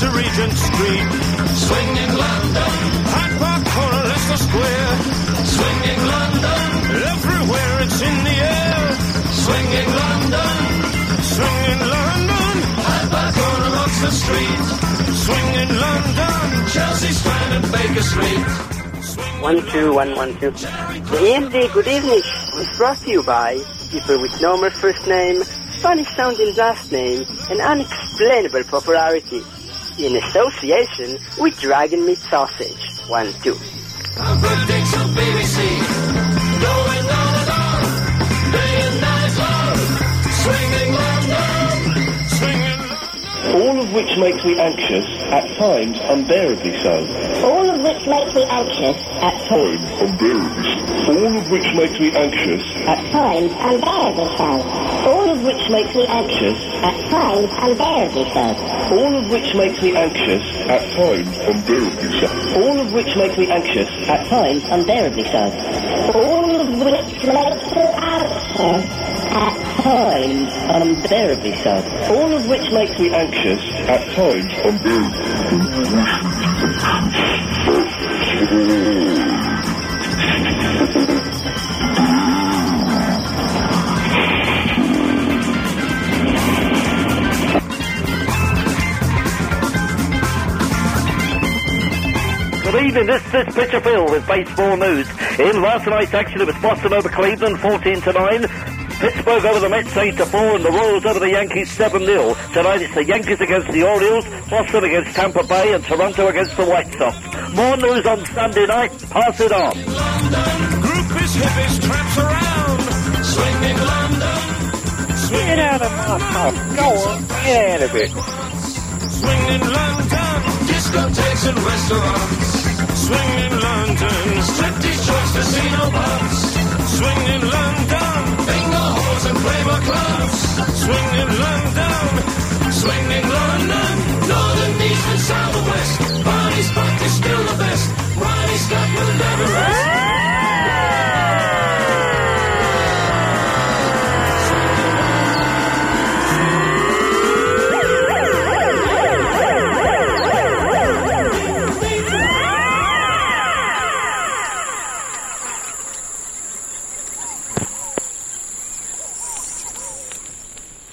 to Regent Street. Swing in London, Hyde Park Corner, Leicester Square. swing in London, Everywhere it's in the air. swing in London. Swing in London, Hyde Park corner, Oxford Street, swing in London. Chelsea Strand and Baker Street. One two one one two. The EMD Good Evening was brought to you by people with normal first name, Spanish sounding last name, and unexplainable popularity. In association with Dragon Meat Sausage. One two. Alfred Dix on BBC. Going on and on, day and night long. Swinging London, Swing in London. All of which makes me anxious, at times unbearably so. all of which makes me anxious at Times unbearably so. All of which makes me anxious. at times unbearably so. All of which makes me anxious at times unbearably so. All of which makes me anxious, at times unbearably so. All of which makes me anxious at times unbearably so. All of which makes me anxious at times unbearably so. All of which makes me anxious, at times unbearably so. Good evening, this is Pitcher Phil with baseball news. In last night's action, it was Boston over Cleveland 14 to 9. Pittsburgh over the Mets 8 to 4 and the Royals over the Yankees 7 0. Tonight it's the Yankees against the Orioles, Boston against Tampa Bay and Toronto against the White Sox. More news on Sunday night. Pass it on. Groupies, hippies, tramps around. swinging London, Swing it out of my house. Go on, get out of it. Swing in London, discotheques and restaurants. swing in London, Striptease joints, casino bars. swing in London, Bingo halls and playboy clubs. swing in London. Swinging London, northern, east and south and west. Barney's Buck is still the best. Ronnie Scott will never rest.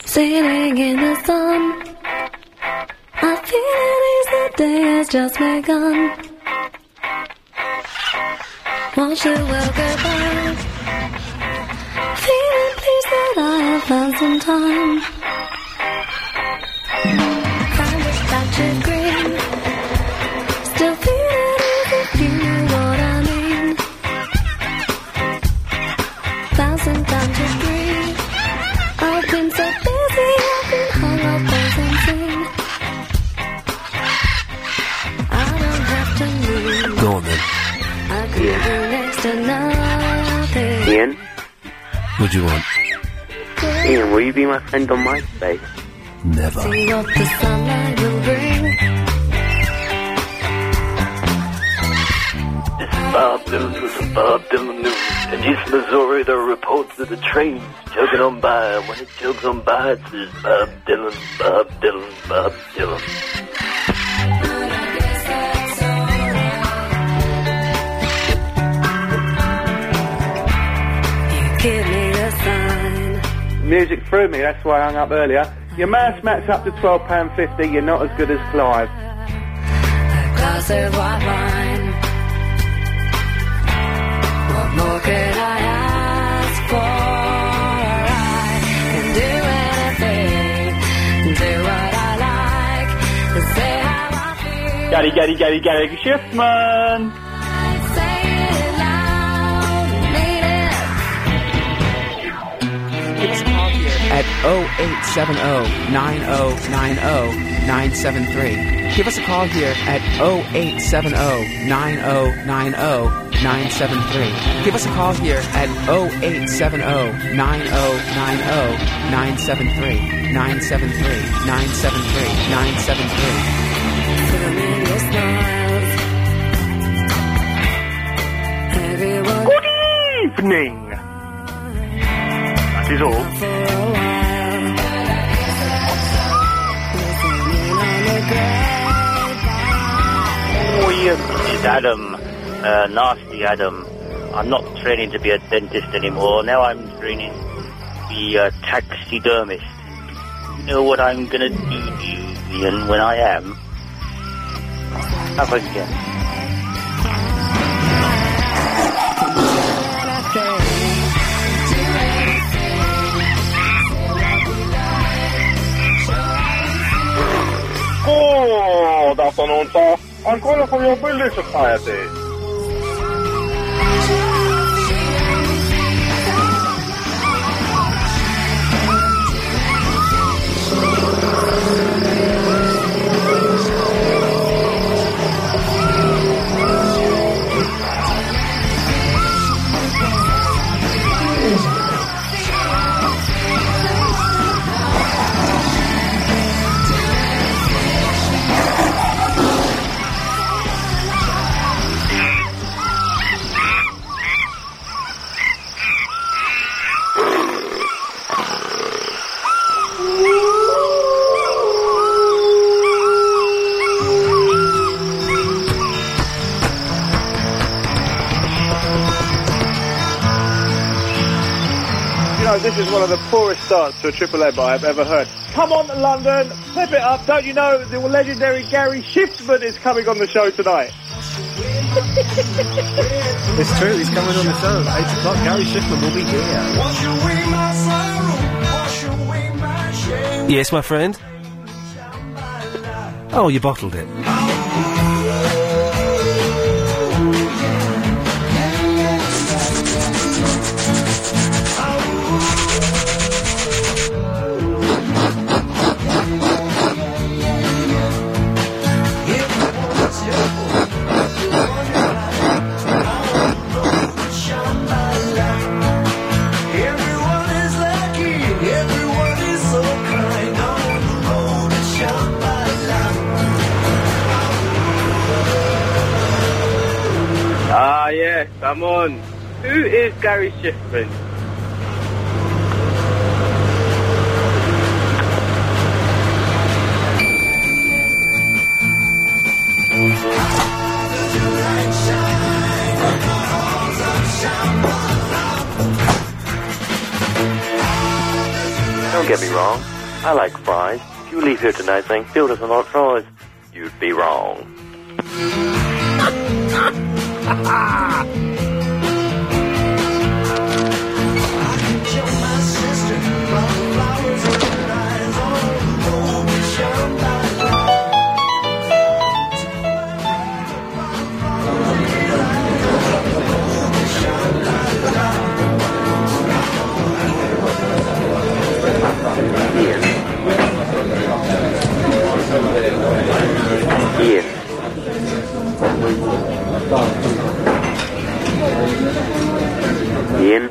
Sitting in the sun, I feel it is the day has just begun. Won't you walk by? Feeling pleased that I have found some time. Find a touch of green. Still feel it is if you know what I mean. Found some time to breathe. I've been so busy, I've been hung up on something. I don't have to leave. Go on then. I could do next to nothing. Ian, What do you want? Ian, will you be my friend on MySpace? Never. See what the sunlight will bring. This is Bob Dylan with the Bob Dylan News. In East Missouri, there are reports of the trains chugging on by. And when it chugs on by, it says Bob Dylan, Bob Dylan, Bob Dylan. Give me a sign. Music threw me, that's why I hung up earlier. Your mouse mat's up to £12.50, you're not as good as Clive. A glass of white wine. What more could I ask for? I can do anything, do what I like, and say how I feel. Gaddy, gaddy, gaddy, gaddy, shift, man! Say it loud, need it. at 0870 9090 973. Give us a call here at 0870 9090 973. Give us a call here at 0870 9090 973 973 973 973. Good Evening! That is all. evening. William, it's Adam, uh, Nasty Adam. I'm not training to be a dentist anymore. Now I'm training to be a taxidermist. You know what I'm going to do, Julian, when I am? Have a guess. Good afternoon, sir. I'm calling for your building society. You know, this is one of the poorest starts to a Triple A buy I've ever heard. Come on, London, flip it up. Don't you know the legendary Gary Shiftman is coming on the show tonight? It's true, he's coming on the show at 8 o'clock. Gary Shiffman will be here. Wash away my sorrow, wash away my shame. Yes, my friend? Oh, you bottled it. Everyone is lucky, everyone is so kind on the road to Shambhala. Ah, yes, I'm on. Who is Gary Shiffman? Don't get me wrong. I like fries. If you leave here tonight saying Phil doesn't like fries, you'd be wrong. Ian?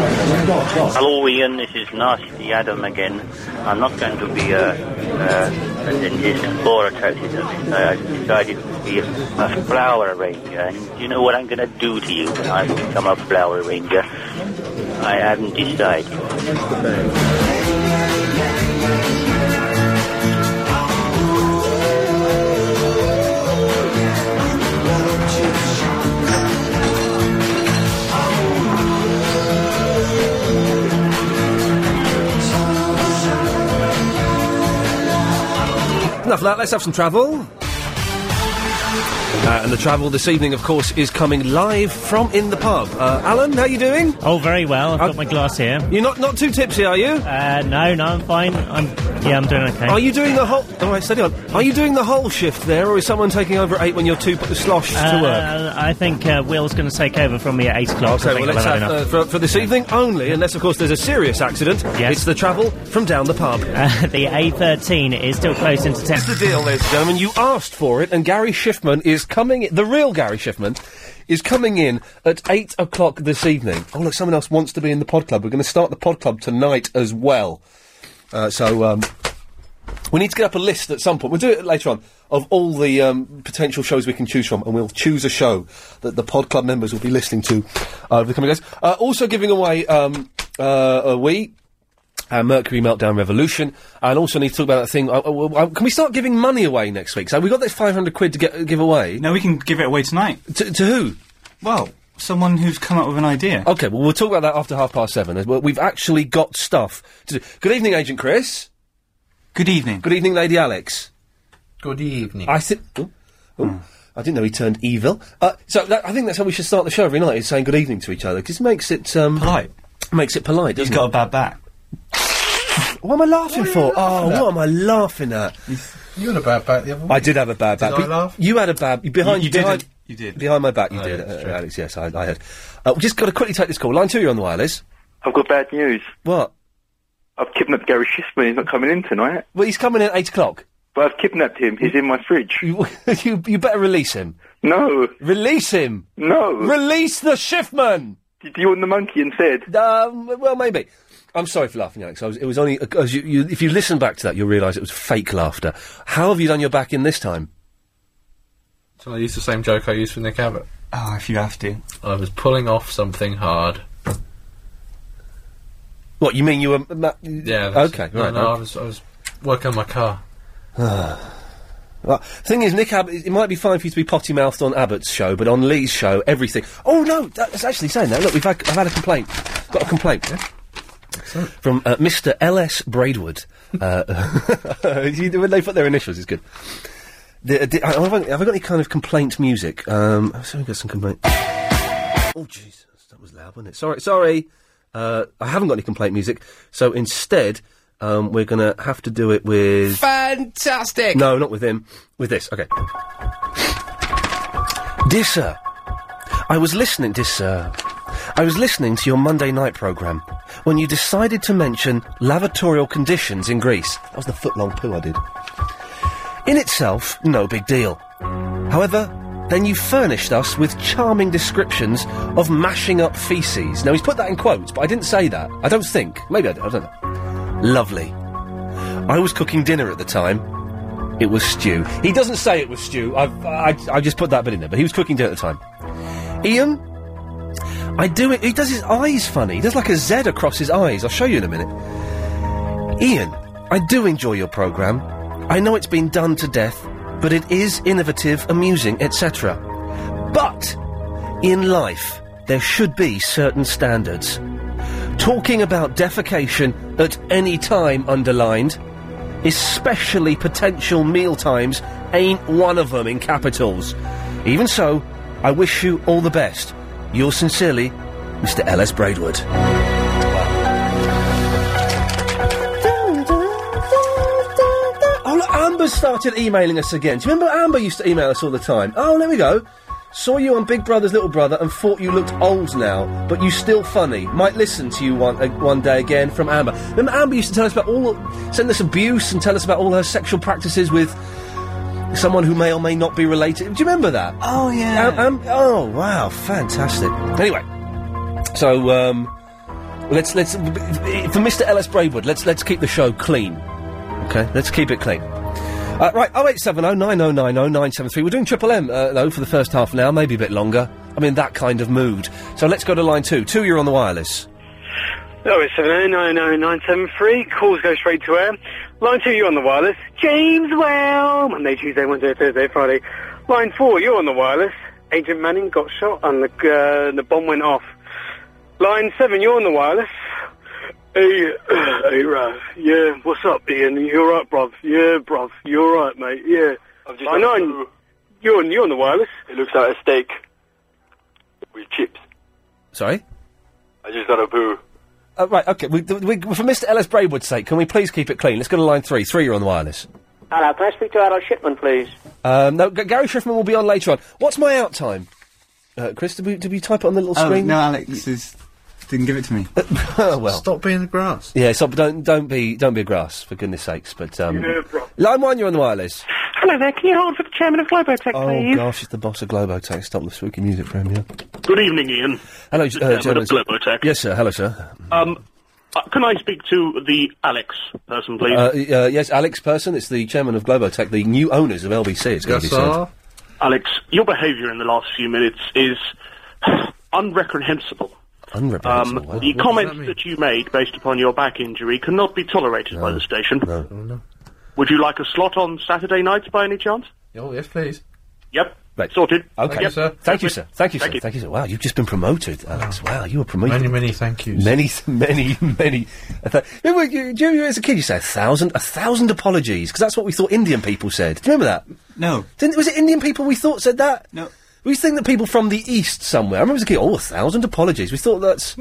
Hello, Ian. This is Nasty Adam again. I'm not going to be uh, a, a, a dentist or a taxidermist. I I decided to be a, a flower arranger. And do you know what I'm going to do to you when I become a flower arranger? I haven't decided. Enough of that, let's have some travel. Uh, and the travel this evening, of course, is coming live from in the pub. Uh, Alan, how you doing? Uh, Oh, very well. I've got my glass here. You're not not too tipsy, are you? Uh, no, no, I'm fine. I'm yeah, I'm doing okay. Are you doing the whole? Oh, I said on. Are you doing the whole shift there, or is someone taking over at eight when you're too p- sloshed to work? Uh, I think uh, Will's going to take over from me at eight o'clock. I Okay, think well, I've let's had have, enough. uh, for, for this evening only, unless, of course, there's a serious accident. It's the travel from down the pub. Uh, the A13 is still close into ten. Here's the deal, ladies and gentlemen. You asked for it, and Gary Schiffman is coming. The real Gary Schiffman is coming in at eight o'clock this evening. Oh look, someone else wants to be in the pod club. We're going to start the pod club tonight as well. Uh, so um, We need to get up a list at some point. We'll do it later on of all the um, potential shows we can choose from, and we'll choose a show that the Pod Club members will be listening to uh, over the coming days. Uh, also giving away um, uh, a Wii. Uh, Mercury Meltdown Revolution, and also need to talk about that thing. Uh, uh, uh, can we start giving money away next week? So we got this five hundred quid to get, uh, give away. No, we can give it away tonight. To, to who? Well, someone who's come up with an idea. Okay, well, we'll talk about that after half past seven. as well. We've actually got stuff to do. Good evening, Agent Chris. Good evening. Good evening, Lady Alex. Good evening. I said. Oh, oh, I didn't know he turned evil. Uh, so that, I think that's how we should start the show every night, is saying good evening to each other, because it makes it. Um, polite. Makes it polite, doesn't got it? a bad back. What am I laughing for? Oh, what am I laughing at? You had a bad back the other week. I did have a bad back. Did I but laugh? You had a bad behind You- you behind, didn't. You did. behind my back. You Oh, did, yeah, that's uh, Alex. Yes, I, I had. Uh, we just got to quickly take this call. Line two, you're on the wireless. I've got bad news. What? I've kidnapped Gary Shifman. He's not coming in tonight. Well, he's coming in at eight o'clock. But I've kidnapped him. He's in my fridge. You, you, you better release him. No. Release him. No. Release the shiftman. Did you want the monkey instead? Um, well, maybe. I'm sorry for laughing, Alex. I was, it was only because you, you, if you listen back to that, you'll realise it was fake laughter. How have you done your back in this time? Shall I use the same joke I used for Nick Abbott? Oh, if you have to. I was pulling off something hard. What you mean? You were ma- Yeah. that's- okay, No, right. no, I was, I was working on my car. Well, thing is, Nick Abbott, it might be fine for you to be potty mouthed on Abbott's show, but on Lee's show, everything. Oh no, that's actually saying that. Look, we've had, I've had a complaint. Got a complaint. From uh, Mr. L.S. Braidwood. uh, you- when they put their initials, it's good. The, uh, the, I, have, I, have I got any kind of complaint music? Um, I've certainly got some complaint. Oh, Jesus, that was loud, wasn't it? Sorry, sorry. Uh, I haven't got any complaint music, so instead, um, we're going to have to do it with. Fantastic. No, not with him. With this. Okay. Dear sir, I was listening. Dear sir, I was listening to your Monday night program when you decided to mention lavatorial conditions in Greece. That was the foot-long poo I did. In itself, no big deal. However, then you furnished us with charming descriptions of mashing up feces. Now he's put that in quotes, but I didn't say that. I don't think. Maybe I did. I don't know. Lovely. I was cooking dinner at the time. It was stew. He doesn't say it was stew. I've, I, I just put that bit in there, but he was cooking dinner at the time. Ian, I do it. He does his eyes funny. He does like a Z across his eyes. I'll show you in a minute. Ian, I do enjoy your programme. I know it's been done to death, but it is innovative, amusing, etc. But in life, there should be certain standards. Talking about defecation at any time underlined, especially potential meal times, ain't one of them in capitals. Even so, I wish you all the best. Yours sincerely, Mr. L.S. Braidwood. Oh, look, Amber started emailing us again. Do you remember Amber used to email us all the time? Oh, there we go. Saw you on Big Brother's Little Brother and thought you looked old now, but you still funny. Might listen to you one uh, one day again from Amber. Remember Amber used to tell us about all, send us abuse and tell us about all her sexual practices with someone who may or may not be related. Do you remember that? Oh, yeah. Am- Am- oh wow, fantastic. Anyway, so um, let's let's for Mr. Ellis Braidwood. Let's let's keep the show clean. Okay, let's keep it clean. Uh, right, 0870 9090 973. We're doing Triple M, uh, though, for the first half an hour, maybe a bit longer. I mean, that kind of mood. So let's go to line two. Two, you're on the wireless. Oh, it's 973. Calls go straight to air. Line 2, you're on the wireless. James Well. Monday, Tuesday, Wednesday, Thursday, Friday. Line 4, you're on the wireless. Agent Manning got shot and the, uh, the bomb went off. Line 7, you're on the wireless. Hey, hey, Rav. Yeah, what's up, Ian? You alright, bruv? Yeah, bruv. You alright, mate? Yeah. I've Line 9, you're on, you're on the wireless. It looks like a steak with chips. Sorry? I just got a poo. Uh, right, okay. We, we, for Mr. Ellis Braidwood's sake, can we please keep it clean? Let's go to line three. Three, you're on the wireless. Hello, can I speak to Harold Shipman, please? Um, no, G- Gary Shriftman will be on later on. What's my out time? Uh, Chris, did we, did we type it on the little Oh, screen? no, Alex is, didn't give it to me. Oh, well. Stop being the grass. Yeah, so don't don't be don't be a grass for goodness sakes. But um, line one, you're on the wireless. Hello there, can you hold for the chairman of Globotech, Oh gosh, it's the boss of Globotech. Stop the spooky music for him. Yeah. Good evening, Ian. Hello, Chairman uh, of Jonas. Globotech. Yes, sir. Hello, sir. Um, Uh, can I speak to the Alex person, please? Uh, y- uh, yes, Alex Person, it's the chairman of Globotech, the new owners of LBC, it's going to be said. Alex, your behaviour in the last few minutes is unreprehensible. Unreprehensible. Um, the comments that, you made based upon your back injury cannot be tolerated by the station. Oh, Would you like a slot on Saturday nights by any chance? Oh, yes, please. Yep. Right. Sorted. Okay. Yep. Thank you, sir. Thank you, Thank sir. you. Thank you, sir. Wow, you've just been promoted, Alex. Wow, you were promoted. Many, many thank yous. Many, many, many. a thou- Remember, you, do you remember as a kid you say a thousand, a thousand apologies? Because that's what we thought Indian people said. Do you remember that? No. Didn't, was it Indian people we thought said that? No. We used to think that people from the east somewhere. I remember as a kid, oh, a thousand apologies. We thought that's.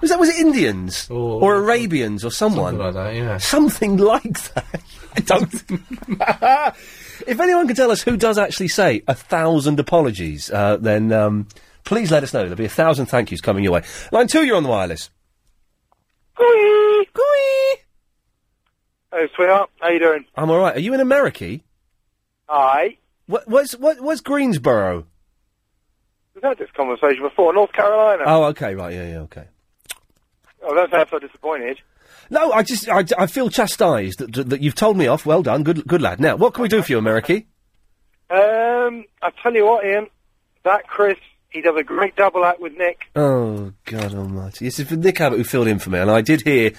Was that was it Indians or Arabians or someone Oh, something like that? Yeah, something like that. I don't. if anyone can tell us who does actually say a thousand apologies, uh, then um, please let us know. There'll be a thousand thank yous coming your way. Line two, you're on the wireless. Gooey! Hey, sweetheart, how you doing? I'm all right. Are you in America? Aye. What, what's what, what's Greensboro? We've had this conversation before. North Carolina. Oh, okay, right, yeah, yeah, okay. Oh, I don't sound so disappointed. No, I just I, I feel chastised that, that you've told me off. Well done, good good lad. Now, what can we do for you, America? Um, I tell you what, Ian, that Chris, he does a great double act with Nick. Oh, God almighty. This is for Nick Abbott who filled in for me, and I did hear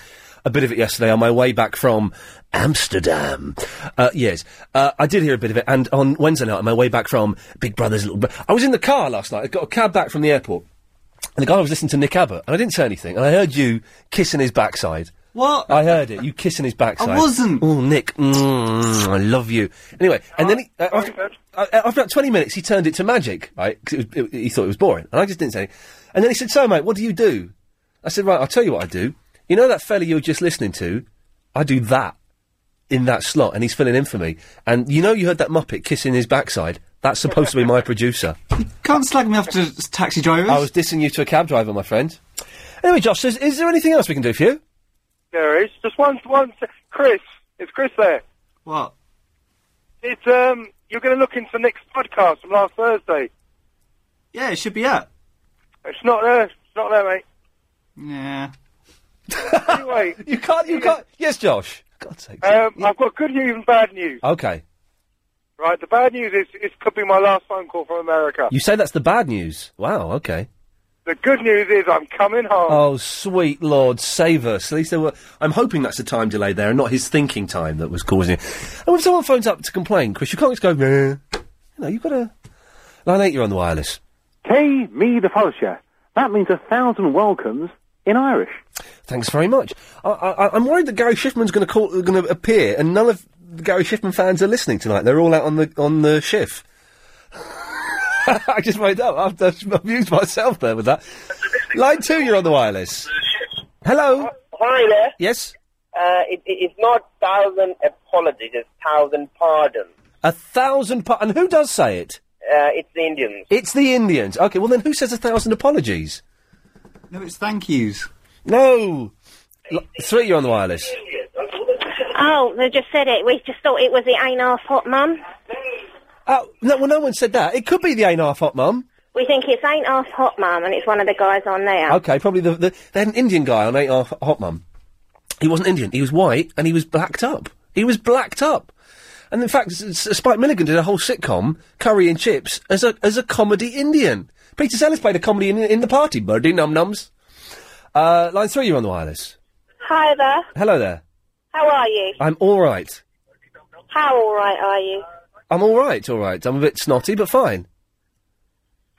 a bit of it yesterday on my way back from Amsterdam. Uh, yes, uh, I did hear a bit of it, and on Wednesday night on my way back from Big Brother's Little Bro- I was in the car last night. I got a cab back from the airport, and the guy was listening to Nick Abbott, and I didn't say anything, and I heard you kissing his backside. What? I heard it. You kissing his backside. wasn't. Oh, Nick, mm, I love you. Anyway, and then he, uh, after, uh, after about twenty minutes, he turned it to magic. Right? 'Cause it was, it, he thought it was boring, and I just didn't say. Anything. And then he said, "So, mate, what do you do?" I said, "Right, I'll tell you what I do. You know that fella you were just listening to? I do that in that slot, and he's filling in for me. And you know, you heard that Muppet kissing his backside. That's supposed to be my producer. Can't slag me off to s- taxi drivers. I was dissing you to a cab driver, my friend. Anyway, Josh, is, is there anything else we can do for you? There is. Just one, one. se- Chris, is Chris there? What? It's, um, you're going to look into Nick's podcast from last Thursday. Yeah, it should be up. It's not there. It's not there, mate. Yeah. anyway. You can't, you can't. Yes, Josh. God's sake. Um, I've got good news and bad news. Okay. Right, the bad news is it could be my last phone call from America. You say that's the bad news. Wow, okay. The good news is I'm coming home. Oh, sweet Lord, save us. At least there were. I'm hoping that's a time delay there and not his thinking time that was causing it. And when someone phones up to complain, Chris, you can't just go, "Meh." you know, you've got to. Line 8, you're on the wireless. K me the Fulcher. That means a thousand welcomes in Irish. Thanks very much. I, I, I'm worried that Gary Schiffman's going to call, going to appear, and none of the Gary Schiffman fans are listening tonight. They're all out on the on the shift. I just made up. I've, I've used myself there with that. Line two, you're on the wireless. Hello. Hi there. Yes. Uh, it, it is not thousand apologies, it's thousand pardons. A thousand. Pa- and who does say it? Uh, it's the Indians. It's the Indians. Okay, well then, who says a thousand apologies? No, it's thank yous. No. L- three, you're on the wireless. Oh, they just said it. We just thought it was the ain't half hot mum. Oh no, well no one said that. It could be the ain't half hot mum. We think it's ain't half hot mum, and it's one of the guys on there. Okay, probably the, the they had an Indian guy on eight half hot mum. He wasn't Indian. He was white and he was blacked up. He was blacked up. And in fact, S- S- Spike Milligan did a whole sitcom, Curry and Chips, as a as a comedy Indian. Peter Sellers played a comedy in, in the party. Birdie num nums. Uh, line three, you're on the wireless. Hi there. Hello there. How are you? I'm all right. How all right are you? I'm all right. All right. I'm a bit snotty, but fine.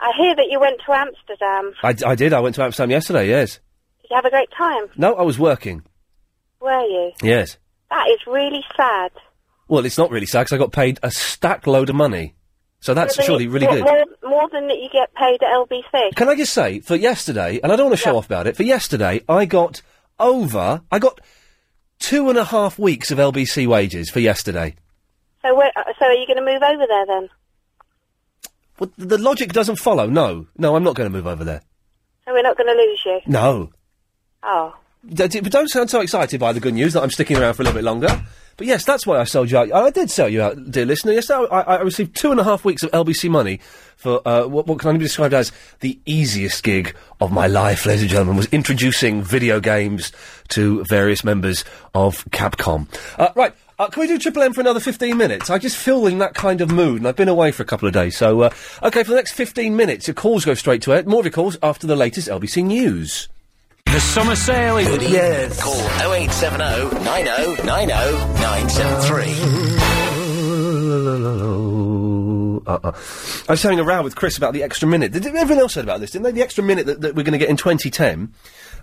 I hear that you went to Amsterdam. I, d- I did. I went to Amsterdam yesterday. Yes. Did you have a great time? No, I was working. Were you? Yes. That is really sad. Well, it's not really sad 'cause I got paid a stack load of money, so that's Really- surely really more, good. More, more than that you get paid at LBC. Can I just say, for yesterday, and I don't want to show off about it, for yesterday, I got over, I got two and a half weeks of LBC wages for yesterday. So, where, uh, so are you going to move over there then? Well, the logic doesn't follow, no. No, I'm not going to move over there. So we're not going to lose you. No. Oh. D- d- but don't sound so excited by the good news that I'm sticking around for a little bit longer. But yes, that's why I sold you out. I did sell you out, dear listener. Yes, I, I I received two and a half weeks of LBC money for uh, what, what can only be described as the easiest gig of my life, ladies and gentlemen, was introducing video games to various members of Capcom. Uh, right. Uh, can we do Triple M for another 15 minutes? I just feel in that kind of mood, and I've been away for a couple of days. So, uh, OK, for the next 15 minutes, your calls go straight to it. More of your calls after the latest LBC News. The summer sale is. Good yes. Call 0870 90 90 973. Uh-uh. I was having a row with Chris about the extra minute. Did, everyone else heard about this, didn't they? The extra minute that, that we're going to get in 2010,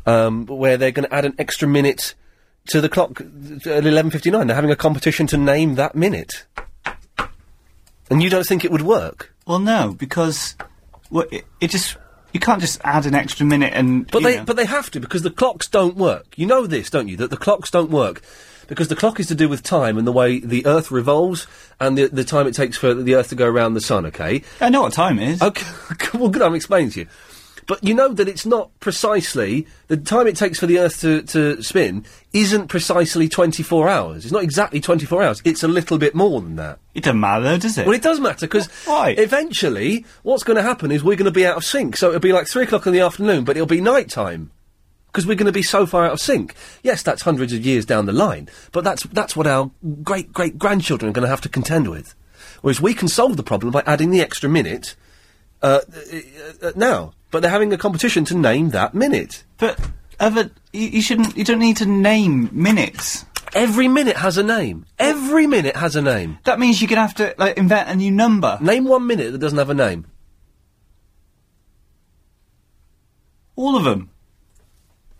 um, where they're going to add an extra minute to the clock uh, at 11.59. They're having a competition to name that minute. And you don't think it would work? Well, no, because well, it, it just you can't just add an extra minute and. But you they know. but they have to because the clocks don't work. You know this, don't you? That the clocks don't work because the clock is to do with time and the way the Earth revolves and the the time it takes for the Earth to go around the sun. Okay. I know what time is. Okay. well, good. I'm explaining to you. But you know that it's not precisely the time it takes for the Earth to, to spin isn't precisely 24 hours. It's not exactly 24 hours. It's a little bit more than that. It doesn't matter, though, does it? Well, it does matter because eventually what's going to happen is we're going to be out of sync. So it'll be like three o'clock in the afternoon, but it'll be night time because we're going to be so far out of sync. Yes, that's hundreds of years down the line, but that's that's what our great great grandchildren are going to have to contend with. Whereas we can solve the problem by adding the extra minute uh, uh, uh, now. But they're having a competition to name that minute. But other, you, you shouldn't. You don't need to name minutes. Every minute has a name. Every minute has a name. That means you're gonna have to like invent a new number. Name one minute that doesn't have a name. All of them.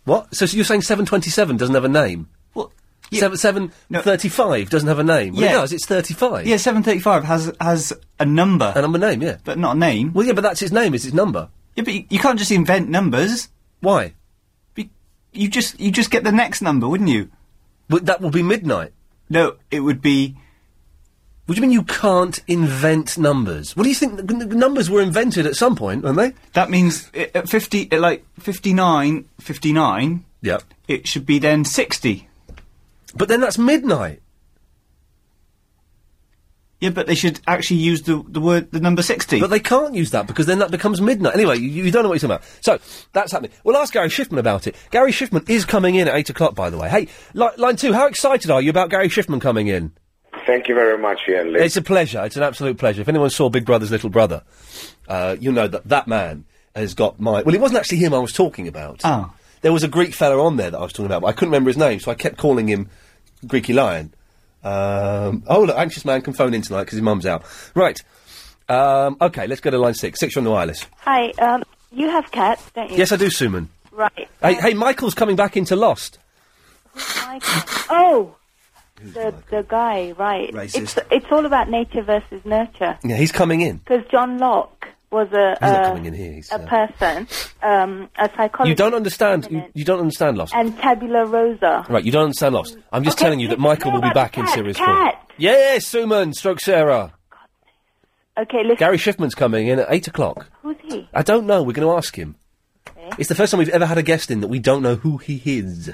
What? So, you're saying 727 doesn't have a name? Well, Seven, seven thirty-five doesn't have a name. Well, it Yeah. does. It's 35. Yeah, seven thirty-five has has a number. A number name, yeah, but not a name. Well, yeah, but that's its name. Is its number? Yeah, but you, you can't just invent numbers. Why? Be- you just you just get the next number, wouldn't you? But that will be midnight. No, it would be. What do you mean you can't invent numbers? What do you think? The, the numbers were invented at some point, weren't they? That means i at fifty, at like 59, 59, Yeah. It should be then sixty. But then that's midnight. Yeah, but they should actually use the the word the number sixty. But they can't use that because then that becomes midnight. Anyway, you, you don't know what you're talking about. So that's happening. We'll ask Gary Schiffman about it. Gary Schiffman is coming in at eight o'clock, by the way. Hey, li- line two. How excited are you about Gary Schiffman coming in? Thank you very much, Ian Lee. It's a pleasure. It's an absolute pleasure. If anyone saw Big Brother's Little Brother, uh, you know that that man has got my. Well, it wasn't actually him I was talking about. Oh. There was a Greek fella on there that I was talking about, but I couldn't remember his name, so I kept calling him Greeky Lion. Um, oh, look, Anxious Man can phone in tonight because his mum's out. Right. Um, okay, let's go to line six. Six, you're on the wireless. Hi, um, you have cats, don't you? Yes, I do, Suman. Right. Hey, hey, Michael's coming back into Lost. My cat. Oh, the the guy, right? Racist. It's it's all about nature versus nurture. Yeah, he's coming in. Because John Locke was a He's not a, coming in here. He's, a uh, person, um, a you psychologist, don't understand. You, you don't understand Lost. and tabula rasa. Right, you don't understand Lost. I'm just telling you that Michael will be back in series four. cat. Yes, Suman, stroke Sarah. Okay, listen. Gary Schiffman's coming in at eight o'clock. Who's he? I don't know. We're going to ask him. It's the first time we've ever had a guest in that we don't know who he is.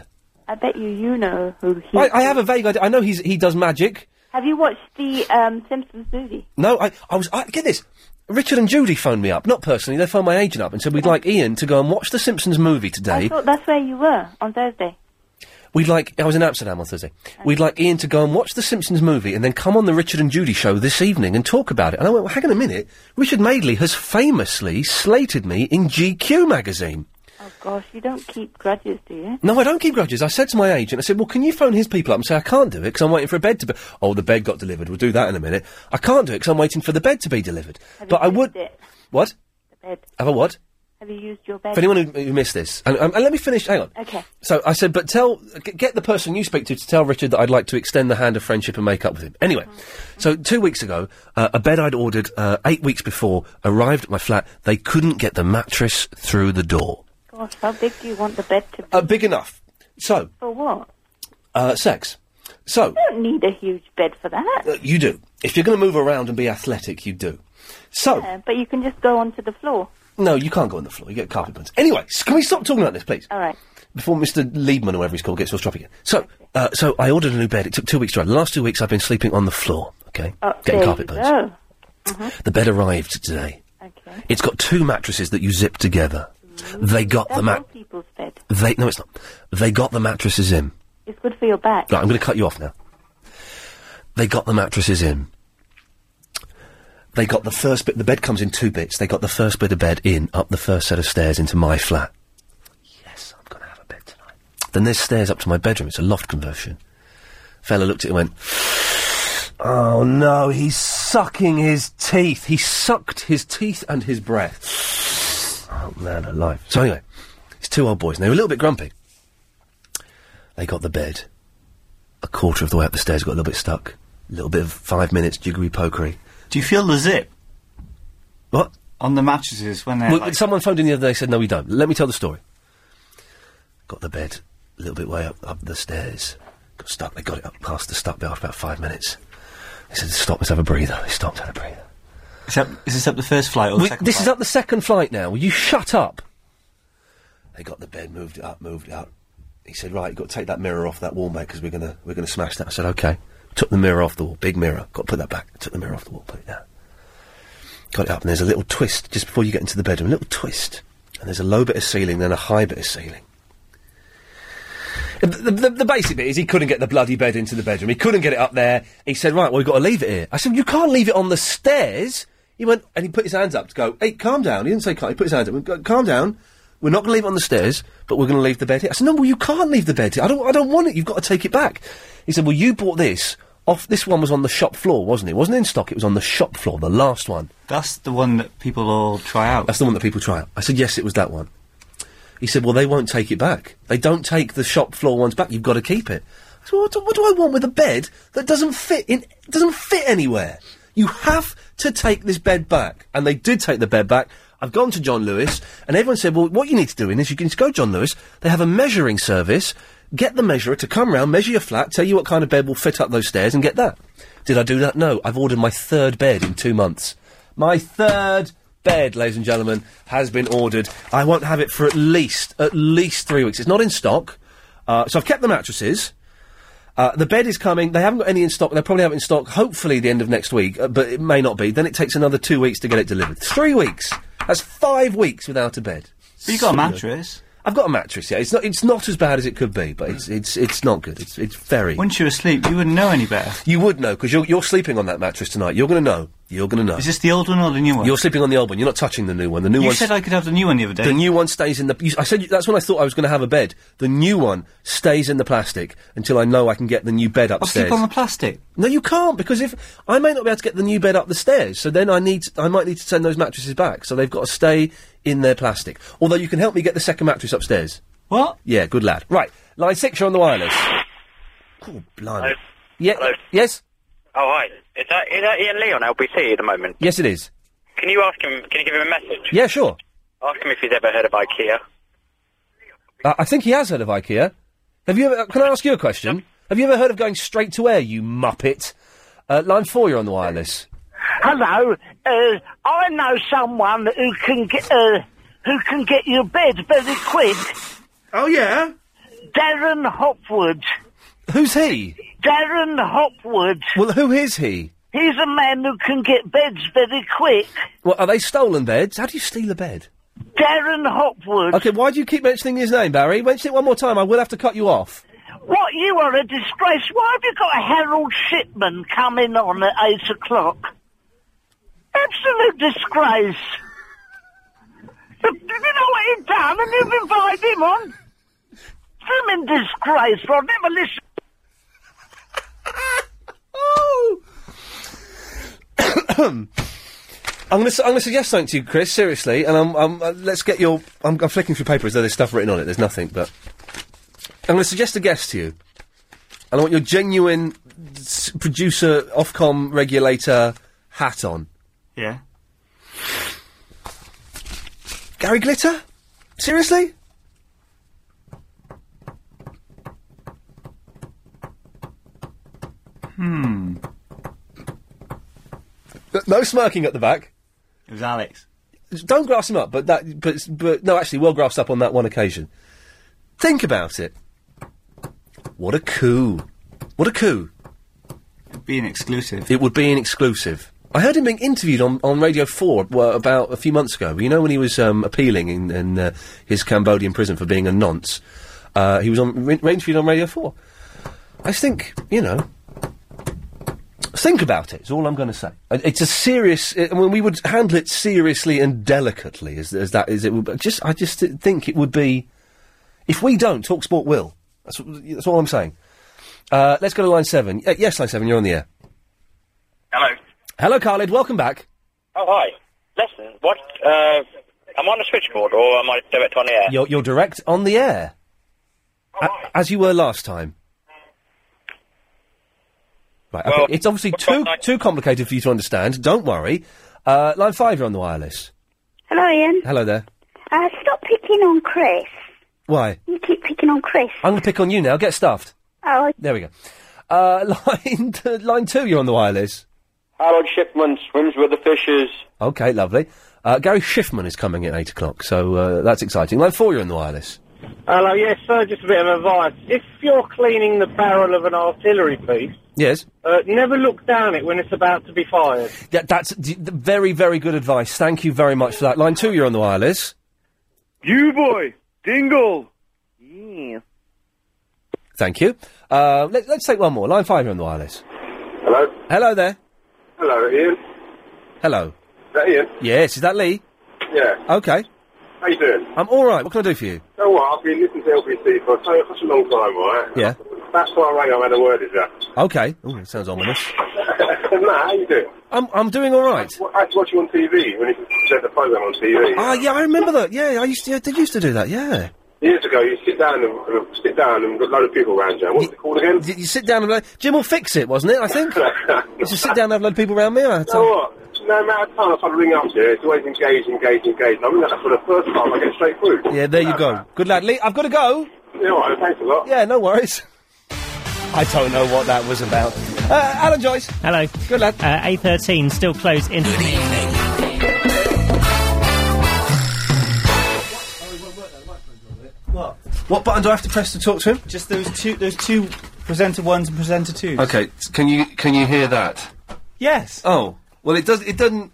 I bet you you know who he. I, I have a vague idea. I know he's he does magic. Have you watched the um, Simpsons movie? No, I I was I, get this. Richard and Judy phoned me up, not personally. They phoned my agent up and said we'd like Ian to go and watch the Simpsons movie I today. thought that's where you were on Thursday. We'd like I was in Amsterdam on Thursday. We'd like Ian to go and watch the Simpsons movie and then come on the Richard and Judy show this evening and talk about it. And I went, well, hang on a minute. Richard Madeley has famously slated me in GQ magazine. Oh gosh, you don't keep grudges, do you? No, I don't keep grudges. I said to my agent, I said, well, can you phone his people up and say I can't do it because I'm waiting for a bed to be. Oh, the bed got delivered. We'll do that in a minute. I can't do it because I'm waiting for the bed to be delivered. Have but you I would. used it? What? The bed. Have a what? Have you used your bed? For anyone who, who missed this, and, um, and let me finish. Hang on. Okay. So I said, but tell, g- get the person you speak to to tell Richard that I'd like to extend the hand of friendship and make up with him. Anyway, so two weeks ago, uh, a bed I'd ordered uh, eight weeks before arrived at my flat. They couldn't get the mattress through the door. Gosh, how big do you want the bed to be? Uh, big enough. So, For what? uh, sex. So, You don't need a huge bed for that. uh, you do. If you're going to move around and be athletic, you do. So, Yeah, but you can just go onto the floor. no, you can't go on the floor. You get carpet burns. Anyway, s- can we stop talking about this, please? All right. before Mr. Liebman or whatever he's called gets us dropping it. So, uh, so I ordered a new bed. It took two weeks to arrive. The last two weeks I've been sleeping on the floor. Okay, Oh, getting there carpet you burns. go. Uh-huh. The bed arrived today. Okay. It's got two mattresses that you zip together. They got That's the mat. all people's bed. They no, it's not. They got the mattresses in. It's good for your back. Right, I'm going to cut you off now. They got the mattresses in. They got the first bit. The bed comes in two bits. They got the first bit of bed in up the first set of stairs into my flat. Yes, I'm going to have a bed tonight. Then there's stairs up to my bedroom. It's a loft conversion. Fella looked at it and went, "Oh no, he's sucking his teeth. He sucked his teeth and his breath." Oh man, alive. So anyway, it's two old boys, and they were a little bit grumpy. They got the bed a quarter of the way up the stairs, got a little bit stuck. A little bit of five minutes jiggery pokery. Do you feel the zip? What? On the mattresses when they're, like- Someone phoned in the other day said, no, we don't. Let me tell the story. Got the bed a little bit way up, up the stairs. Got stuck. They got it up past the stuck bit after about five minutes. They said, stop, let's have a breather. They stopped, had a breather. Is, this up the first flight or the second This flight? is up the second flight now. Will you shut up? They got the bed, moved it up, moved it up. He said, "Right, you've got to take that mirror off that wall, mate, because we're gonna we're gonna smash that." I said, "Okay." Took the mirror off the wall, big mirror. Got to put that back. Took the mirror off the wall, put it down. Got it up, and there's a little twist just before you get into the bedroom. A little twist, and there's a low bit of ceiling, then a high bit of ceiling. The, the, the- the basic bit is he couldn't get the bloody bed into the bedroom. He couldn't get it up there. He said, "Right, well, we've got to leave it here." I said, "You can't leave it on the stairs." He went and he put his hands up to go, "Hey, calm down." He didn't say, "Calm." He put his hands up. "Go- "Calm down. We're not going to leave it on the stairs, but we're going to leave the bed here." I said, "No, well, you can't leave the bed here. I don't. I don't want it. You've got to take it back." He said, "Well, you bought this off. This one was on the shop floor, wasn't it? It wasn't in stock. It was on the shop floor, the last one." That's the one that people all try out. That's the one that people try out. I said, yes, it was that one. He said, well, they won't take it back. They don't take the shop floor ones back. You've got to keep it. I said, well, what, do, what do I want with a bed that doesn't fit in, doesn't fit anywhere? You have to take this bed back. And they did take the bed back. I've gone to John Lewis, and everyone said, well, what you need to do in is you can just go to John Lewis. They have a measuring service. Get the measurer to come round, measure your flat, tell you what kind of bed will fit up those stairs, and get that. Did I do that? No. I've ordered my third bed in two months. My third bed, ladies and gentlemen, has been ordered. I won't have it for at least at least three weeks. It's not in stock, uh, so I've kept the mattresses. Uh, the bed is coming. They haven't got any in stock. They'll probably have it in stock, hopefully, the end of next week, uh, but it may not be. Then it takes another two weeks to get it delivered. Three weeks. That's five weeks without a bed. But you got a Silly. mattress. I've got a mattress. Yeah, it's not. It's not as bad as it could be, but it's it's it's not good. It's it's very. Once you were asleep, you wouldn't know any better. You would know because you're you're sleeping on that mattress tonight. You're going to know. You're going to know. Is this the old one or the new one? You're sleeping on the old one. You're not touching the new one. The new you one. said I could have the new one the other day. The new one stays in the. You, I said that's when I thought I was going to have a bed. The new one stays in the plastic until I know I can get the new bed I'll upstairs. sleep on the plastic. no, you can't because if I may not be able to get the new bed up the stairs, so then I need I might need to send those mattresses back. So they've got to stay in their plastic. Although you can help me get the second mattress upstairs. What? Yeah, good lad. Right, line six, you're on the wireless. Oh, blimey. Hello? Yeah. Hello? Yes. Oh, hi. Is that, is that Ian Lee on LBC at the moment? Yes, it is. Can you ask him, can you give him a message? Yeah, sure. Ask him if he's ever heard of IKEA. I I think he has heard of IKEA. Have you ever? uh, Can I ask you a question? Have you ever heard of going straight to air, you muppet? Uh, line four, you're on the wireless. Hello, uh, I know someone who can get uh, who can get your bed very quick. Oh yeah, Darren Hopwood. Who's he? Darren Hopwood. Well, who is he? He's a man who can get beds very quick. What are they stolen beds? How do you steal a bed? Darren Hopwood. Okay, why do you keep mentioning his name, Barry? Mention it one more time. I will have to cut you off. What you are a disgrace. Why have you got Harold Shipman coming on at eight o'clock? Absolute disgrace. But Did you know what he done? And you've invited him on. Swimming disgrace. I'll never listen. I'm going to I'm going to suggest something to you, Chris. Seriously, and I'm, I'm uh, let's get your. I'm, I'm flicking through papers. Though there's stuff written on it. There's nothing, but I'm going to suggest a guest to you, and I want your genuine s- producer, Ofcom regulator hat on. Yeah. Gary Glitter? Seriously? Hmm. No smirking at the back. It was Alex. Don't grass him up, but that, but, but no, actually, well grassed up on that one occasion. Think about it. What a coup. What a coup. It'd be an exclusive. It would be an exclusive. I heard him being interviewed on, on Radio 4 well, about a few months ago. You know, when he was um, appealing in, in uh, his Cambodian prison for being a nonce, uh, he was on, re- interviewed on Radio 4. I just think, you know, think about it, is all I'm going to say. Uh, It's a serious, uh, I mean, we would handle it seriously and delicately, as, as that is. It would, but just, I just think it would be, if we don't, Talksport will. That's, wh- that's all I'm saying. Uh, let's go to line seven. Y- yes, line seven, you're on the air. Hello. Hello, Khalid. Welcome back. Oh, hi. Listen, what, uh, am I on the switchboard or am I direct on the air? You're, you're direct on the air, A- as you were last time. Right, okay. it's obviously too too complicated for you to understand. Don't worry. Uh, line five, you're on the wireless. Hello, Ian. Hello there. Uh, stop picking on Chris. Why? You keep picking on Chris. I'm going to pick on you now. Get stuffed. Oh, There we go. Uh, line t- line two, you're on the wireless. Harold Shipman swims with the fishes. Okay, lovely. Uh, Gary Schiffman is coming at eight o'clock, so uh, that's exciting. Line four, you're on the wireless. Hello, yes, sir, just a bit of advice. If you're cleaning the barrel of an artillery piece, Yes. uh, never look down it when it's about to be fired. Yeah, that's d- d- very, very good advice. Thank you very much for that. Line two, you're on the wireless. You boy, dingle. Yeah. Thank you. Uh, let, let's take one more. Line five, you're on the wireless. Hello? Hello there. Hello, Ian. Hello. Is that Ian? Yes, is that Lee? Yeah. Okay. How you doing? I'm all right. What can I do for you? You know what? I've been listening to LBC for so, such a long time, right? Yeah. That's why I rang. I had a word with you. Okay. Ooh, it sounds ominous. Matt, how you doing? I'm, I'm doing all right. I had to watch you on TV when you said the program on TV. Ah, yeah, I remember that. Yeah, I used to. They used to do that. Yeah. Years ago, you sit down and and sit down and got a load of people around you. What's it called again? You, you sit down and like, Jim will fix it, wasn't it? I think. It's just sit down and have a load of people around me. I had You know to, what? No matter the time I try to ring up to you, it's always engaged, engaged, engaged. And I mean that for the first time. I get straight through. yeah, there you go. Good lad, Lee. I've got to go. Yeah, all right, thanks a lot. Yeah, no worries. I don't know what that was about. Uh, Alan Joyce. Hello. Good lad. Uh, A13 still closed into the evening. What? What button do I have to press to talk to him? Just those two, those two presenter ones and presenter twos. Okay, can you can you hear that? Yes. Oh, well, it does. It doesn't.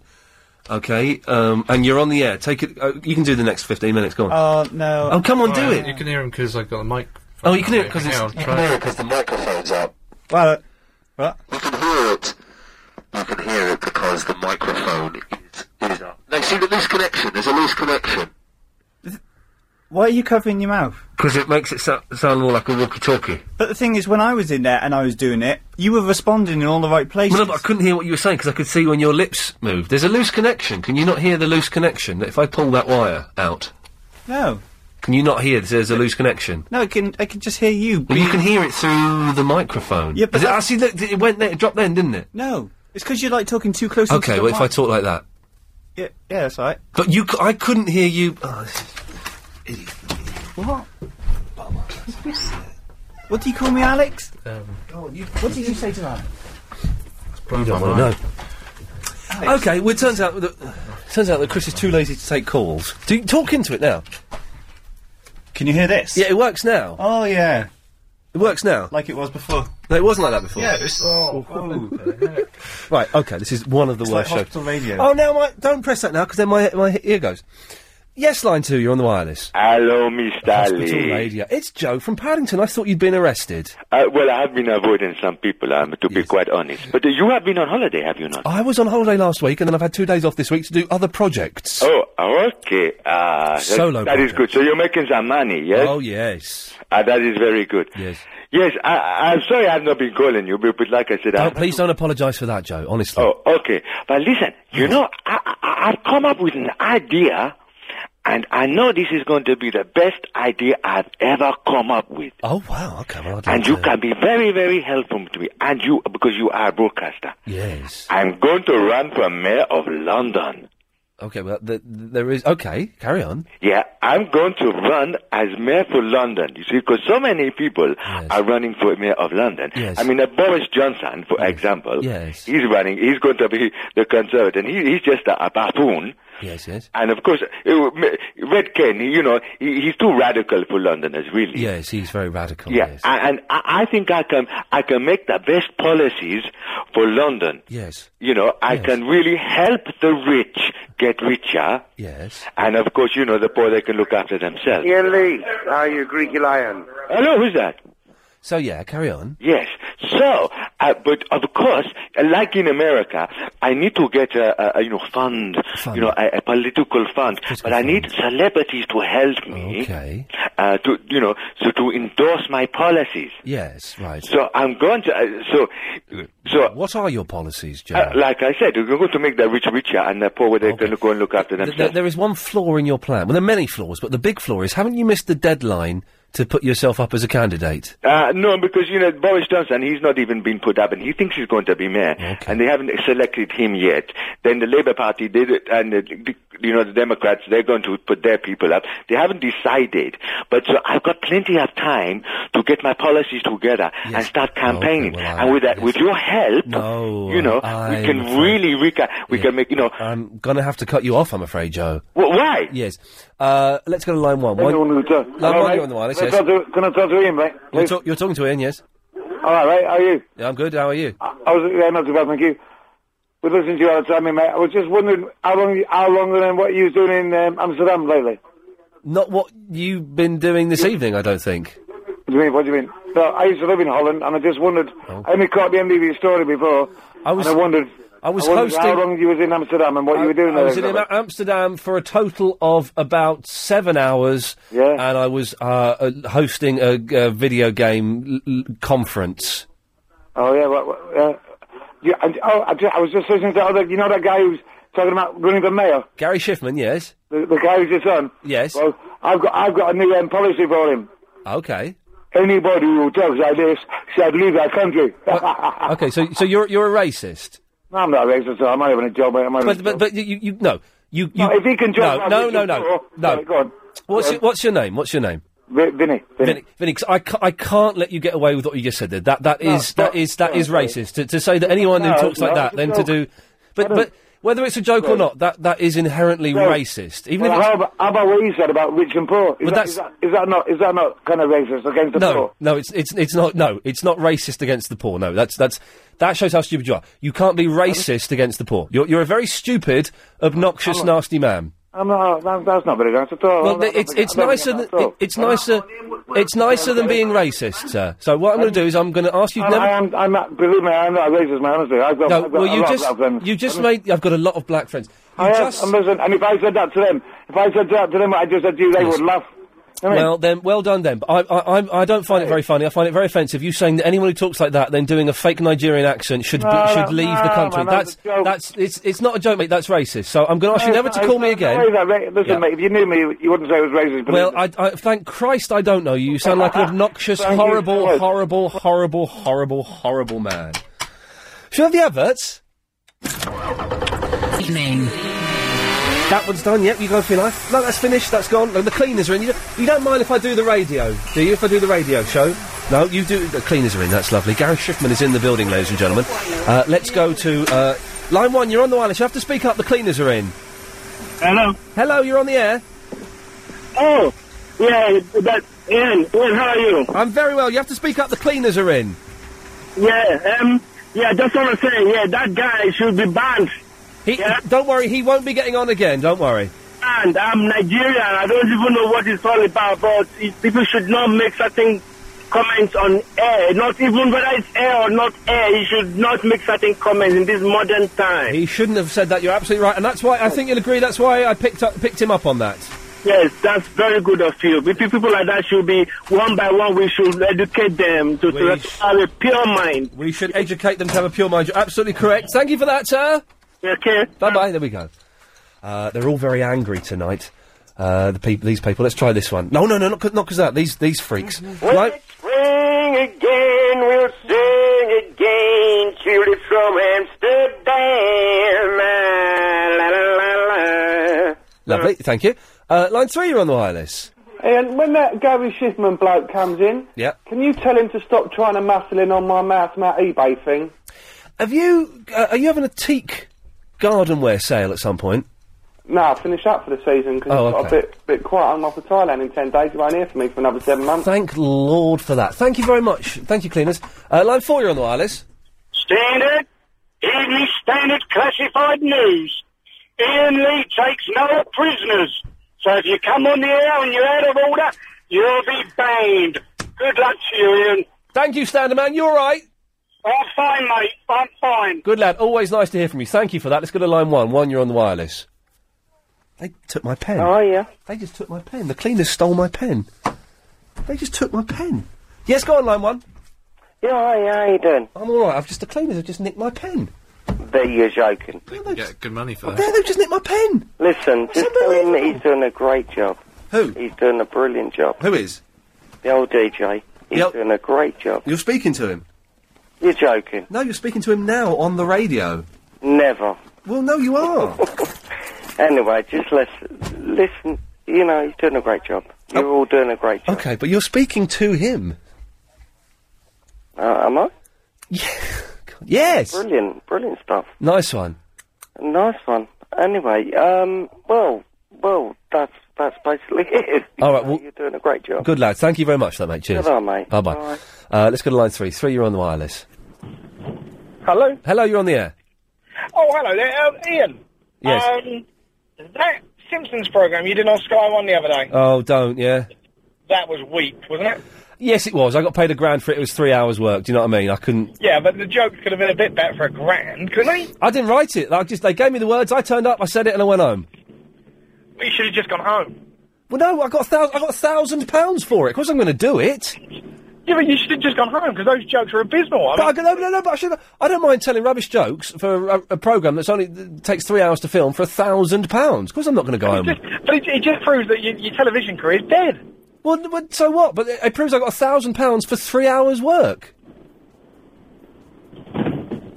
Okay, um, and you're on the air. Take it. Uh, you can do the next fifteen minutes. Go on. Oh no. Oh, come on, do it. You can hear him because I've got a mic. Oh, you can hear it 'cause it's- you can hear it 'cause the microphone's up. Well, uh, what? You can hear it. You can hear it because the microphone is, is up. No, see the loose connection. There's a loose connection. Why are you covering your mouth? Because it makes it so- sound more like a walkie-talkie. But the thing is, when I was in there and I was doing it, you were responding in all the right places. Well, no, but I couldn't hear what you were saying because I could see when your lips moved. There's a loose connection. Can you not hear the loose connection? If I pull that wire out, No, can you not hear that there's a loose connection? no, I can, I can just hear you. Well, you can hear it through the microphone. Yeah, but Is it, that- I see that it went there, it dropped then, didn't it? No, it's because you're like talking too close. Okay, to well, if I talk like that, yeah, yeah, that's all right. but you, c- I couldn't hear you. Oh, this is- What? what do you call me, Alex? Um, oh, you, what did you say to Alex? you don't want to know. Okay, well, it turns out that turns out that Chris is too lazy to take calls. Do you talk into it now? Can you hear this? Yeah, it works now. Oh yeah, it works now. Like it was before. No, it wasn't like that before. Oh, Right. Okay. This is one of the It's like worst shows. hospital radio. Oh, now my don't press that now because then my my ear goes. Yes, line two. You're on the wireless. Hello, Mr. Hospital Lee. radio. It's Joe from Paddington. I thought you'd been arrested. Uh, well, I have been avoiding some people, um, to be quite honest. But uh, you have been on holiday, have you not? I was on holiday last week, and then I've had two days off this week to do other projects. Oh, okay. Ah, that- Solo that is good. So you're making some money, yes? Oh yes. Ah, that is very good. Yes. Yes, I, I'm sorry I've not been calling you, but, but like I said, Don't- I. please don't apologise for that, Joe. Honestly. Oh, okay. But listen, you know, I, I, I've come up with an idea, and I know this is going to be the best idea I've ever come up with. Oh wow. Okay. Well, I'd like And you to- can be very, very helpful to me, and you because you are a broadcaster. Yes. I'm going to run for mayor of London. Okay. Well, th there is. Okay. Carry on. Yeah, I'm going to run as mayor for London. You see, because so many people are running for mayor of London. Yes. I mean, uh, Boris Johnson, for example, Yes. he's running. He's going to be the conservative. and He, he's just a, a buffoon. Yes, yes. And of course, uh, Red Ken, you know, he, he's too radical for Londoners, really. Yes, he's very radical. Yeah, and, and I, I think I can I can make the best policies for London. Yes. You know, I can really help the rich get richer, Yes. and of course, you know, the poor they can look after themselves. Ian Lee, how are you, Greeky Lion? Hello, who's that? So yeah, carry on. Yes. So, uh, but of course, uh, like in America, I need to get a, a, a you know fund, you know, a, a political fund. but I need celebrities to help me uh, to you know so to endorse my policies. Yes, right. So I'm going to uh, so so. What are your policies, Joe? Uh, like I said, we're going to make the rich richer and the poor they can go and look after Th- there- themselves. there is one flaw in your plan. Well, there are many flaws, but the big flaw is haven't you missed the deadline to put yourself up as a candidate? Uh, no, because you know Boris Johnson, he's not even been put up, and he thinks he's going to be mayor, and they haven't selected him yet. Then the Labour Party did it, and the, the- you know the Democrats, they're going to put their people up. They haven't decided, but so I've got plenty of time to get my policies together and start campaigning. and with that, with your help, No, you know, I'm we can afraid- really reca- we can make you know. I'm gonna have to cut you off, I'm afraid, Joe. Well, why? Yes. Uh, let's go to line one. One- Anyone who does. Line Hello, one, mate. you're on the wireless, Can I yes. talk to- Can I talk to Ian, mate? You're, Please? talk- you're talking to Ian, yes? All right, mate, how are you? Yeah, I'm good. How are you? I was, yeah, not too bad, thank you. We're listening to you all the time, mate. I was just wondering how long, how long and what you was doing in um, Amsterdam lately. Not what you've been doing this evening, I don't think. What do you mean? What do you mean? No, I used to live in Holland, and I just wondered. I only caught the MDB story Oh. before, I was- and I wondered. I was wondered hosting- how long you was in Amsterdam and what you were doing I there. was in Am- Amsterdam for a total of about seven hours, yeah. and I was uh, uh, hosting a, a video game l- l- conference. Oh yeah, well, well, yeah. yeah and, oh, I, ju- I was just listening to other. You know that guy who's talking about running for mayor, Gary Schiffman, yes, the, the guy who's your son. yes, Well, I've got I've got a new um, policy for him. okay, Anybody who talks like this should leave our country. okay. So, so you're you're a racist, no, I'm not racist. I'm not even a job. I'm not but but but you you no you, you No, if he can no talk like no this no no before- no. Sorry, go on. What's Go your, what's your name? What's your name? Vinny. Vinny. Vinny, Vinny 'cause I, ca- I can't let you get away with what you just said there. That that No, is that is that is racist to, to say that anyone No, who talks no, like that it's a then to joke. do, but but whether it's a joke or not, that that is inherently No. racist. Even Well, if how, it's, about, how about what you said about rich and poor? Is, Well, that, is, that, is that not is that not kind of racist against the poor? no, no, it's it's it's not. No, it's not racist against the poor. No, that's that's that shows how stupid you are. You can't be racist against the poor. You're you're a very stupid, obnoxious, nasty man. I'm not. that- that's not very nice at all. Well, I don't it's think- it's I don't nicer than think that's it- it's nicer it's nicer than being racist, sir. So what I'm going to do is I'm going to ask you. I'm, Never, I'm, I'm not, believe me, I'm not a racist, man, honestly. I've got, no, I've got well, a you lot just of them. you just made. I've got a lot of black friends. You I have, just- and listen, and if I said that to them, if I said that to them, what I just said to you, they Yes. would laugh. You know what I mean? Well then, well done then. But I, I, I'm- I don't find it very funny. I find it very offensive. You saying that anyone who talks like that, then doing a fake Nigerian accent, should No, be, should no, leave no, the country. man, that's that's that's it's it's not a joke, mate. That's racist. So I'm going to ask you No, never it's to not- call me it's not again. that ra- Listen, Yeah. mate, if you knew me, you- you wouldn't say it was racist. but Well, I, I thank Christ I don't know you. You sound like an obnoxious, Thank you so horrible, much. horrible, horrible, horrible, horrible man. Should I have the adverts? Evening. That one's done, yep, you go for your life. No, that's finished, that's gone. No, the cleaners are in. You don't, you don't mind if I do the radio, do you? If I do the radio show? No, you do. The cleaners are in, that's lovely. Gary Schiffman is in the building, ladies and gentlemen. Uh, let's go to uh, line one, you're on the wireless. You have to speak up, the cleaners are in. Hello. Hello, you're on the air. Oh, yeah, but Ian, Ian, how are you? I'm very well. You have to speak up. The cleaners are in. Yeah, um, yeah, just want to say, yeah, that guy should be banned. He, Don't worry, he won't be getting on again. Don't worry. And I'm Nigerian. I don't even know what it's all about, but it, people should not make certain comments on air. Not even whether it's air or not air, you should not make certain comments in this modern time. He shouldn't have said that. You're absolutely right, and that's why I think you'll agree. That's why I picked up picked him up on that. Yes, that's very good of you. We- People like that should be, one by one, we should educate them to, to have a pure mind. We should educate them to have a pure mind. You're absolutely correct. Thank you for that, sir. Okay. Bye bye. There we go. Uh, they're all very angry tonight. Uh, the peop these people. Let's try this one. No, no, no, not because not 'cause of that. These these freaks. Line- Ring again, we'll sing again, Judy from Amsterdam. Ah, La, la, la, la. Lovely. Thank you. Uh, line three. You're on the wireless. Ian, when that Gary Shiffman bloke comes in, Yeah. can you tell him to stop trying to muscle in on my mouth my eBay thing? Have you? Uh, are you having a teak gardenware sale at some point? Nah, finish up for the season because Oh, it's got okay. a bit, bit quiet. I'm off to Thailand in 10 days. You won't hear from me for another 7 months. Thank Lord for that. Thank you very much. Thank you, cleaners. Uh, line four, you're on the wireless. Standard, English Standard Classified News. Ian Lee takes no prisoners. So if you come on the air and you're out of order, you'll be banned. Good luck to you, Ian. Thank you, Standard Man. You all right? Oh, I'm fine, mate. I'm fine. Good lad. Always nice to hear from you. Thank you for that. Let's go to line one. One, you're on the wireless. They took my pen. Oh, yeah. They just took my pen. The cleaners stole my pen. They just took my pen. Yes, go on, line one. Yeah, hi, how you doing? I'm all right. I've just the cleaners have just nicked my pen. But you're joking. You get good money for Oh, There, that. they've just nicked my pen. Listen, just tell him that he's doing a great job. Who? He's doing a brilliant job. Who is? The old DJ. He's doing a great job. You're speaking to him. You're joking. No, you're speaking to him now on the radio. Never. Well, no, you are. anyway, just listen. Listen, you know, he's doing a great job. Oh. You're all doing a great job. Okay, but you're speaking to him. Uh, am I? Yes. Brilliant, brilliant stuff. Nice one. Nice one. Anyway, um, well, well, that's that's basically it. All right, well- you're doing a great job. Good lad. Thank you very much for that, mate. Cheers. Good on, mate. Bye bye. Bye. Uh, let's go to line three. Three, you're on the wireless. Hello. Hello, you're on the air. Oh, hello there, um, Ian. Yes. Um, that Simpsons program you did on Sky One the other day, Oh, don't, yeah. that was weak, wasn't it? Yes, it was. I got paid a grand for it. It was three hours' work. Do you know what I mean? I couldn't. Yeah, but the jokes could have been a bit better for a grand, couldn't they? I didn't write it. I just they gave me the words. I turned up. I said it, and I went home. We should have just gone home. Well, no, I got a thousand. I got a thousand pounds for it. Of course, I'm going to do it. Yeah, but you should have just gone home because those jokes were abysmal. I But I, go, no, no, no, but I, should, I don't mind telling rubbish jokes for a, a program that's only that takes three hours to film for a thousand pounds. Of course, I'm not going to go home. mean, but it, it just proves that your, your television career is dead. Well, th- well, so what? But it it proves I got a thousand pounds for three hours' work. And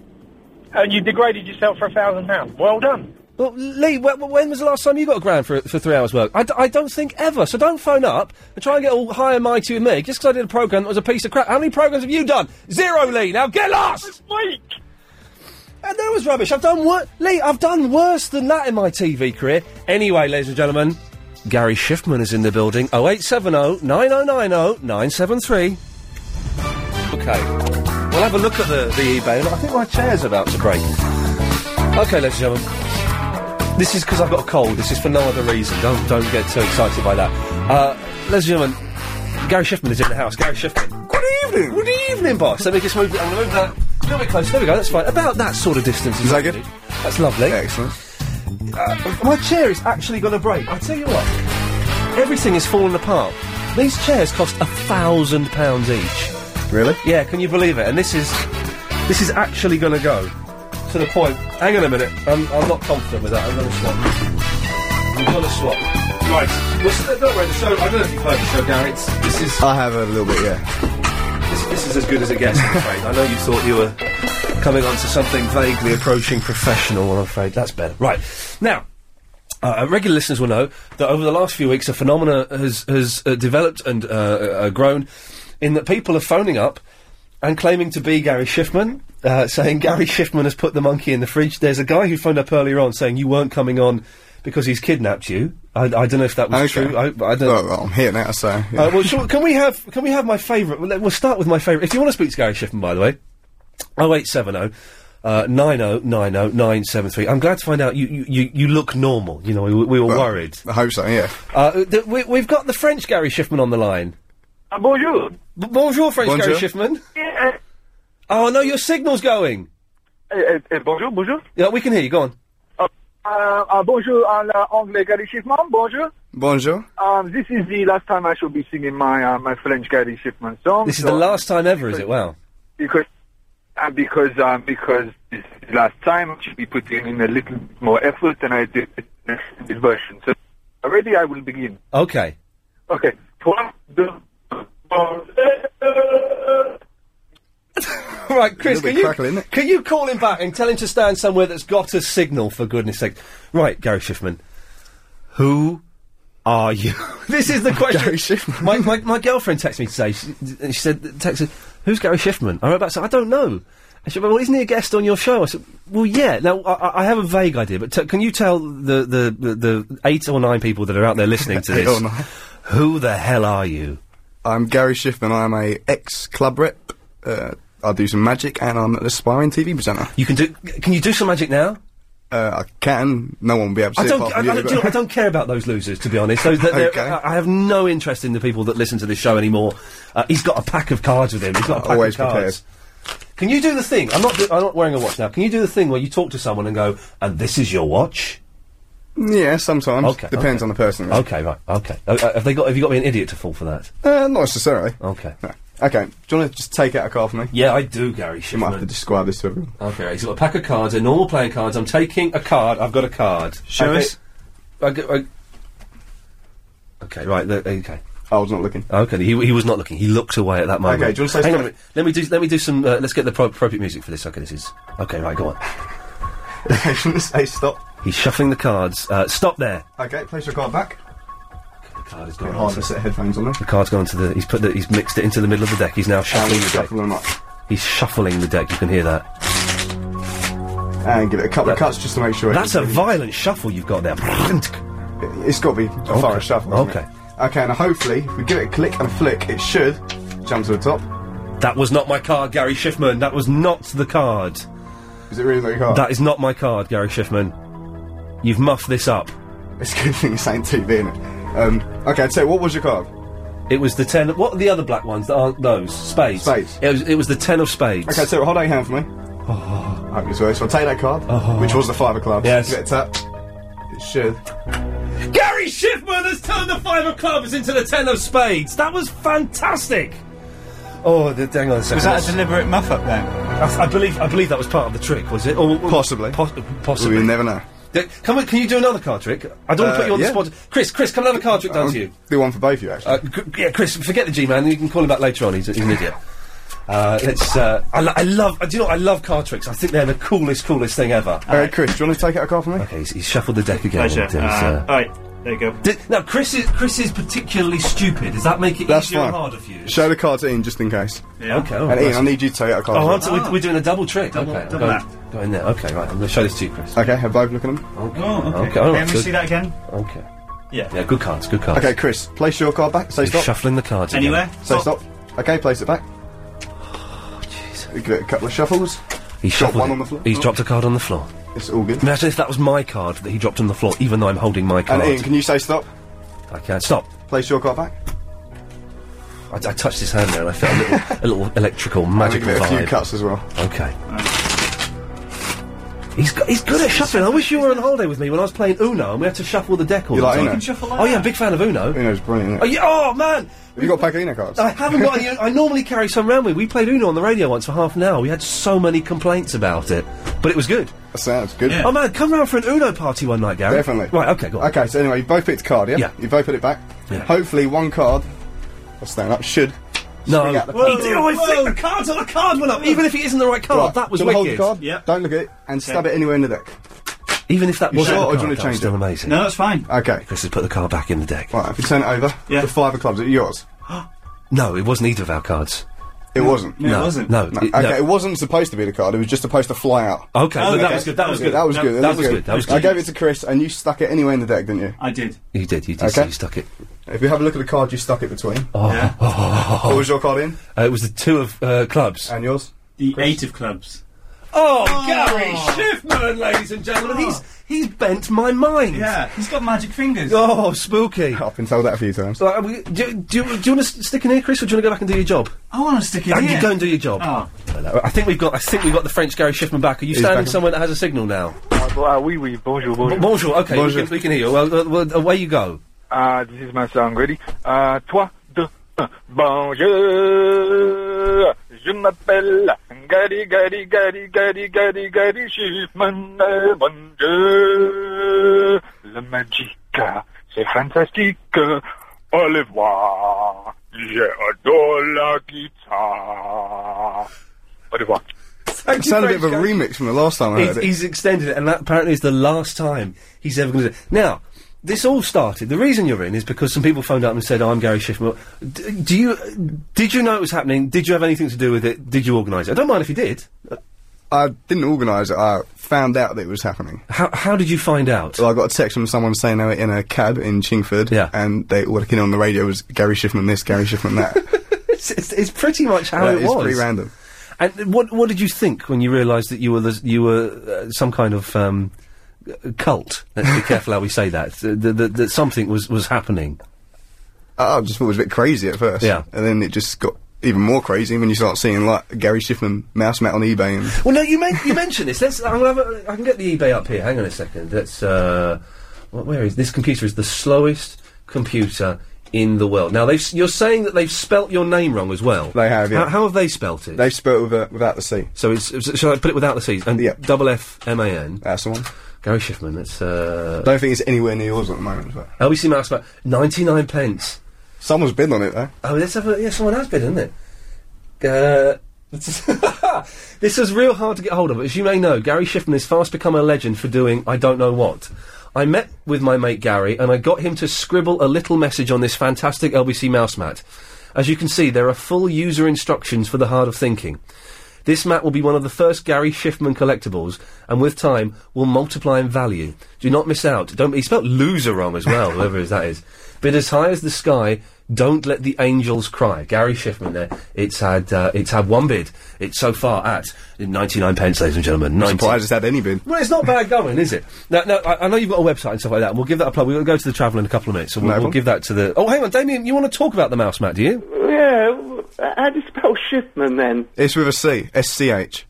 you degraded yourself for a thousand pounds. Well done. Well, Lee, wh- wh- when was the last time you got a grand for, for three hours' work? I, d- I don't think ever. So don't phone up and try and get all high and mighty with me just because I did a program that was a piece of crap. How many programs have you done? Zero, Lee. Now get lost. And that was rubbish. I've done what, Lee? I've done worse than that in my TV career. Anyway, ladies and gentlemen, Gary Schiffman is in the building. Oh, 0870 9090 973. Okay. We'll have a look at the, the eBay. I think my chair's about to break. Okay, ladies and gentlemen. This is because I've got a cold. This is for no other reason. Don't don't get too excited by that. Uh, ladies and gentlemen, Gary Schiffman is in the house. Gary Schiffman. Good evening. Good evening, boss. Let me just move. I'm going to move that a little bit closer. There we go. That's fine. About that sort of distance. Is that good? That's lovely. Excellent. Uh, my chair is actually going to break. I tell you what. Everything is falling apart. These chairs cost a thousand pounds each. Really? Yeah. Can you believe it? And this is this is actually going to go to the point. Hang on a minute. I'm, I'm not confident with that. I'm going to swap. I'm going to swap. Right. Well, so, don't worry. The show. I don't know if you've heard the show, Gary. It's, this is. I have a little bit. Yeah. This, this is as good as it gets. I'm afraid. I know you thought you were coming on to something vaguely approaching professional. I'm afraid that's better. Right. Now. Uh, regular listeners will know that over the last few weeks, a phenomena has has uh, developed and uh, uh, grown in that people are phoning up and claiming to be Gary Schiffman, uh, saying Gary Schiffman has put the monkey in the fridge. There's a guy who phoned up earlier on saying you weren't coming on because he's kidnapped you. I, I don't know if that was Okay. true. I, I don't. Well, I'm here now, so. yeah. Uh, well, sure, can we have can we have my favourite? Well, let- we'll start with my favourite. If you want to speak to Gary Schiffman, by the way, oh eight seven oh. Uh, 9090973. I'm glad to find out you, you, you, you look normal. You know, we, we were worried. I hope so, yeah. Uh, th- we, we've got the French Gary Schiffman on the line. Uh, bonjour. B- bonjour, French Gary Bonjour. Schiffman. Oh, no, your signal's going. Eh, bonjour, bonjour. Yeah, we can hear you. Go on. Uh, uh, bonjour en uh, anglais, Gary Schiffman. Bonjour. Bonjour. Um, this is the last time I shall be singing my uh, my French Gary Schiffman song. This is so- the Last time ever, is it? Wow. because uh, because um, because this is the last time I should be putting in a little bit more effort than I did in this version. So already I will begin. Okay. Okay. Trois, deux, un. right, Chris, can Little bit you, crackling, isn't can you call him back and tell him to stand somewhere that's got a signal, for goodness sake? Right, Gary Schiffman. Who are you? this is the question. Gary Schiffman. my, my, my girlfriend texted me today. She, she said, texted, who's Gary Schiffman? I wrote back, and said, I don't know. I said, well, isn't he a guest on your show? I said, well, yeah. Now, I, I- I have a vague idea, but t- can you tell the, the, the, the eight or nine people that are out there listening to Eight this, or nine. who the hell are you? I'm Gary Schiffman. I'm a ex club rep. Uh, I do some magic, and I'm an aspiring TV presenter. You can do? Can you do some magic now? Uh, I can. No one will be able to. I see it don't, apart I, I from you, don't, do- but- I don't care about those losers, to be honest. Those that, Okay. I, I have no interest in the people that listen to this show anymore. Uh, he's got a pack of cards with him. He's got a pack Always of cards. Can you do the thing? I'm not. Do- I'm not wearing a watch now. Can you do the thing where you talk to someone and go, "And this is your watch"? Yeah, sometimes. Okay, okay. Depends on the person. really. Okay, right. Okay. Uh, uh, have they got? Have you got me an idiot to fall for that? Uh, not necessarily. Okay. Okay. Do you want to just take out a card for me? Yeah, I do, Gary. You might have to describe this to everyone. Okay, he's got a pack of cards. They're normal playing cards. I'm taking a card. I've got a card. Show Okay. us. I g- I- okay, right. the- okay. Oh, I was not looking. Okay, he, he was not looking. He looked away at that moment. Okay, do you want to say Hang on a something? minute. Let me do. Let me do some. Uh, let's get the pro- appropriate music for this. Okay, this is. Okay, right. Go on. say stop. He's shuffling the cards. Uh, stop there. Okay, place your card back. The card has Bit gone. hard onto- to set headphones on there. The card's gone to the. He's put. The, he's mixed it into the middle of the deck. He's now shuffling the deck. shuffle them up. He's shuffling the deck. You can hear that. And give it a couple of cuts just to make sure. it- That's a violent shuffle you've got there. It's got to be a thorough shuffle. Okay. Okay, now hopefully, if we give it a click and a flick, it should jump to the top. That was not my card, Gary Schiffman. That was not the card. Is it really not your card? That is not my card, Gary Schiffman. You've muffed this up. It's a good thing it's ain't TV, isn't it? Um, okay, so what was your card? It was the ten. What are the other black ones that aren't those? Spades. Spades. It was, it was the ten of spades. Okay, so hold out your hand for me. Oh. Hope this works. So I'll take that card, Oh. which was the five of clubs. Yes. Give it a tap. It should. Gary Schiffman has turned the five of clubs into the ten of spades. That was fantastic. Oh, the, hang on a second. Was that a That's- deliberate muff up then? I, I believe I believe that was part of the trick, was it? Or possibly, possibly. We'll never know. Yeah, Come on, can you do another card trick? I don't want Uh, to put you on yeah. the Um, spot. Chris, Chris, come and have a card trick done to you. Do one for both of you, actually. Uh, c- yeah, Chris, forget the G man. You can call him back later on. He's, he's an idiot. Uh, let's. Uh, I, lo- I love. I do you know. what? I love card tricks. I think they're the coolest, coolest thing ever. All right, Chris, do you want to take out a card for me? Okay, he's, he's shuffled the deck again. Pleasure. It is, uh, Uh, All right, there you go. Di- now, Chris is Chris is particularly stupid. Does that make it That's easier fine. or harder for you? Show the card to Ian just in case. Yeah. Okay, oh, all and Ian, right. I need you to take out a card. Oh, for aren't me. we- we're doing a double trick. okay, double go, that. go in there. Okay, right. I'm going to show this to you, Chris. Okay, have both look at them. Oh, Okay. Oh, okay. okay. all right, Let me good. see that again. Okay. Yeah. Yeah, good cards, good cards. Okay, Chris, place your card back. Say He's stop. shuffling the cards again. Anywhere? Say stop. Okay, place it back. Give it a couple of shuffles. He's Got shuffled one it. on the floor. He's dropped a card on the floor. It's all good. Imagine if that was my card that he dropped on the floor, even though I'm holding my card. And Ian, can you say stop? I can't stop. Place your card back. I, I touched his hand there, and I felt a little, a little electrical, magical give it a vibe. few cuts as well. Okay. He's, go- he's good at shuffling. I wish you were on holiday with me when I was playing Uno and we had to shuffle the deck all You the like time. Uno? You can shuffle oh yeah, I'm a big fan of Uno. Uno's brilliant. Oh, yeah, oh man, Have you got a pack of Uno cards? I haven't got any. I normally carry some around with. me. We played Uno on the radio once for half an hour. We had so many complaints about it, but it was good. That sounds good. Oh man, come round for an Uno party one night, Gary. Definitely. Right. Okay. Go on. Okay, so anyway, you both picked a card, yeah? Yeah. You both put it back. Yeah. Hopefully, one card. I'll stand up. Should. No. Spring out the He pack. did always flick the cards on the card one up, even if it isn't the right card. Right, That was do you wanna wicked. Hold the card. Don't look at it and stab it anywhere in the deck. Even if that You wasn't sure, the or do card, you want to that change was still it? amazing. No, that's fine. Okay. Chris has put the card back in the deck. Right, if you turn it over, Yeah. the five of clubs, are yours? No, it wasn't either of our cards. It wasn't. No, it No, wasn't. no, it- okay, no. it wasn't supposed to be the card. It was just supposed to fly out. Okay, but that was good, that was good. That was good. That was good, that was I good. gave it to Chris, and you stuck it anywhere in the deck, didn't you? I did. You did. You did. Okay. You stuck it. If you have a look at the card, you stuck it between. Oh, oh, What was your card in? Uh, it was the two of uh, clubs. And yours? The eight of clubs. Oh, Gary Schiffman, ladies and gentlemen, he's he's bent my mind. Yeah, he's got magic fingers. Oh, spooky. I've been told that a few times. So, uh, we, do, do, you- do you want to stick in here, Chris, or do you want to go back and do your job? I want to stick it Uh, in. Oh. You go and do your job. I think we've got. I think we've got the French Gary Schiffman back. Are you He's standing back. somewhere that has a signal now? Ah, oui, oui, bonjour, bonjour. B- Bonjour. Okay, Bonjour. We, can, we can hear you. Well, uh, well, away you go. Ah, this is my song. Ready? Ah, toi, deux, un. Bonjour. Je m'appelle Gary, Gary, Gary, Gary, Gary, Gary Schiffman. Euh, Bonjour. Le magique, c'est fantastique. Allez voir. J'adore la guitare. Au revoir. It sounded a bit of a remix from the last time I He's, heard it. he's extended it, and that apparently is the last time he's ever going to do it. Now, this all started. The reason you're in is because some people phoned up and said, "Oh, "I'm Gary Schiffman." D- do you? Did you know it was happening? Did you have anything to do with it? Did you organise it? I don't mind if you did. Uh, I didn't organise it. I found out that it was happening. How, how did you find out? Well, I got a text from someone saying they were in a cab in Chingford. Yeah. And they all looking on the radio was Gary Schiffman this, Gary Schiffman that. it's, it's, it's pretty much how Yeah, it it's was. pretty random. And what what did you think when you realised that you were the, you were uh, some kind of um, uh, cult? Let's be careful how we say that. Th- th- th- that something was was happening. I I just thought it was a bit crazy at first. Yeah. And then it just got even more crazy when you start seeing like Gary Schiffman mouse mat on eBay and Well, no, you men- you mentioned this. Let's. I'll have a, I can get the eBay up here. Hang on a second. Let's. Uh, what, where is this computer? Is the slowest computer in the world. Now they've. s- You're saying that they've spelt your name wrong as well. They have. Yeah. How, how have they spelt it? They've spelt with, uh, without the C. So it's. it's- Shall I put it without the C's? And Double F M A N. That's the one. Gary Schiffman. That's. Uh, I don't think it's anywhere near yours at the moment. But LBC Mouse Mat, 99 pence. Someone's bid on it, though. Oh, let's have a, yeah, someone has bid, isn't it? Uh, this is real hard to get hold of. As you may know, Gary Schiffman has fast become a legend for doing I don't know what. I met with my mate Gary and I got him to scribble a little message on this fantastic LBC mouse mat. As you can see, there are full user instructions for the hard of thinking. This mat will be one of the first Gary Schiffman collectibles, and with time will multiply in value. Do not miss out. Don't. He spelled loser wrong as well, whoever is that is. Bid as high as the sky. Don't let the angels cry. Gary Schiffman. There. It's had. Uh, it's had one bid. It's so far at ninety nine pence, ladies and gentlemen. 90. surprised it's had any bid. Well, it's not bad going, is it? Now, now I, I know you've got a website and stuff like that. And we'll give that a plug. We'll go to the travel in a couple of minutes, and we'll, No we'll problem. give that to the. Oh, hang on, Damien. You want to talk about the mouse mat? Do you? Yeah, w- Uh, how do you spell Shipman then? It's with a C, S C H.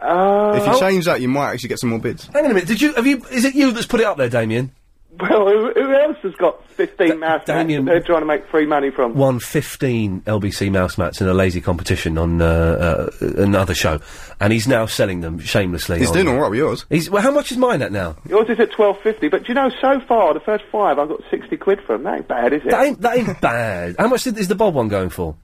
Uh, If you change that, you might actually get some more bids. Oh, Hang on a minute. Did you? Have you? Is it you that's put it up there, Damien? Well, who, who else has got 15 mouths Damien- they're trying to make free money from? won 15 LBC mouse mats in a lazy competition on uh, uh, another show, and he's now selling them shamelessly. He's doing all right with yours. He's, well, how much is mine at now? Yours is at 12.50, but do you know, so far, the first five, I've got 60 quid from. That ain't bad, is it? That ain't, that ain't bad. How much did, is the Bob one going for?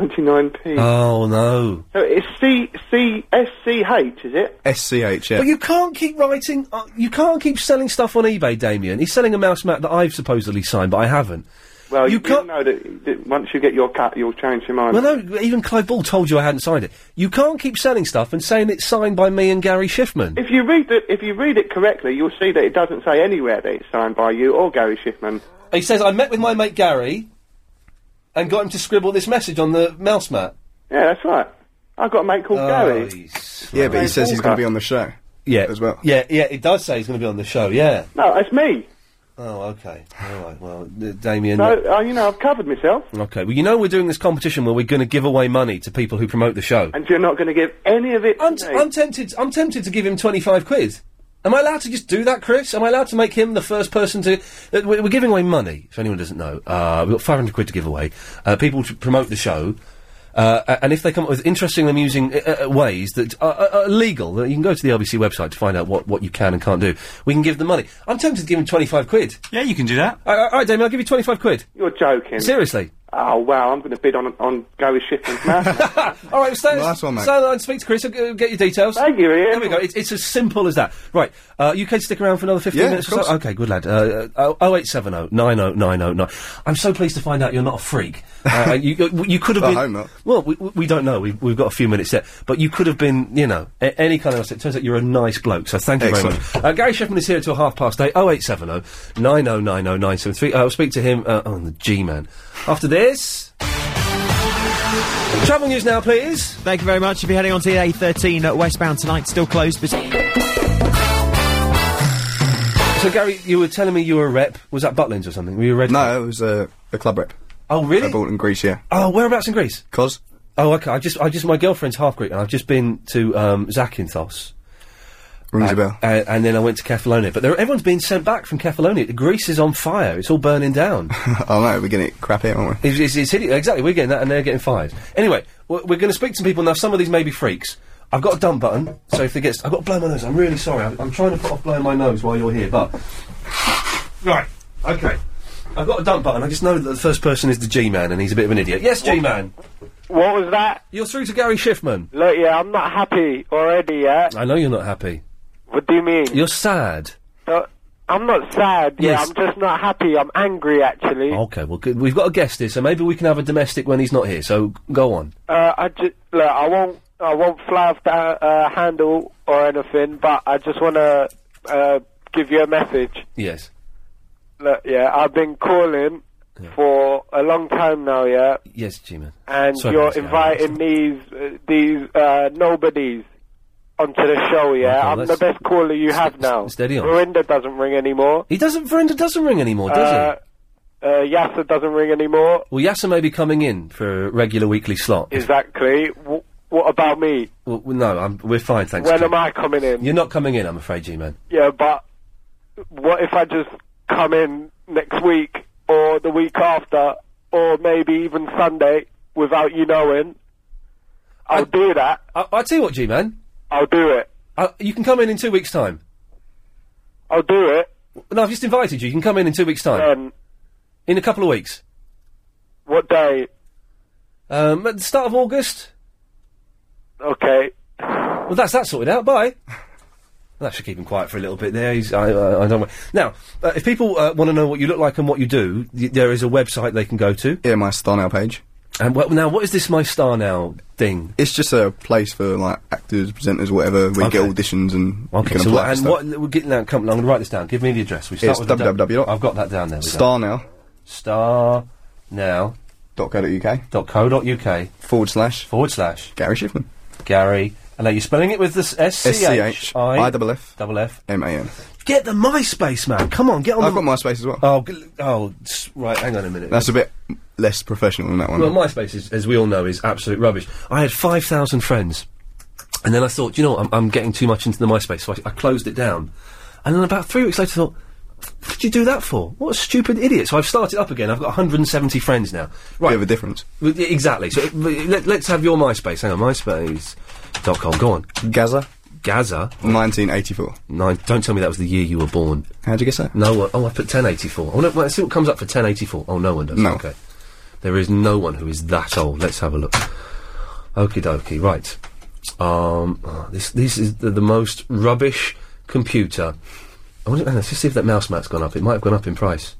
99p. Oh no, so it's C, C, SCH, is it? S C H. Yeah. but you can't keep writing. Uh, you can't keep selling stuff on eBay, Damien. He's selling a mouse mat that I've supposedly signed, but I haven't. Well, you, you know that, that once you get your cut, you'll change your mind. Well, no, even Clive Ball told you I hadn't signed it. You can't keep selling stuff and saying it's signed by me and Gary Schiffman. If you read it, if you read it correctly, you'll see that it doesn't say anywhere that it's signed by you or Gary Schiffman. He says I met with my mate Gary and got him to scribble this message on the mouse mat. Yeah, that's right. I've got a mate called Oh, Gary. Yeah, but he says he's going to be on the show. Yeah, as well. Yeah, yeah. It does say he's going to be on the show. Yeah. No, it's me. Oh, okay. All right. Well, D- Damien. So, uh, you know, I've covered myself, Okay. Well, you know we're doing this competition where we're going to give away money to people who promote the show. and you're not going to give any of it. I'm, t- I'm tempted. I'm tempted to give him twenty-five quid. Am I allowed to just do that, Chris? Am I allowed to make him the first person to? Uh, we- we're giving away money. If anyone doesn't know, uh, we've got five hundred quid to give away. Uh, people to promote the show. Uh, a- and if they come up with interesting and amusing uh, uh, ways that are, are, are legal, that you can go to the LBC website to find out what, what you can and can't do. We can give them money. I'm tempted to give him 25 quid. Yeah, you can do that. All right, all right Damien, I'll give you 25 quid. You're joking. Seriously. Oh wow, I'm going to bid on on Gary Schiffman's mouth. All right, stay, Nice one, mate. stay on the line, speak to Chris, I'll g- get your details. Thank you, There we go. It's, it's as simple as that. Right, uh, you can stick around for another 15 Yeah, minutes of or so? course. Okay, good lad. Uh, uh, oh- 0870 90909. I'm so pleased to find out you're not a freak. Uh, you, you- you could have I been... hope not. Well, we, we we don't know. We've, we've got a few minutes yet. But you could have been, you know, a- any kind of... It turns out you're a nice bloke, so thank you very much. Excellent. Uh, Gary Sheffman is here until half past eight. oh, 0870 9090973. I'll speak to him uh, on the G-Man. After this... Travel news now, please. Thank you very much. If you're heading on to the A13 uh, westbound tonight, still closed. But So, Gary, you were telling me you were a rep. Was that Butlins or something? Were you a red? No, it was uh, a club rep. Oh, really? I bought in Greece. Yeah. Oh, whereabouts in Greece? Cos. Oh, okay. I just, I just, my girlfriend's half Greek, and I've just been to um, Zakynthos. Rings Uh, a bell. uh, and then I went to Kefalonia. But there, everyone's being sent back from Kefalonia. Greece is on fire. It's all burning down. oh no, we're getting it crap here, aren't we? It's, it's, it's hideous. Exactly, we're getting that, and they're getting fired. Anyway, we're, we're going to speak to some people now. Some of these may be freaks. I've got a dump button, so if it gets, I've got to blow my nose. I'm really sorry. I'm, I'm trying to put off blowing my nose while you're here, but right, okay. I've got a dump button. I just know that the first person is the G-man, and he's a bit of an idiot. Yes, G-man. What was that? You're through to Gary Schiffman. Look, yeah, I'm not happy already, yeah? I know you're not happy. What do you mean? You're sad. So, I'm not sad, yeah, Yes. I'm just not happy. I'm angry, actually. Okay, well, good. we've got a guest here, so maybe we can have a domestic when he's not here. So go on. Uh, I just, look, I won't I won't fly off the uh, handle or anything, but I just want to uh, give you a message. Yes. Look, yeah, I've been calling for a long time now, yeah, Yes, G-Man. and Sorry, you're Mr. inviting these uh, these uh, nobodies onto the show, yeah. Okay, I'm the let's- best caller you have now. steady on. Verinda doesn't ring anymore. He doesn't. Verinda doesn't ring anymore, does uh, he? Uh, Yasser doesn't ring anymore. Well, Yasser may be coming in for a regular weekly slot. Exactly. W- what about me? Well, no, I'm, we're fine, thanks. when G- am I coming in? You're not coming in, I'm afraid, G-Man. Yeah, but what if I just come in next week or the week after or maybe even Sunday without you knowing? I'll do that. I, I tell you what, G-Man. I'll do it. I, you can come in in two weeks' time. I'll do it. No, I've just invited you. You can come in in two weeks' time. in a couple of weeks. What day? Um, at the start of August. Okay. Well, that's that sorted out. Bye. That should keep him quiet for a little bit. There, he's, I, I, I don't. know. Now, uh, if people uh, want to know what you look like and what you do, y- there is a website they can go to. Yeah, my Star Now page. And well, now, what is this My Star Now thing? It's just a place for like actors, presenters, whatever. We get Okay. auditions and you Okay, can so apply what, for and stuff. what we're getting that company. I'm going to write this down. Give me the address. We start It's with the du- www. I've got that down there. we go. Star Now. Star Now. Dot co. Dot uk. Dot co. Dot uk. Forward slash. Forward slash. Gary Shiflin. Gary. And are you spelling it with this S S C C H H I double F double F M A N. Get the MySpace man. Come on, get on. I've the... got MySpace as well. Oh, g- oh, s- right. Hang on a minute. That's a bit less professional than that one. Well, MySpace, is, as we all know, is absolute rubbish. I had 5,000 friends, and then I thought, you know what, I'm, I'm getting too much into the MySpace, so I, I closed it down. And then about three weeks later, I thought, what did you do that for? What a stupid idiot. So I've started up again. I've got 170 friends now. Right. Bit of a difference. Well, yeah, Exactly. So let, let's have your MySpace. Hang on, MySpace.com. Go on. Gaza. Gaza. 1984. Nine, don't tell me that was the year you were born. How'd you guess that? No one. Oh, I put 1084. I wanna- let's see what comes up for 1084. Oh, no one does. No. Okay. There is no one who is that old. Let's have a look. Okie dokie. Right. Um, oh, this this is the, the most rubbish computer. I wonder, hang on, let's just see if that mouse mat's gone up. It might have gone up in price.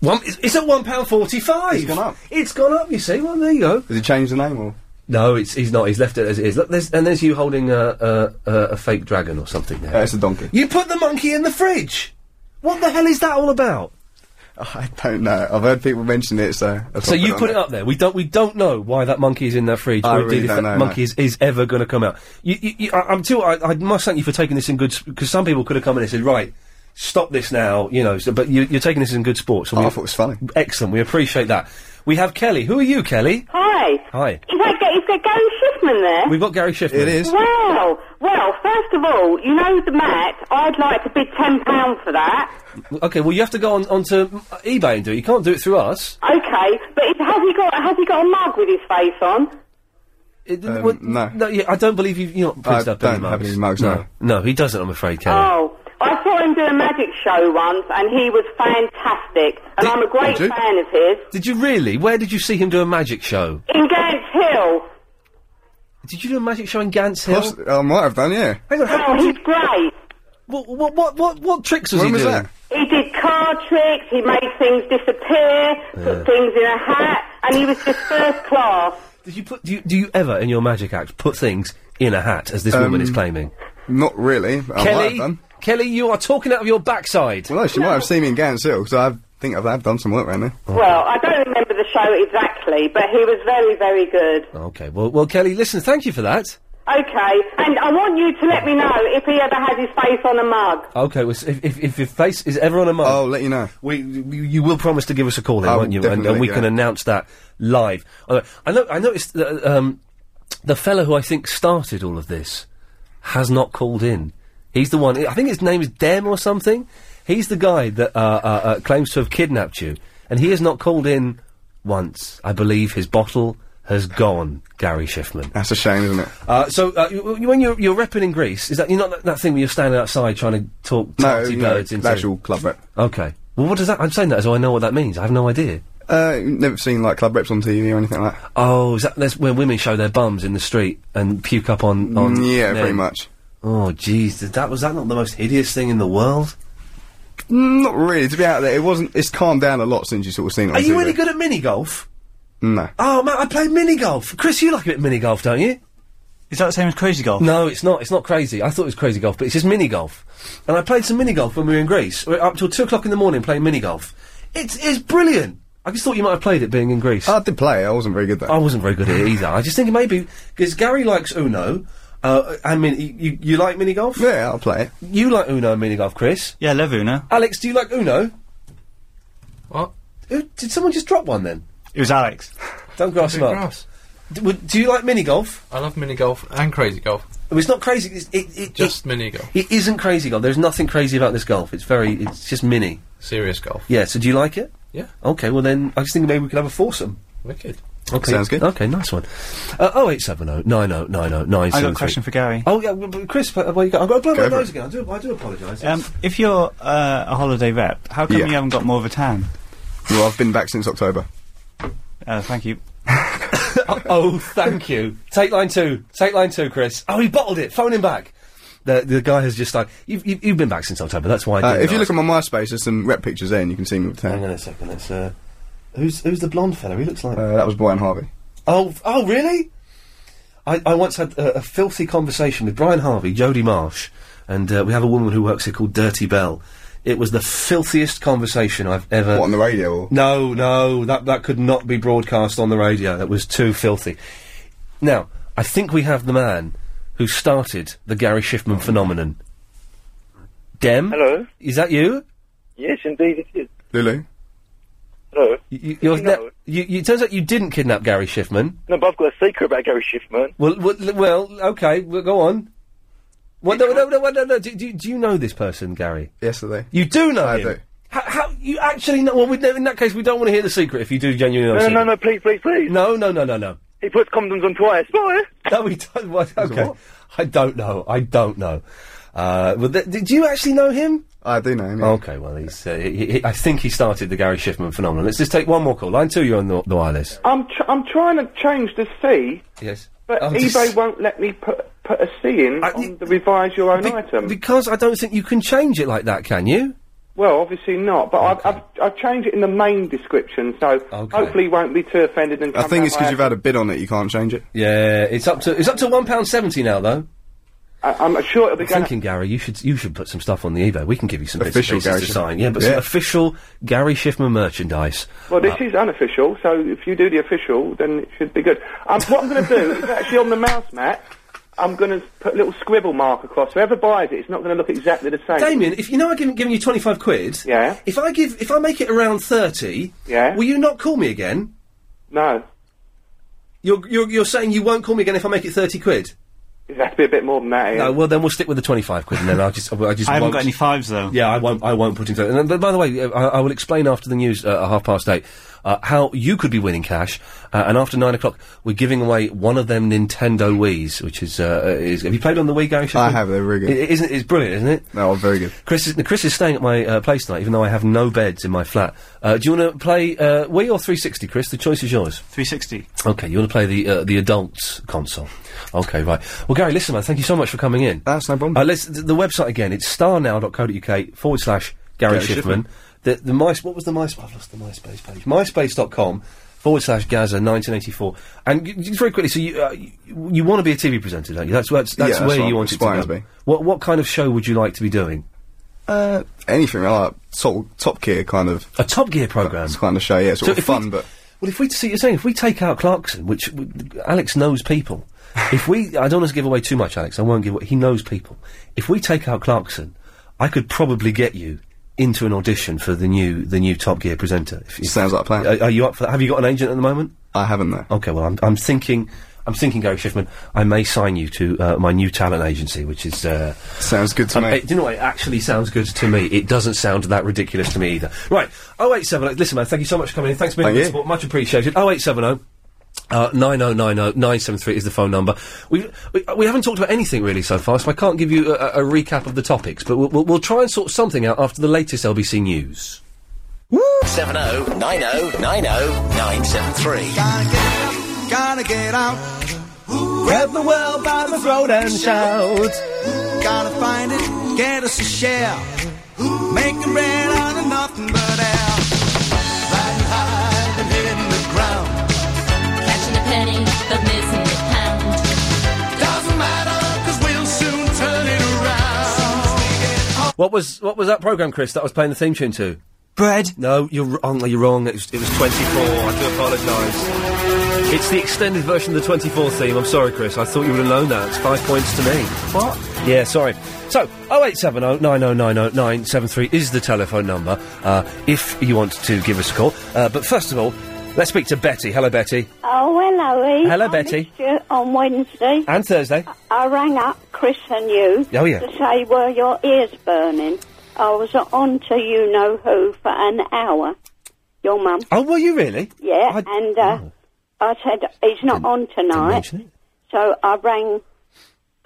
One, it's, it's at one pound forty-five. It's gone up. It's gone up. You see? Well, there you go. Has he changed the name or? No, it's, he's not. He's left it as it is. Look, there's, and there's you holding a, a, a, a fake dragon or something there. That's Uh, a donkey. You put the monkey in the fridge. What the hell is that all about? I don't know. I've heard people mention it, so. I So you put it up there. We don't. We don't know why that monkey is in that fridge. I or really indeed if don't that know, monkey no. is, is ever going to come out. You, you, you, I, I'm too. I, I must thank you for taking this in good because some people could have come in and said, "Right, stop this now," you know. So, but you, you're taking this in good sport. So we, I thought it was funny. Excellent. We appreciate that. We have Kelly. Who are you, Kelly? Hi. Hi. Is that, Ga- is that Gary Schiffman there? We've got Gary Schiffman. Well, well, first of all, you know the mat, I'd like to bid £10 for that. Okay, well you have to go on onto eBay and do it. You can't do it through us. Okay, but is, has he got has he got a mug with his face on? Well, no, yeah, I don't believe you. You're not printed up any Um, don't have mugs. any mugs, no. no, he doesn't. I'm afraid, Kelly. Oh, I saw him do a magic show once, and he was fantastic. And I'm a great did you? fan of his. Did you really? Where did you see him do a magic show? In Gant Hill, Did you do a magic show in Gants Hill? Poss- I might have done, yeah. Hang on, how oh, did you- he's great. What what what what, what tricks was When he was doing? that? He did card tricks. He made things disappear, put things in a hat, and he was just first class. Did you put? Do you, do you ever in your magic act put things in a hat, as this woman is Um, claiming? Not really. but I might have Kelly, done. Kelly, you are talking out of your backside. Well, no, she might have seen me in Gans Hill, so I think I've, I've done some work around there. Well, I don't remember the show exactly, but he was very, very good. Okay, well, well, Kelly, listen, thank you for that. Okay, and I want you to let me know if he ever has his face on a mug. Okay, well, s- if, if, if your face is ever on a mug, I'll let you know. We, you, you will promise to give us a call, then, I'll won't you? And, definitely and we let you can know. announce that live. Uh, I know. I noticed that uh, um, the fellow who I think started all of this has not called in. He's the one. I think his name is Dem or something. He's the guy that uh, uh, uh, claims to have kidnapped you, and he has not called in once. I believe his bottle has gone. Gary Schiffman. That's a shame, isn't it? Uh, so uh, you, you- when you're you're repping in Greece, is that you're not that, that thing where you're standing outside trying to talk No, tarty no, birds into that's all club rep. Okay. Well, what does that? I'm saying that as though I know what that means. I have no idea. Uh, you've never seen like club reps on TV or anything like that. Oh, is that that's where women show their bums in the street and puke up on? on Mm, yeah, men? pretty much. Oh, jeez, did that was that not the most hideous thing in the world? Mm, Not really. To be out there, it wasn't. It's calmed down a lot since you sort of seen it. On Are you TV. any good at mini golf? No. Oh man, I play mini golf. Chris, you like a bit of mini golf, don't you? Is that the same as crazy golf? No, it's not. It's not crazy. I thought it was crazy golf, but it's just mini golf. And I played some mini golf when we were in Greece. We were up till two o'clock in the morning playing mini golf. It's it's brilliant. I just thought you might have played it being in Greece. I did play. it. I wasn't very good though. I wasn't very good at it either. I just think maybe because Gary likes Uno. Uh, I mean, you you like mini golf? Yeah, I'll play it. You like Uno and mini golf, Chris? Yeah, I love Uno. Alex, do you like Uno? What? Who, did someone just drop one then? It was Alex. Don't grass him Big up. grass. D- would- do you like mini golf? I love mini golf and crazy golf. Well, It's not crazy. It's, it, it, Just mini golf. It isn't crazy golf. There's nothing crazy about this golf. It's very. It's just mini. Serious golf. Yeah. So do you like it? Yeah. Okay. Well then, I just think maybe we could have a foursome. Wicked. Okay. Sounds good. Okay. Nice one. Uh, oh eight seven oh nine oh nine oh nine. I got a question for Gary. Oh yeah, but- but Chris, uh, well, you got, I've got to blow Go my for nose it. again. I do. I do apologise. Um, if you're uh, a holiday rep, how come Yeah. you haven't got more of a tan? Well, I've been back since October. Uh, thank you. oh, thank you. Take line two. Take line two, Chris. Oh, he bottled it. Phone him back. The the guy has just like you've you've, you've been back since October. That's why. I Uh, did if you look at my MySpace, there's some rep pictures there, and you can see me with the tan. Hang on a second. Let's. Uh, who's who's the blonde fellow? He looks like. Uh, that was Brian Harvey. Oh, f- oh, really? I, I once had a, a filthy conversation with Brian Harvey, Jodie Marsh, and uh, we have a woman who works here called Dirty Bell. It was the filthiest conversation I've ever. What, on the radio? Or? No, no, that that could not be broadcast on the radio. That was too filthy. Now, I think we have the man who started the Gary Schiffman phenomenon. Dem, Hello. is that you? Yes, indeed it is. Lulu. Hello. You, you're No. ne- you, you, it turns out you didn't kidnap Gary Schiffman. No, but I've got a secret about Gary Schiffman. Well, well, well okay, well, go on. What, no, no, no, no, no, no. Do, do, do you know this person, Gary? Yes, I do. You do know I him? do. How, how you actually know? Well, we, no, in that case, we don't want to hear the secret. If you do genuinely know, No, the no, no, secret. no, please, please, please. No, no, no, no, no. He puts condoms on twice. Why? No, we don't. What, okay, I don't know. I don't know. Uh, well, th- did you actually know him? I do know him. Okay, well, he's. Uh, he, he, I think he started the Gary Schiffman phenomenon. Let's just take one more call. Line two, you're on the, the wireless. I'm tr- I'm trying to change the C, Yes. but I'm eBay just- won't let me put put a C in on the revise your own item. Because I don't think you can change it like that, can you? Well, obviously not, but I've, I've I've changed it in the main description, so hopefully you won't be too offended. And I come think down it's my because you've ass. had a bid on it. You can't change it. Yeah, it's up to it's up to one pound seventy now, though. I, I'm sure it'll be I'm going. thinking, Gary, you should you should put some stuff on the eBay. We can give you some bits and Official pieces Gary to Schiff- sign. Yeah, but some Yeah. official Gary Schiffman merchandise. Uh, Well, this is unofficial, so if you do the official, then it should be good. Um, what I'm going to do is actually on the mouse mat, I'm going to put a little scribble mark across. Whoever buys it, it's not going to look exactly the same. Damien, if you know I've given, given you twenty five quid, Yeah. If I give if I make it around thirty, Yeah. will you not call me again? No. You're, you're you're saying you won't call me again if I make it thirty quid? It has to be a bit more than that. Ian. Oh, No, well then we'll stick with the twenty-five quid, and then I'll just, I just. I haven't won't- got any fives though. Yeah, I won't. I won't put him through. And then, but by the way, uh, I, I will explain after the news uh, at half past eight uh, how you could be winning cash. Uh, and after nine o'clock, we're giving away one of them Nintendo Wii's, which is uh, is. Have you played on the Wii, Gary? I Sheffield? have. They're very good. It- it isn't it's brilliant, isn't it? No, I'm Oh, very good. Chris is Chris is staying at my uh, place tonight, even though I have no beds in my flat. Uh, do you want to play uh, Wii or 360, Chris? The choice is yours. 360. Okay, you want to play the uh, the adults console? Okay, right. Well, Gary, listen, man, thank you so much for coming in. That's no problem. Uh, let's, th- the website again. It's starnow.co.uk forward slash Gary Gary Schiffman. Schiffman. The the mice. What was the MySpace? I've lost the MySpace page. MySpace.com forward slash Gaza 1984. And y- just very quickly, so you uh, you, you want to be a TV presenter, don't you? That's that's, Yeah, that's that's where what you I'm want it to aspiring go. to be. What what kind of show would you like to be doing? Uh, anything like sort of Top Gear kind of a Top Gear program kind of show. Yeah, sort So of if we- fun, but Well, if we see you're saying if we take out Clarkson, which w- Alex knows people, if we I don't want to give away too much, Alex. I won't give. away- He knows people. If we take out Clarkson, I could probably get you into an audition for the new the new Top Gear presenter. If, Sounds like a plan. Are, are you up for that? Have you got an agent at the moment? I haven't though. Okay, well I'm I'm thinking. I'm thinking, Gary Schiffman, I may sign you to uh, my new talent agency, which is. Uh, sounds good to me. do you know what? It actually sounds good to me. It doesn't sound that ridiculous to me either. Right, 0870. Listen, man, thank you so much for coming in. Thanks for being Thank the you. support. Much appreciated. 0870. Uh, 9090973 is the phone number. We, we we haven't talked about anything really so far, so I can't give you a, a a recap of the topics, but we'll, we'll, we'll try and sort something out after the latest LBC news. 70 90 90 973. Gotta get out, Grab the world by the throat and shout. gotta find it, get us a share. Make it rain out of nothing but air. Riding high and hitting the ground. What was what was that program, Chris? That I was playing the theme tune to. Bread. No, you're wrong. You're wrong. It was, it was 24. I do apologise. It's the extended version of the 24 theme. I'm sorry, Chris. I thought you would have known that. It's five points to me. What? Yeah, sorry. So, 0870 9090 973 is the telephone number uh, if you want to give us a call. Uh, but first of all, let's speak to Betty. Hello, Betty. Oh, hello, Ian. Hello, Betty. on Wednesday. And Thursday. I rang up Chris and you Oh, yeah. to say, were your ears burning? I was on to you know who for an hour. Your mum. Oh, were you really? Yeah, and uh, oh. I said, he's not on tonight. So I rang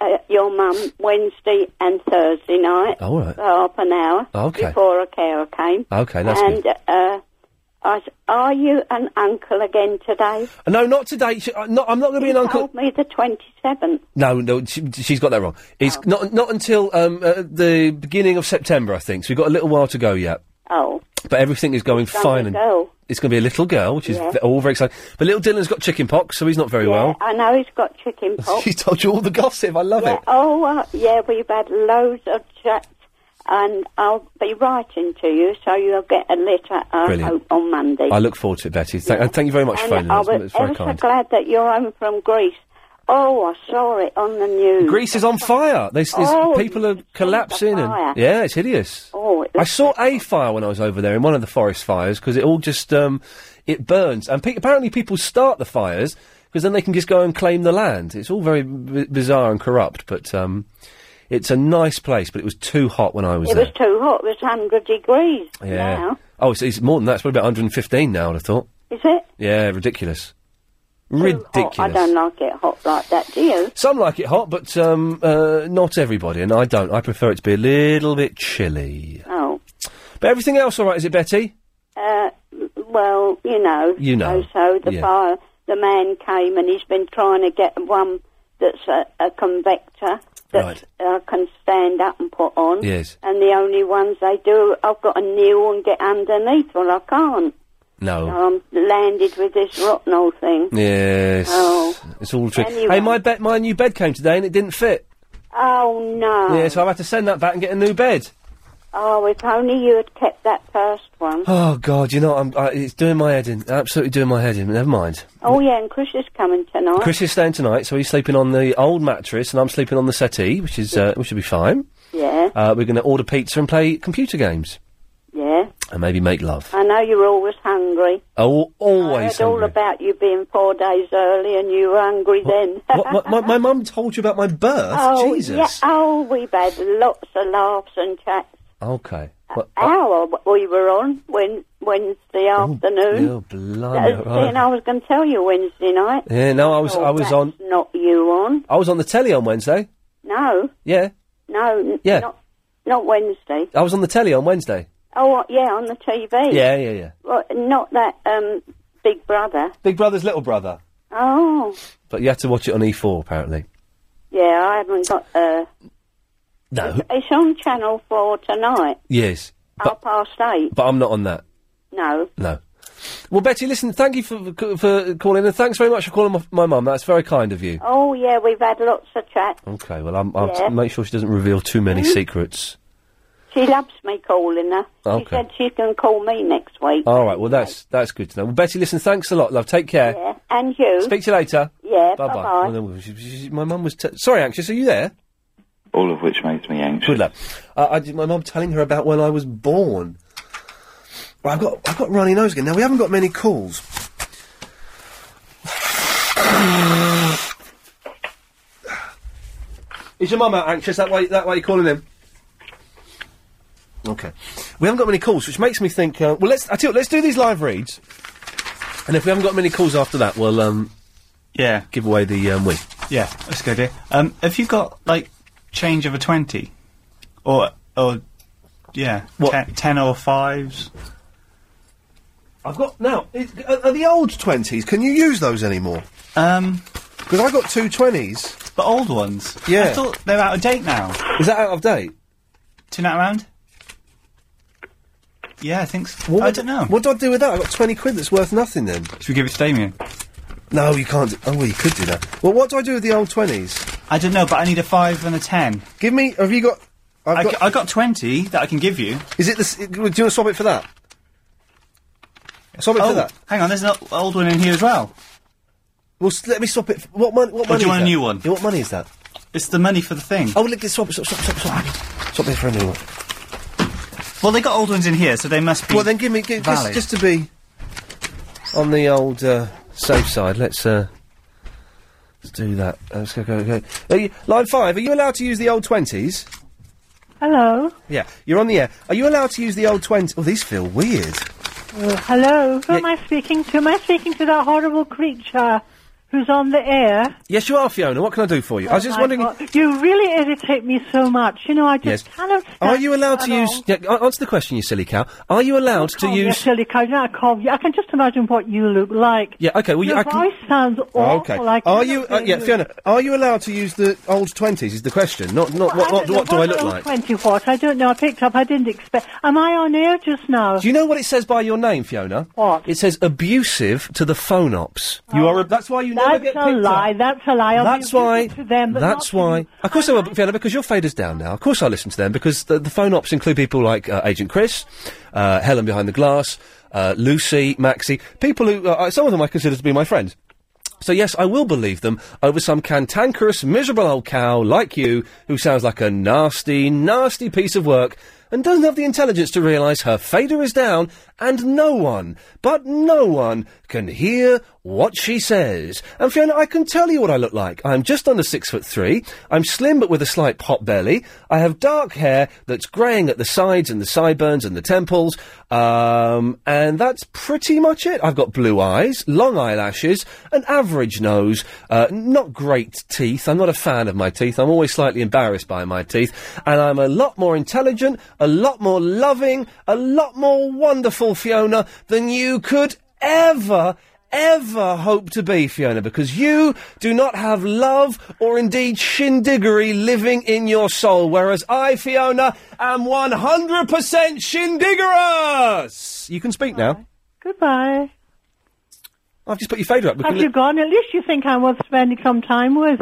uh, your mum Wednesday and Thursday night. Oh, all right. For half an hour. Okay. Before a carer came. Okay, that's And good. Uh, I said, are you an uncle again today? No, not today. She, uh, not, I'm not going to be an uncle. told me the 27th. No, no, she, she's got that wrong. Oh. It's not not until um, uh, the beginning of September, I think. So we've got a little while to go yet. Oh. But everything is going Young fine. And girl. it's going to be a little girl, which is Yeah. ve- all very exciting. But little Dylan's got chicken pox, so he's not very well. I know he's got chicken pox. She told you all the gossip. I love Oh. yeah, it. Oh, uh, yeah, we've had loads of chats, and I'll be writing to you, so you'll get a letter, I Brilliant. hope, on Monday. I look forward to it, Betty. Thank, and thank you very much for and phoning. I us. was It's very ever kind. so glad that you're home from Greece. Oh, I saw it on the news. Greece is on fire. There's, there's- Hmm. Oh, people are collapsing, fire. and yeah, it's hideous. Oh, it I saw a fire when I was over there in one of the forest fires because it all just um, it burns. And pe- apparently, people start the fires because then they can just go and claim the land. It's all very b- bizarre and corrupt, but um, it's a nice place. But it was too hot when I was it there. was too hot. It was 100 degrees yeah. now. Oh, it's, it's more than that. It's probably about 115 now. I'd have thought. Is it? Yeah, ridiculous. Oh, Ridiculous. I don't like it hot like that, do you? Some like it hot, but um, uh, not everybody, and I don't. I prefer it to be a little bit chilly. Oh. But everything else, all right, is it, Betty? Uh, well, you know. You know, So, so the yeah. fire, the man came and he's been trying to get one that's a, a convector that Right. uh, can stand up and put on. Yes. And the only ones they do, I've got to kneel and get underneath. Well, I can't. No. So I'm landed with this rotten old thing. Yes. Oh. It's all tricky. Anyway. Hey, my bed, my new bed came today and it didn't fit. Oh, no. Yeah, so I've had to send that back and get a new bed. Oh, if only you had kept that first one. Oh God, you know I'm. I, it's doing my head in. Absolutely doing my head in. Never mind. oh, yeah, and Chris is coming tonight. Chris is staying tonight, so he's sleeping on the old mattress and I'm sleeping on the settee, which is uh, which should be fine. Yeah, Uh, we're going to order pizza and play computer games yeah. and maybe make love. I know you were always hungry. Oh, I heard always. all hungry. about you being four days early and you were hungry then. what, my, my, my mum told you about my birth. oh, Jesus. yeah. Oh, we've had lots of laughs and chats. Okay. What, Hour we were on when Wednesday afternoon. oh, blimey. Uh, right. then I was going to tell you Wednesday night. Yeah, no, I was Oh, I was that's on Not you on. I was on the telly on Wednesday. No, Yeah, no. n- Yeah. Not, not Wednesday. I was on the telly on Wednesday. Oh, yeah, on the TV. Yeah, yeah, yeah. Well, not that um, Big Brother. Big Brother's Little Brother, Oh, but you had to watch it on E4 apparently. yeah, I haven't got. Uh, No, it's on Channel 4 tonight, yes, half past eight. but I'm not on that. No. No. Well, Betty, listen, thank you for for calling, and thanks very much for calling my, my mum. That's very kind of you. Oh, yeah, we've had lots of chat. Okay, well, I'm, I'll Yeah. make sure she doesn't reveal too many Mm. secrets. She loves me calling her. She Okay. Oh. said she can call me next week. All right, well, that's that's good to know. Well, Betty, listen, thanks a lot, love. Take care. Yeah, and you. Speak to you later. Yeah, Bye-bye. bye-bye. Well, then, she- she- she- my mum was t- sorry, anxious. Are you there? All of which makes me anxious. Good luck. Uh, I did my mum telling her about when I was born. Well, I've got I've got runny nose again. Now we haven't got many calls. Is your mum out anxious? That way that way you're calling him. Okay, we haven't got many calls, which makes me think. Uh, well, let's I tell you, what, let's do these live reads, and if we haven't got many calls after that, we'll um yeah give away the um, win. Yeah, that's a good idea. Um, have you got like change of a twenty, or or yeah, Ten, ten or fives? I've got now. Is, are, are the old twenties? Can you use those anymore? Um, because I got two twenties. The old ones. Yeah. I thought they're out of date now. Is that out of date? Turn that around. Yeah, I think so. I don't know. What do I do with that? I got twenty quid that's worth nothing. Then should we give it to Damien? No, you can't. do- Oh, well, you could do that. Well, what do I do with the old twenties? I don't know, but I need a five and a ten. Give me. Have you got? I, got, I got 20 that I can give you. Is it this? Do you want to swap it for that? Swap it oh, for that. Hang on, there's an o- old one in here as well. Well, s- let me swap it. f- What, mon- what Or money do is you want a that? new one? Yeah, what money is that? It's the money for the thing. Oh, look, swap, swap, swap, swap, swap. Swap it for a new one. Well, they got old ones in here, so they must be. Well, then give me give, just, valid. just to be on the old uh, safe side. Let's uh, let's do that. Uh, Let's go go go. Are you, line five. Are you allowed to use the old twenties? Hello. Yeah, you're on the air. Are you allowed to use the old twenties? Oh, these feel weird. Uh, hello. Who am I speaking to? Am I speaking to that horrible creature who's on the air? Yes, you are, Fiona. What can I do for you? I was Oh just my wondering. God. You really irritate me so much. You know, I Yes. just cannot. Are stand you allowed to at use? Yeah, a- answer the question, you silly cow. Are you allowed to all. Oh, you use? silly cow. Now I call you. I can just imagine what you look like. Yeah. Okay. Well, you, Your I can. Oh, voice sounds awful. Okay. I are cannot you? Uh, hear yeah, you. Fiona. Are you allowed to use the old twenties? Is the question. Not. Not. Well, What. What, what don't know. do I What's look an old like? Twenty what? I don't know. I picked up. I didn't expect. Am I on air just now? Do you know what it says by your name, Fiona? What? Oh. It says abusive to the phone ops. You are. A, that's why you never That's get a picked lie. up. That's a lie. I'll be That's why. abusive To them, but that's not to why. Of course, I will, Fiona, because your fade is down now. Of course, I listen to them because the, the phone ops include people like uh, Agent Chris, uh, Helen behind the glass, uh, Lucy, Maxie, people who uh, some of them I consider to be my friends. So yes, I will believe them over some cantankerous, miserable old cow like you, who sounds like a nasty, nasty piece of work, and doesn't have the intelligence to realise her fader is down, and no one, but no one, can hear what she says. And Fiona, I can tell you what I look like. I'm just under six foot three. I'm slim but with a slight pot belly. I have dark hair that's greying at the sides and the sideburns and the temples. Um, and that's pretty much it. I've got blue eyes, long eyelashes, an average nose, uh, not great teeth. I'm not a fan of my teeth. I'm always slightly embarrassed by my teeth. And I'm a lot more intelligent, a lot more loving, a lot more wonderful, Fiona, than you could ever ever hope to be, Fiona, because you do not have love or indeed shindiggery living in your soul, whereas I, Fiona, am 100% shindiggerous! You can speak now. Goodbye. I've just put your fader up. We can Have you li- gone? At least you think I'm worth spending some time with.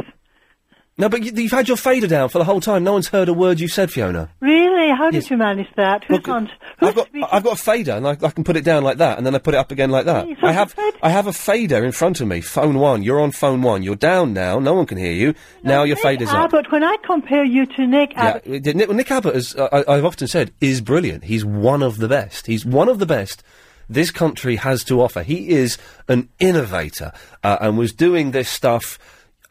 no, but you, you've had your fader down for the whole time. No one's heard a word you said, Fiona. Really? How did you manage that? Who's on? I've got, I've got a fader, and I, I can put it down like that, and then I put it up again like that. I have, I have a fader in front of me. Phone one. You're on phone one. You're down now. No one can hear you. now your fader's up. Abbott. Ah, When I compare you to Nick Yeah, Abbott, it- Nick, well, Nick Abbott, as I, I've often said, is brilliant. He's one of the best. He's one of the best this country has to offer. He is an innovator uh, and was doing this stuff,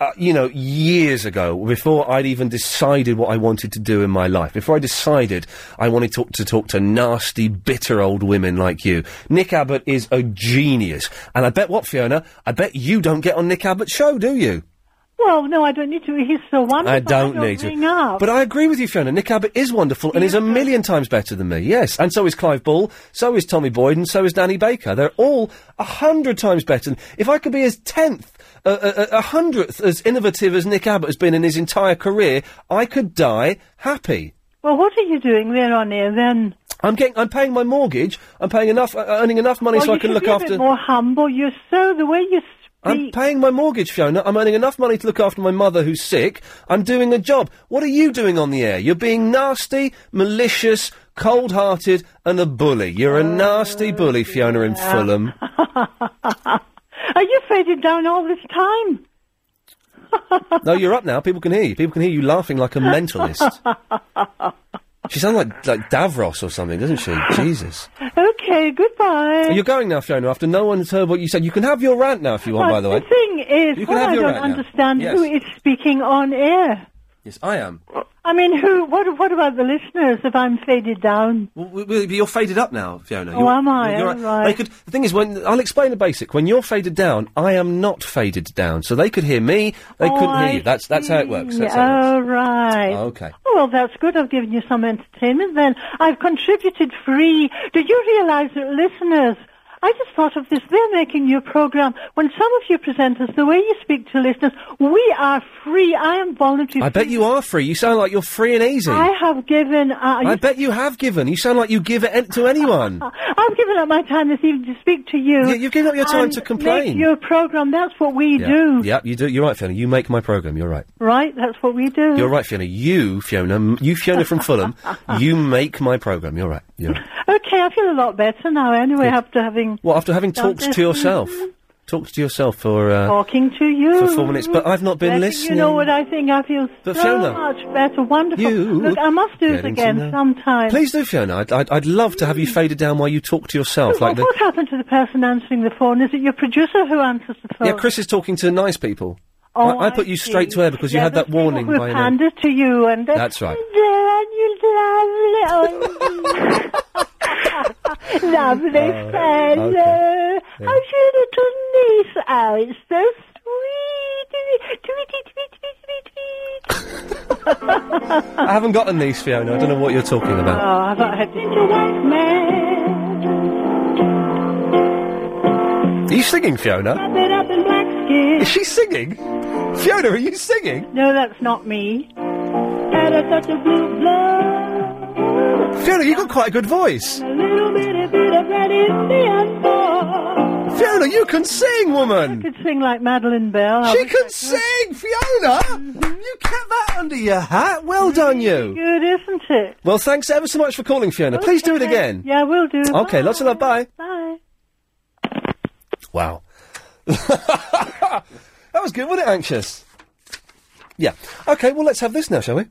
uh, you know, years ago before I'd even decided what I wanted to do in my life. Before I decided I wanted to, to talk to nasty, bitter old women like you. Nick Abbott is a genius. And I bet what, Fiona? I bet you don't get on Nick Abbott's show, do you? well, no, I don't need to. He's so wonderful. I don't don't need to. ring up. But I agree with you, Fiona. Nick Abbott is wonderful and is a million times better than me. Yes, and so is Clive Ball, so is Tommy Boyd, and so is Danny Baker. They're all a hundred times better. than- If I could be as tenth, uh, uh, a hundredth as innovative as Nick Abbott has been in his entire career, I could die happy. Well, what are you doing there on air then? I'm getting, I'm paying my mortgage. I'm paying enough, uh, earning enough money well, so you I can should look be after. A bit more humble. You're so the way you I'm paying my mortgage, Fiona. I'm earning enough money to look after my mother who's sick. I'm doing a job. What are you doing on the air? You're being nasty, malicious, cold hearted, and a bully. You're a nasty Oh, bully, Fiona, in Fulham. Are you faded down all this time? no, you're up now. People can hear you. People can hear you laughing like a mentalist. she sounds like, like Davros or something, doesn't she? Jesus. Okay, goodbye. You're going now, Fiona, after no one's heard what you said. You can have your rant now if you want, Well, by the way. thing is, You can what have I your don't rant now. understand who Yes. is speaking on air. Yes, I am. I mean, who? What? What about the listeners? If I'm faded down, Well, w- w- you're faded up now, Fiona. Oh, You're- am I? you're Oh, right. They could. The thing is, when I'll explain the basic. When you're faded down, I am not faded down, so they could hear me. They Oh, couldn't I hear you. That's that's how it works. That's how it yeah, oh right. works. Okay. Oh, well, that's good. I've given you some entertainment then. I've contributed free. Did you realise that listeners I just thought of this. They're making your program. When some of you presenters, the way you speak to listeners, we are free. I am voluntary. I bet you are free. You sound like you're free and easy. I have given. Uh, I bet you have given. You sound like you give it en- to anyone. I've given up my time this evening to speak to you. Yeah, you've given up your time and to complain. Make your program. That's what we yeah. do. Yep, you do. You're right, Fiona. You make my program. You're right. Right? That's what we do. You're right, Fiona. You, Fiona, m- you, Fiona from Fulham, you make my program. You're right. You're right. Okay, I feel a lot better now. Anyway, after having Well, after having done talked this to yourself, talked to yourself for uh, talking to you for four minutes, but I've not been Letting listening. You know what I think? I feel But so Fiona, much better. Wonderful. you Look, I must do it getting to know- again sometime. Please do, Fiona. I'd, I'd, I'd love to have Hmm. you faded down while you talk to yourself, like What, the, what happened to the person answering the phone? Is it your producer who answers the phone? yeah. Chris is talking to nice people. Oh, I, I put you straight to air because you had that warning. Who by now. pandered to you and uh, That's right. "Darren, you lovely, oh, lovely Uh, fellow. okay. Yeah. How's your little niece? Oh, it's so sweet. Tweety, tweety, I haven't got a niece, Fiona. I don't know what you're talking Oh, about. I thought I had to. Um. Are you singing, Fiona? up in black skin. Is she singing? Fiona, are you singing? No, that's not me. Had a touch of blue blood, Fiona, you got quite a good voice. a little bit, a bit of red Indian boy. Fiona, you can sing, woman. I could sing like Madeline Bell. I She wish can I could. sing, Fiona. You kept that under your hat. Well done, you. Good, isn't it? Well, thanks ever so much for calling, Fiona. Please do it again. Yeah, we'll do. Okay, lots of love. Bye. Bye. Wow. that was good, wasn't it, Anxious? Yeah. Okay, well, let's have this now, shall we?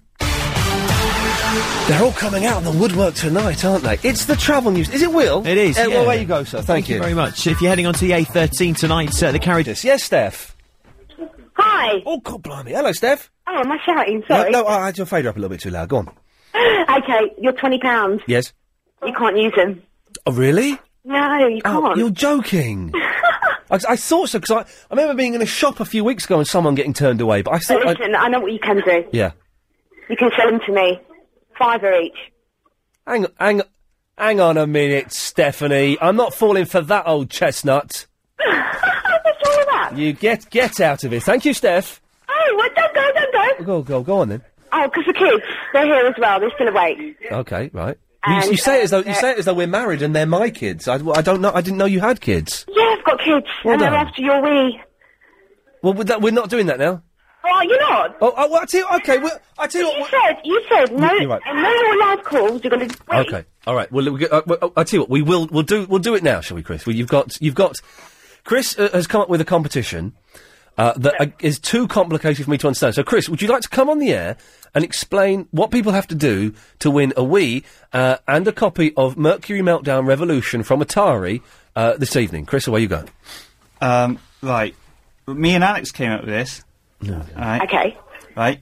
They're all coming out of the woodwork tonight, aren't they? It's the travel news. Is it Will? It is. Uh, yeah. Well, away you go, sir. Thank, you. very much. If you're heading on to the A13 tonight, uh, the carriage. Yes, Steph. Hi. Oh, God blimey. Hello, Steph. Oh, am I shouting? No, Sorry. no, I, I- your fader up a little bit too loud. Go on. okay, you're twenty pounds. Yes. You can't use them. Oh, really? No, you Oh, can't. you're joking. I, I thought so because I, I remember being in a shop a few weeks ago and someone getting turned away. But I But thought, I, listen, I know what you can do. yeah. You can sell them to me, fiver each. Hang, hang, hang on a minute, Stephanie. I'm not falling for that old chestnut. What's wrong with that? You get get out of here. Thank you, Steph. Oh, well, don't go, don't go. Go go go on then. Oh, because the kids, they're here as well. They're still awake. Okay, right. And, you, you say it as though you uh, say it as though we're married and they're my kids. I, I don't know. I didn't know you had kids. Yeah, I've got kids, Well and done. they're after your wee. Well, we're, we're not doing that now. Oh, you're not. Oh, oh well, I tell you, okay. Well, I tell you, you said you said no, You're right. and no more live calls. You're going to Okay. All right. Well, we, uh, well, uh, I tell you what. We will. We'll do. We'll do it now, shall we, Chris? Well, you've got. You've got. Chris uh, has come up with a competition uh, that uh, is too complicated for me to understand. So, Chris, would you like to come on the air and explain what people have to do to win a Wii uh, and a copy of Mercury Meltdown Revolution from Atari uh, this evening? Chris, away you go. Um, right. Me and Alex came up with this. Right. Okay. Right.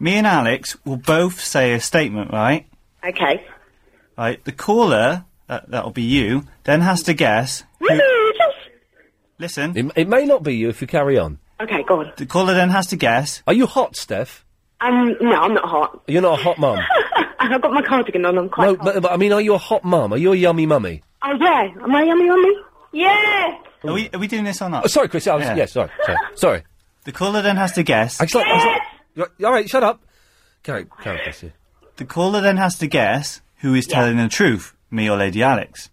Me and Alex will both say a statement, right? Okay. Right. The caller, that, that'll be you, then has to guess. Who, listen. It, it may not be you if you carry on. Okay, go on. The caller then has to guess. Are you hot, Steph? Um, no, I'm not hot. You're not a hot mum. I've got my cardigan on. I'm quite. no, but, but I mean, are you a hot mum? Are you a yummy mummy? Oh yeah, am I yummy on me? Yeah. Are we, are we doing this or not? Oh, sorry, Chris. I was, Yeah. yeah. sorry. Sorry. sorry. The caller then has to guess. I just like- I just like- Right, all right, shut up. Carry, carry on, Chris. yeah. The caller then has to guess who is telling the truth, me or Lady Alex.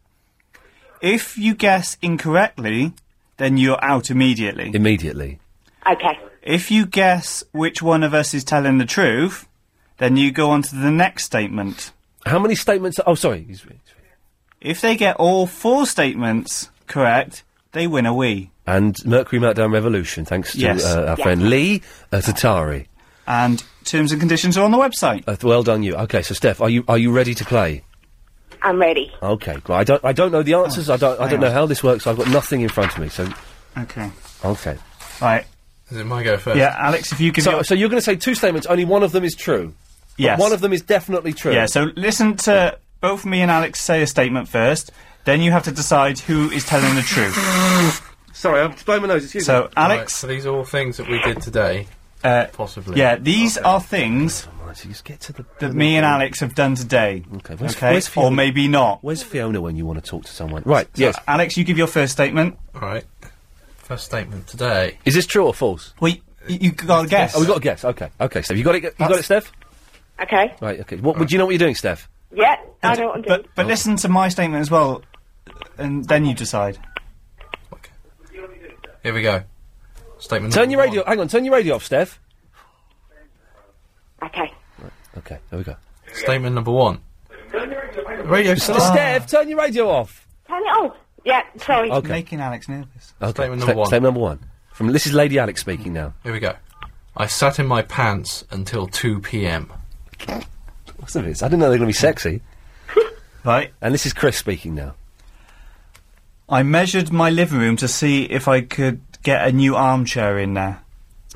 If you guess incorrectly, then you're out immediately. Immediately. Okay. If you guess which one of us is telling the truth, then you go on to the next statement. How many statements? Oh, sorry. If they get all four statements correct, they win a Wii. And Mercury Meltdown Revolution, thanks to Yes. uh, our Yeah. friend Lee uh, at Atari. And terms and conditions are on the website. Uh, well done, you. Okay, so Steph, are you are you ready to play? I'm ready. Okay, well, I don't I don't know the Oh, answers. I don't I hang don't know on. how this works. I've got nothing in front of me. So Okay. okay. Right. Is it my go first? Yeah, Alex, if you give so, your- so you're going to say two statements. Only one of them is true. But Yes. one of them is definitely true. Yeah, so listen to both me and Alex say a statement first, then you have to decide who is telling the truth. Sorry, I'm blowing my nose. Excuse so, Right, Alex, so these are all things that we did today. Uh, possibly. yeah, these are things so just get to the. that me and Alex have done today. Okay, where's- okay? where's or Fiona? maybe not. Where's Fiona when you want to talk to someone? Right, yes. Alex, you give your first statement. All right. First statement today. Is this true or false? Well, you, you got a guess. Oh, we got a guess. Okay, okay. Steph, you got it. You got it, Steph. Okay. Right. Okay. What? Would you know what you're doing, Steph? Yeah, I know what I'm doing. But but listen to my statement as well, and then you decide. Here we go. Statement. Turn your radio. Hang on. Turn your radio off, Steph. Okay. Okay. There we go. Statement number one. Radio Steph, Steph, turn your radio off. Turn it off. Yeah, sorry. Okay. Making Alex nervous. Okay. Statement sta- number one. Statement number one. From this is Lady Alex speaking now. Here we go. I sat in my pants until 2 p.m. What's of this? I didn't know they were going to be sexy. right. And this is Chris speaking now. I measured my living room to see if I could get a new armchair in there.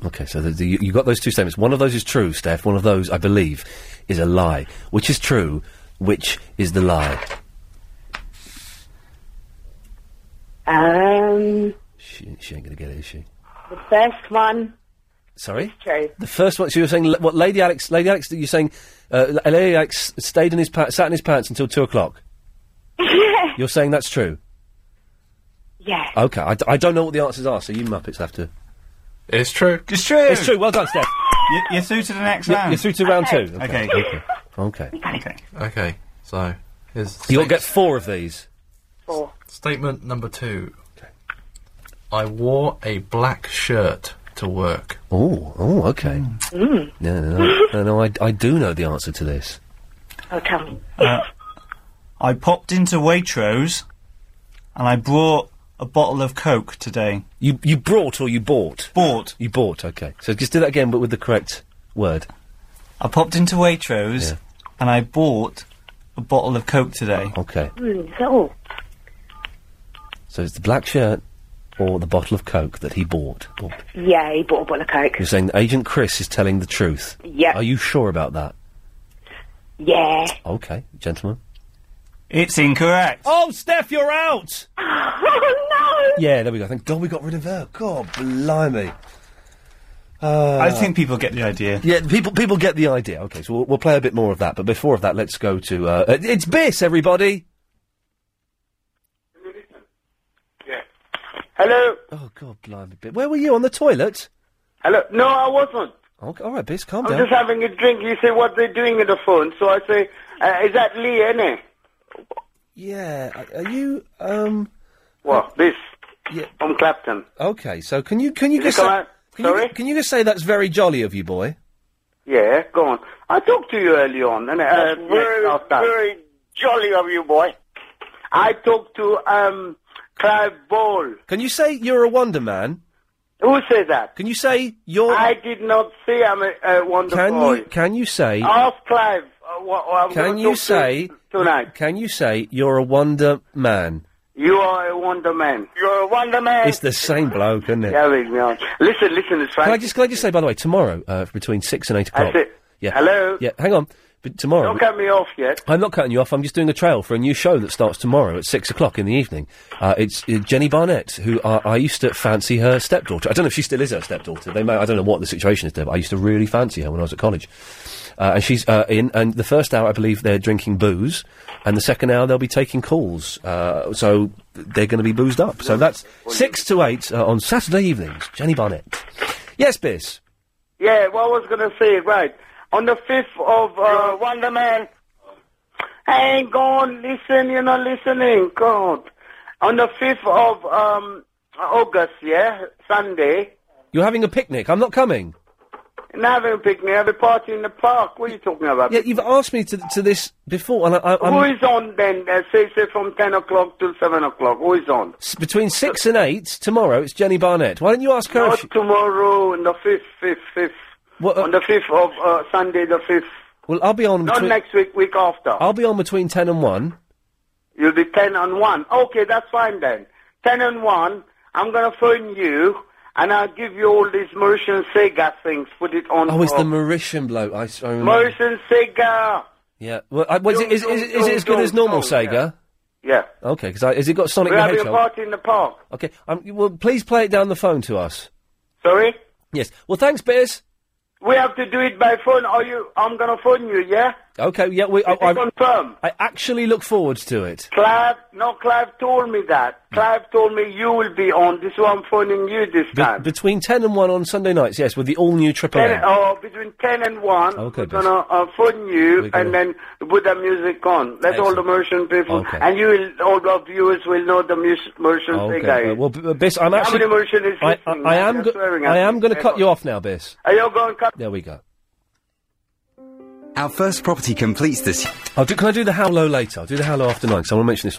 Okay, so the, the, you, you got those two statements. One of those is true, Steph. One of those, I believe, is a lie. Which is true? Which is the lie? Um, She, she ain't going to get it, is she? the first one, Sorry. true. The first one. So you were saying l- what? Lady Alex. Lady Alex. You're saying uh, l- Lady Alex stayed in his pa- sat in his pants until two o'clock. yeah. You're saying that's true. Yeah. Okay. I, d- I don't know what the answers are, so you muppets have to. It's true. It's true. It's true. Well done, Steph. You, you're through to the next You're, round. you're through to round two. Okay. Okay. Okay. Okay. Okay. So here's You'll get four of these. Four. Statement number two. I wore a black shirt to work. Oh. Oh. Okay. Mm. No. No. No. no, no I, I do know the answer to this. oh, Okay. Uh, I popped into Waitrose, and I brought a bottle of Coke today. You you brought or you bought? Bought. You bought. Okay. So just do that again, but with the correct word. I popped into Waitrose, and I bought a bottle of Coke today. Okay. Hmm, Mm, is that all? So it's the black shirt or the bottle of coke that he bought. Bought. Yeah, he bought a bottle of Coke. You're saying that Agent Chris is telling the truth. Yep. Are you sure about that? Yeah. Okay, gentlemen. It's incorrect. Oh, Steph, you're out. oh Yeah, there we go. Thank God we got rid of her. God blimey. Uh, I think people get the idea. Yeah, people people get the idea. Okay, so we'll, we'll play a bit more of that. But before of that, let's go to uh, it- it's Biss, everybody. Hello. Oh God, blimey, Bi- where were you on the toilet? Hello. No, I wasn't. Okay, all right, Biss, calm I'm down. just having a drink. You say what they're doing with the phone. So I say, uh, is that Lee, innit? Yeah, are- are you um? What? This? Yeah. From Clapton. Okay, so can you can you Is just it say- come out? can you, can you just say that's very jolly of you, boy? Yeah, go on. I talked to you early on, innit? Uh, That's very, very jolly of you, boy. I talked to um, Clive Ball. Can you say you're a wonder man? Who says that? Can you say you're? I did not say I'm a, a wonderful Can boy. you can you say? Ask Clive. Uh, what, what I'm Can gonna you talk to say tonight? Can you say you're a wonder man? You are a wonder man. You're a wonder man. It's the same bloke, isn't it? Yeah, we- we are. Listen, listen, it's Can I fine. just can I just say by the way, tomorrow uh, between six and eight o'clock. That's it. Yeah. Hello? Yeah. Hang on. But tomorrow. Don't cut me off yet. I'm not cutting you off. I'm just doing a trail for a new show that starts tomorrow at six o'clock in the evening. Uh, it's uh, Jenny Barnett, who uh, I I used to fancy her stepdaughter. I don't know if she still is her stepdaughter. They may, I don't know what the situation is there, but I used to really fancy her when I was at college. Uh, and she's uh, in, and the first hour, I believe, they're drinking booze, and the second hour, they'll be taking calls. Uh, so they're going to be boozed up. So that's six to eight uh, on Saturday evenings. Jenny Barnett. Yes, Biss. Yeah, what I was going to say, right. On the 5th of... Uh, wonder man. Hey, God, listen, you're not listening. God. On the 5th of um, August, yeah, Sunday, You're having a picnic. I'm not coming. and having a picnic, have a party in the park. What are you talking about? Yeah, you've asked me to, to this before, and I, I, I'm Who is on then? Uh, say, say from 10 o'clock till 7 o'clock. Who is on? S- Between six and eight tomorrow, it's Jenny Barnett. Why don't you ask her? Not if she- tomorrow, on the 5th, 5th, 5th. on the 5th of uh, Sunday, the 5th. well, I'll be on. Not Between, next week, week after. I'll be on between ten and one. You'll be 10 and 1. Okay, that's fine then. 10 and 1, I'm going to phone you and I'll give you all these Mauritian Sega things. Put it on. Oh, it's the for- Mauritian bloke. I, s- I remember. Mauritian Sega! Yeah. Well, I, well, is, it, is, is, is it as good as normal Sega? Yeah. Okay. Because has it got Sonic We're the having a Hedgehog? party in the park. Okay. Um, well, please play it down the phone to us. Sorry? Yes. Well, thanks, Bears. We have to do it by phone, or you. I'm gonna phone you. Yeah. Okay, yeah, we. I, Is it confirmed? I actually look forward to it. Clive, no, Clive told me that. Clive told me you will be on. This is why I'm phoning you this Be- between 10 and 1 on Sunday nights, yes, with the all new Triple Ten, M. oh, between 10 and 1, Okay, we're Beth. going to uh, phone you gonna- and then put the music on. Let all the Merchant people, Okay. and you will, all the viewers will know the mus- Merchant Okay, guy. well, well, B- uh, Biss, I'm How actually. many Merchant is I, I, listening? I They're am. Go- swearing at I am me. going to They're cut not- you off now, Biss. Are you going to cut? There we go. Our first property completes this. I'll Oh, do, can I do the how low later? I'll do the how low after nine. So I want to mention this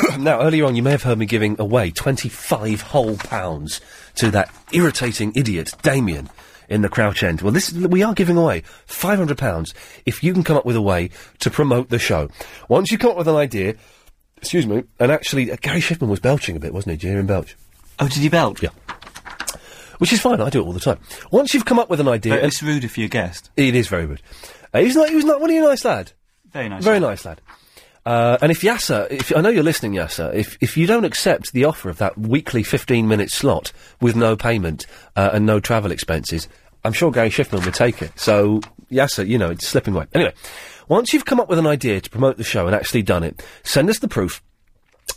one. now, earlier on, you may have heard me giving away twenty-five whole pounds to that irritating idiot Damien in the Crouch End. Well, this we are giving away five hundred pounds if you can come up with a way to promote the show. Once you come up with an idea, excuse me, and actually, uh, Gary Shipman was belching a bit, wasn't he? Did you hear him belch? Oh, did he belch? Yeah. Which is fine. I do it all the time. Once you've come up with an idea, But and- it's rude if you're a guest. it is very rude. Uh, he's not. He was not. What are you, a nice lad? Very nice. Very nice lad. Uh, and if Yasser, if I know you're listening, Yasser, if if you don't accept the offer of that weekly 15 minute slot with no payment uh, and no travel expenses, I'm sure Gary Schiffman would take it. So Yasser, you know, it's slipping away. Anyway, once you've come up with an idea to promote the show and actually done it, send us the proof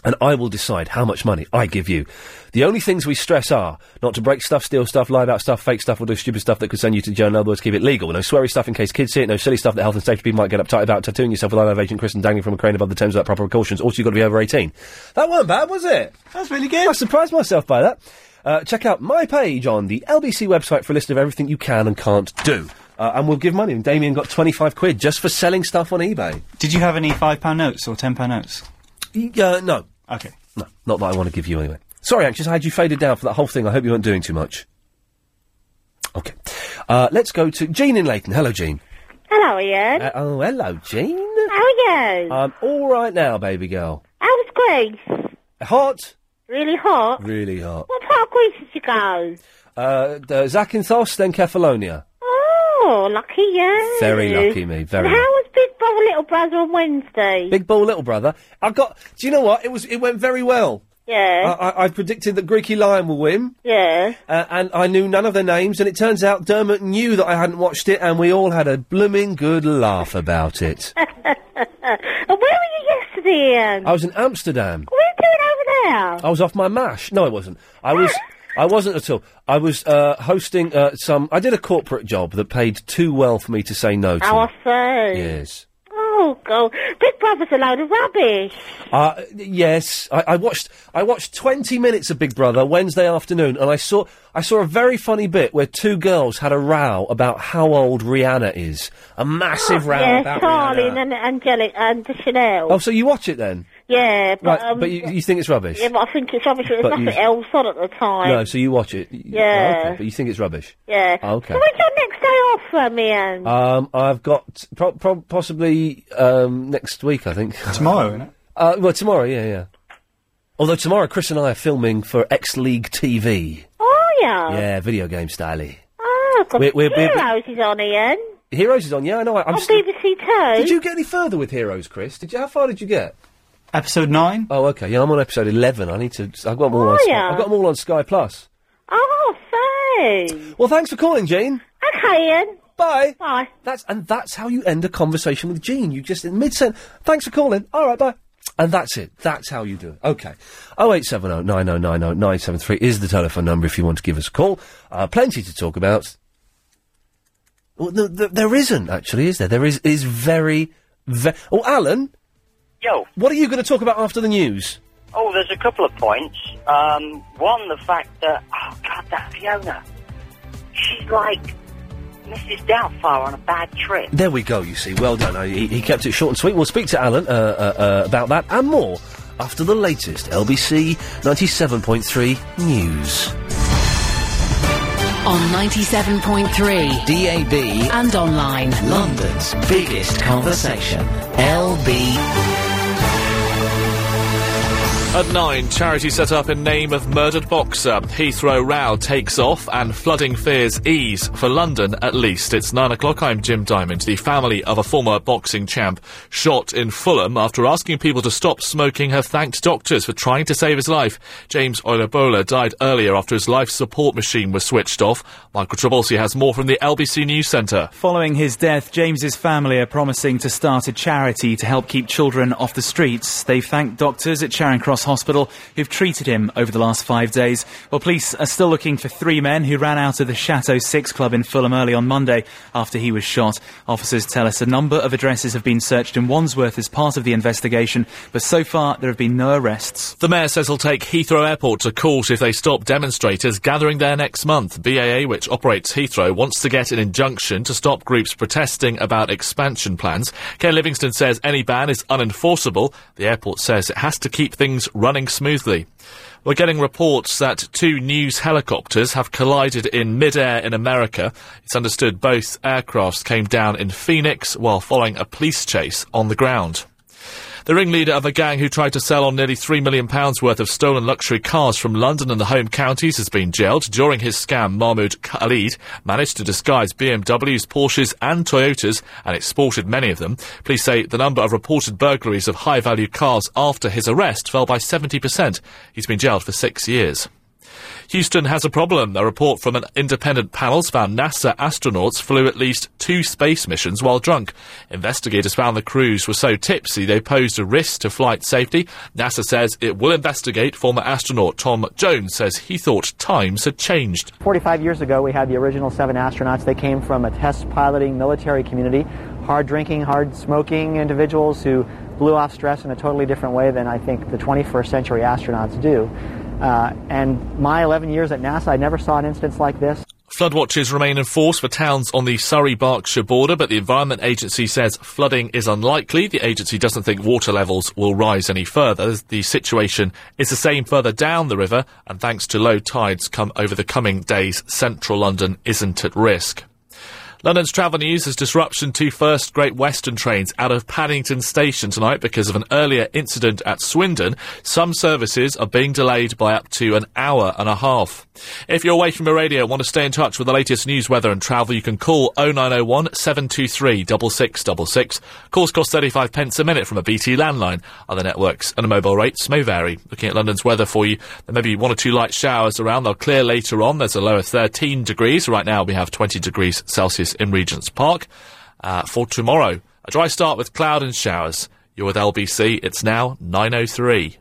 and I will decide how much money I give you. The only things we stress are not to break stuff, steal stuff, lie about stuff, fake stuff, or do stupid stuff that could send you to jail. In other words, keep it legal. No sweary stuff in case kids see it. No silly stuff that health and safety people might get uptight about. Tattooing yourself with I Love Agent Chris and dangling from a crane above the Thames without proper precautions. Also, you've got to be over 18. That weren't bad, was it? That's really good. I surprised myself by that. Uh, check out my page on the LBC website for a list of everything you can and can't do. Uh, and we'll give money. And Damien got 25 quid just for selling stuff on eBay. Did you have any five pound notes or ten pound notes? Uh, no. Okay. No, not that I want to give you anyway. Sorry, Anxious, I had you faded down for that whole thing. I hope you weren't doing too much. Okay. Uh, let's go to Jean in Leighton. Hello, Jean. Hello, Ian. Uh, oh, hello, Uh, Jean. How are you? I'm all right now, baby girl. How was Greece? Hot. Really hot? Really hot. What part of Greece did you go? Uh, d- Zakynthos, then Kefalonia. Oh, lucky you. Very lucky me, very And how was Big Brother Little Brother on Wednesday? Big ball, little brother. I got. Do you know what? It was. It went very well. Yeah. I, I, I predicted that Greeky Lion will win. Yeah. Uh, and I knew none of their names, and it turns out Dermot knew that I hadn't watched it, and we all had a blooming good laugh about it. uh, and where were you yesterday, Ian? I was in Amsterdam. What were you doing over there? I was off my mash. No, I wasn't. I was. I wasn't at all. I was uh, hosting uh, some. I did a corporate job that paid too well for me to say no to. Oh, I see. Yes. Oh, God. Big Brother's a load of rubbish. Uh, yes, I, I watched. I watched twenty minutes of Big Brother Wednesday afternoon, and I saw. I saw a very funny bit where two girls had a row about how old Rihanna is. A massive row yeah, about Charlie Rihanna. and Angelic and Chanel. uh, Oh, so you watch it then? yeah, but, right, um, but you, you think it's rubbish? Yeah, but I think it's rubbish. There's But nothing you- else on at the time. no, so you watch it. Y- oh, Yeah. okay, but you think it's rubbish. Yeah. Oh, Okay. So when's your next day off from, Ian? Um, I've got pro- pro- possibly um, next week. I think tomorrow. Isn't it? Uh, well, tomorrow. Yeah, yeah. Although tomorrow, Chris and I are filming for X League TV. oh, yeah. Uh, Yeah, video game styly. Oh, God. We're- we're- we're- Heroes is on, Ian. Heroes is on. Yeah, I know. I, I'm on still- BBC 2. Did you get any further with Heroes, Chris? Did you? How far did you get? Episode nine. Oh, okay. Yeah, I'm on episode eleven. I need to. I've got them all. Oh, on Sky- yeah. I've got them all on Sky Plus. Oh, say. Well, thanks for calling, Jane. Okay, Ian. Bye. Bye. That's and that's how you end a conversation with Gene. You just in mid sentence. Thanks for calling. All right, bye. And that's it. That's how you do it. Okay. Oh, 0870 9090 973 is the telephone number if you want to give us a call. Uh, plenty to talk about. Well, th- th- there isn't, actually, is there? There is, is very, very... Oh, Alan? Yo. What are you going to talk about after the news? Oh, there's a couple of points. Um, one, the fact that, oh, God, that Fiona, she's like Mrs. Doubtfire on a bad trip. There we go, you see. Well done. Uh, He, he kept it short and sweet. We'll speak to Alan uh, uh, uh, about that and more after the latest LBC 97.3 news. On 97.3 DAB and online. London's biggest conversation. LB. At nine, charity set up in name of murdered boxer. Heathrow row takes off and flooding fears ease for London at least. It's nine o'clock. I'm Jim Diamond. The family of a former boxing champ shot in Fulham after asking people to stop smoking have thanked doctors for trying to save his life. James Oilabola died earlier after his life support machine was switched off. Michael Travolsi has more from the LBC News Centre. Following his death, James's family are promising to start a charity to help keep children off the streets. They've thanked doctors at Charing Cross Hospital who've treated him over the last five days. Well, police are still looking for three men who ran out of the Chateau Six Club in Fulham early on Monday after he was shot. Officers tell us a number of addresses have been searched in Wandsworth as part of the investigation, but so far there have been no arrests. The mayor says he'll take Heathrow Airport to court if they stop demonstrators gathering there next month. BAA, which operates Heathrow, wants to get an injunction to stop groups protesting about expansion plans. Ken Livingston says any ban is unenforceable. The airport says it has to keep things running smoothly. We're getting reports that two news helicopters have collided in midair in America. It's understood both aircrafts came down in Phoenix while following a police chase on the ground. The ringleader of a gang who tried to sell on nearly £3 million worth of stolen luxury cars from London and the home counties has been jailed. During his scam, Mahmoud Khalid managed to disguise BMWs, Porsches and Toyotas and exported many of them. Police say the number of reported burglaries of high-value cars after his arrest fell by 70%. He's been jailed for six years. Houston has a problem. A report from an independent panel's found NASA astronauts flew at least two space missions while drunk. Investigators found the crews were so tipsy they posed a risk to flight safety. NASA says it will investigate. Former astronaut Tom Jones says he thought times had changed. 45 years ago, we had the original seven astronauts. They came from a test piloting military community, hard drinking, hard smoking individuals who blew off stress in a totally different way than I think the 21st century astronauts do. Uh, and my 11 years at NASA, I never saw an instance like this. Flood watches remain in force for towns on the Surrey Berkshire border, but the Environment Agency says flooding is unlikely. The agency doesn't think water levels will rise any further. The situation is the same further down the river, and thanks to low tides come over the coming days, central London isn't at risk. London's travel news is disruption to first Great Western trains out of Paddington Station tonight because of an earlier incident at Swindon. Some services are being delayed by up to an hour and a half. If you're away from your radio and want to stay in touch with the latest news, weather and travel, you can call 0901 723 6666. Calls cost 35 pence a minute from a BT landline. Other networks and mobile rates may vary. Looking at London's weather for you, there may be one or two light showers around. They'll clear later on. There's a low of 13 degrees. Right now we have 20 degrees Celsius in Regent's Park. Uh, for tomorrow, a dry start with cloud and showers. You're with LBC. It's now 9.03.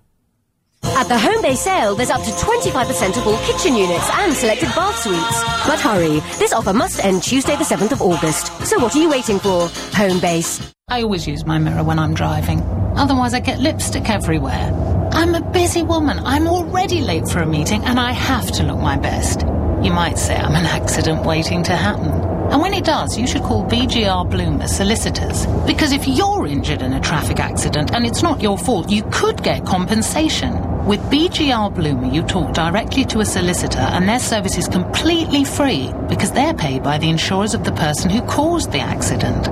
At the Home Bay sale, there's up to 25% of all kitchen units and selected bath suites. But hurry, this offer must end Tuesday the 7th of August. So what are you waiting for? Home Base. I always use my mirror when I'm driving. Otherwise, I get lipstick everywhere. I'm a busy woman. I'm already late for a meeting and I have to look my best. You might say I'm an accident waiting to happen. And when it does, you should call BGR Bloomer Solicitors. Because if you're injured in a traffic accident and it's not your fault, you could get compensation. With BGR Bloomer, you talk directly to a solicitor and their service is completely free because they're paid by the insurers of the person who caused the accident.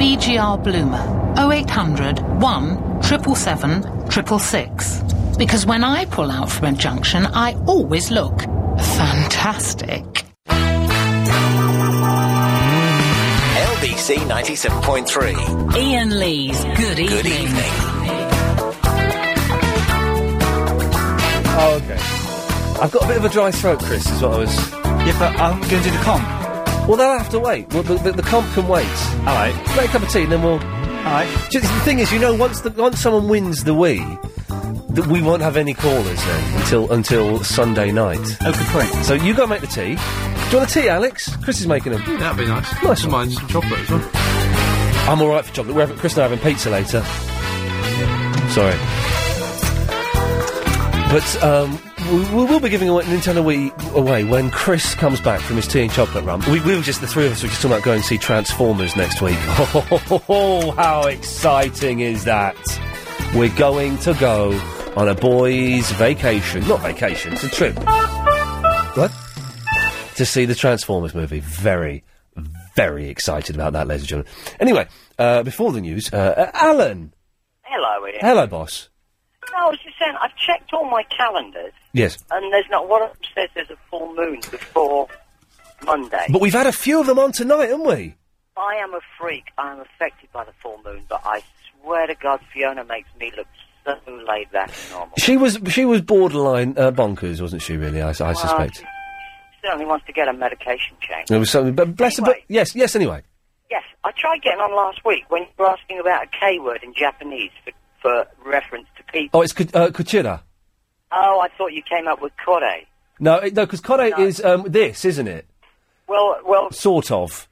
BGR Bloomer 0800 1 777 666. Because when I pull out from a junction, I always look fantastic. LBC 97.3. Ian Lee's Good Evening. Good evening. Oh, okay. I've got a bit of a dry throat, Chris, is what I was. Yeah, but I'm going to do the comp. Well, they'll have to wait. Well, the, the, the comp can wait. All right. Make a cup of tea, and then we'll. All right. The thing is, you know, once the, once someone wins the Wii, that we won't have any callers then until until Sunday night. Okay, Oh, point. So you go make the tea. Do you want a tea, Alex? Chris is making them. That'd be nice. Nice of mine, some chocolate as well. I'm all right for chocolate. We're having, Chris and I are having pizza later. Sorry. But um, we, we will be giving away Nintendo Wii away when Chris comes back from his tea and chocolate run. We, we were just the three of us were just talking about going to see Transformers next week. Oh, how exciting is that? We're going to go on a boys' vacation. Not vacation, it's a trip. What? To see the Transformers movie. Very, very excited about that, ladies and gentlemen. Anyway, uh, before the news, uh, uh, Alan. Hello, Ian. Hello, boss. How was just saying, I've checked all my calendars, Yes. and there's not one of them says there's a full moon before Monday. But we've had a few of them on tonight, haven't we? I am a freak. I am affected by the full moon, but I swear to God, Fiona makes me look so laid back and normal. She was she was borderline uh, bonkers, wasn't she? Really, I, I suspect. She certainly wants to get a medication change. There was something, but bless her. But yes, yes. Anyway, Yes, I tried getting on last week when you were asking about a K word in Japanese for, for reference to people. oh, it's Ku- uh, Kuchira. Oh, I thought you came up with kore. No, it- no, because Kore is um, this, isn't it? Well, well, Sort of.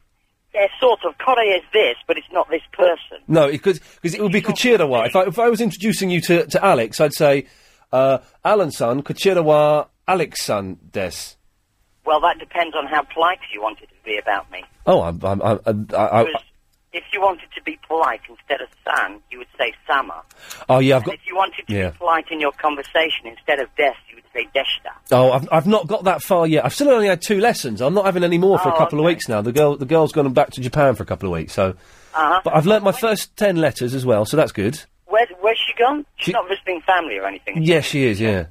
yeah, sort of. Kore is this, but it's not this person. No, because because it would be Kuchira wa. If I if I was introducing you to, to Alex, I'd say uh, Alan san Kuchira wa Alex san des. Well, that depends on how polite you want it to be about me. Oh, I'm I'm I, I, I, Because if you wanted to be polite instead of san, you would say sama. oh yeah, I've And got if you wanted to yeah. be polite in your conversation instead of des, you would say deshta. Oh, I've, I've not got that far yet. I've still only had two lessons. I'm not having any more for a Oh, couple of weeks now. The girl, the girl's gone back to Japan for a couple of weeks. So, Uh-huh. but I've learnt my first ten letters as well, so that's good. Where's, where's she gone? She's She- not visiting family or anything. Yes, she is. Yeah,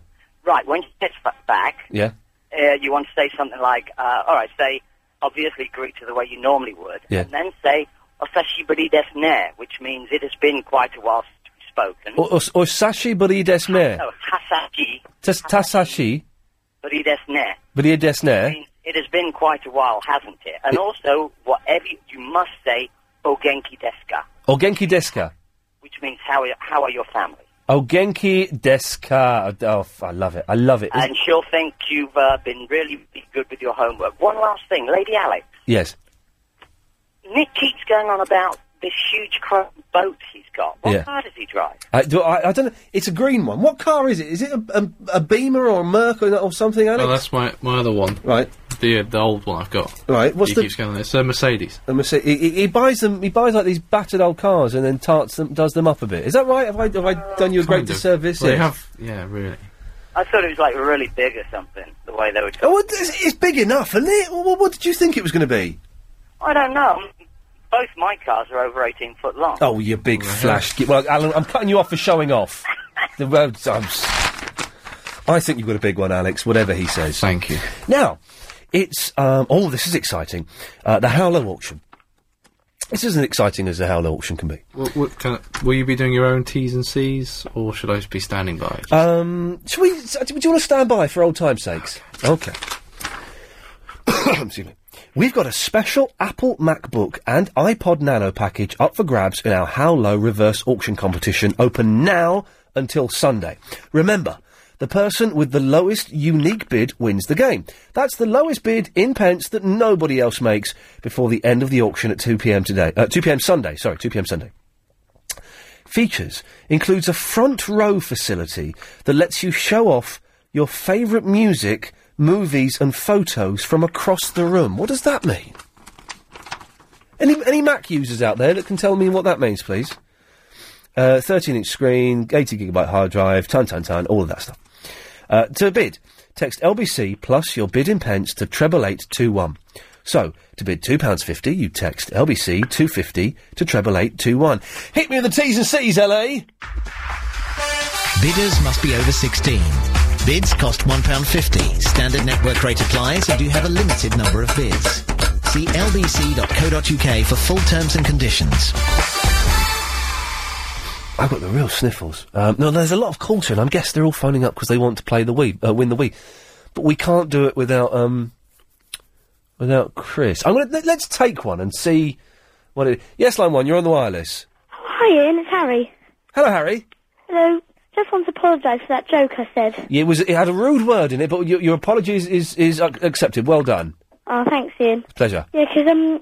Right, when she gets fa- back, yeah, uh, you want to say something like, uh, all right, say, obviously greet her the way you normally would, Yeah. and then say, osashibari desu ne, which means it has been quite a while since we've spoken. or, or, or sashi buri desu ne. No, hasashi Tas, tasashi bari desu ne. buri desu ne. means it has been quite a while, hasn't it? And also, whatever you, you must say, ogenki desu ka, O genki desu ka. which means how are, how are your family? O genki desu ka. Oh, f- I love it. I love it. And she'll think you've uh, been really good with your homework. One last thing, Lady Alex. yes. Nick keeps going on about this huge chrome boat he's got. What Yeah. car does he drive? I, do, I, I don't know. It's a green one. What car is it? Is it a, a, a Beamer or a Merc or, or something, Alex? Oh, that's my, my other one. Right. The, uh, the old one I've got. Right, what's he the- keeps going on there. It's a Mercedes. I must say, he, he- he buys them. He buys like these battered old cars and then tarts them, does them up a bit. Is that right? Have I, have I done you a great Kind of. disservice? Well, they Yes. have, yeah, really. I thought it was like really big or something. The way they were. Oh, well, it's, it's big enough, isn't it? Well, what, what did you think it was going to be? I don't know. Both my cars are over eighteen foot long. Oh, you big flash! gi- Well, Alan, I'm cutting you off for showing off. the roads. I'm, s- I think you've got a big one, Alex. Whatever he says. Thank you. Now, it's um, oh, this is exciting. Uh, the Howler auction. This isn't exciting as the Howler auction can be. What, what kind of, will you be doing your own T's and C's, or should I be standing by? Um, shall we? s- Do you want to stand by for old time's sakes? Okay. Excuse me. We've got a special Apple MacBook and iPod Nano package up for grabs in our How Low reverse auction competition, open now until Sunday. Remember, the person with the lowest unique bid wins the game. That's the lowest bid in pence that nobody else makes before the end of the auction at 2 p.m. today. Uh, 2 p.m. Sunday, sorry, 2 p.m. Sunday. Features includes a front row facility that lets you show off your favourite music, movies, and photos from across the room. What does that mean? Any any Mac users out there that can tell me what that means, please? Uh, 13-inch screen, 80 gigabyte hard drive, ton, ton, ton, all of that stuff. Uh, to bid, text LBC plus your bid in pence to treble eight two one. So to bid two pounds fifty, you text LBC two fifty to treble eight two one. Hit me with the T's and C's, LA. Bidders must be over 16. Bids cost £1.50. Standard network rate applies and you have a limited number of bids. See lbc.co.uk for full terms and conditions. I've got the real sniffles. Um, no, there's a lot of culture, and I guess they're all phoning up because they want to play the Wii, uh, win the Wii. But we can't do it without um, without Chris. I'm gonna let, let's take one and see what it. Yes, line one, you're on the wireless. Hi Ian, it's Harry. Hello, Harry. Hello. Just want to apologise for that joke I said. It was it had a rude word in it, but your, your apologies is is ac- accepted. Well done. Oh, thanks Ian. Pleasure. Yeah, 'cause um,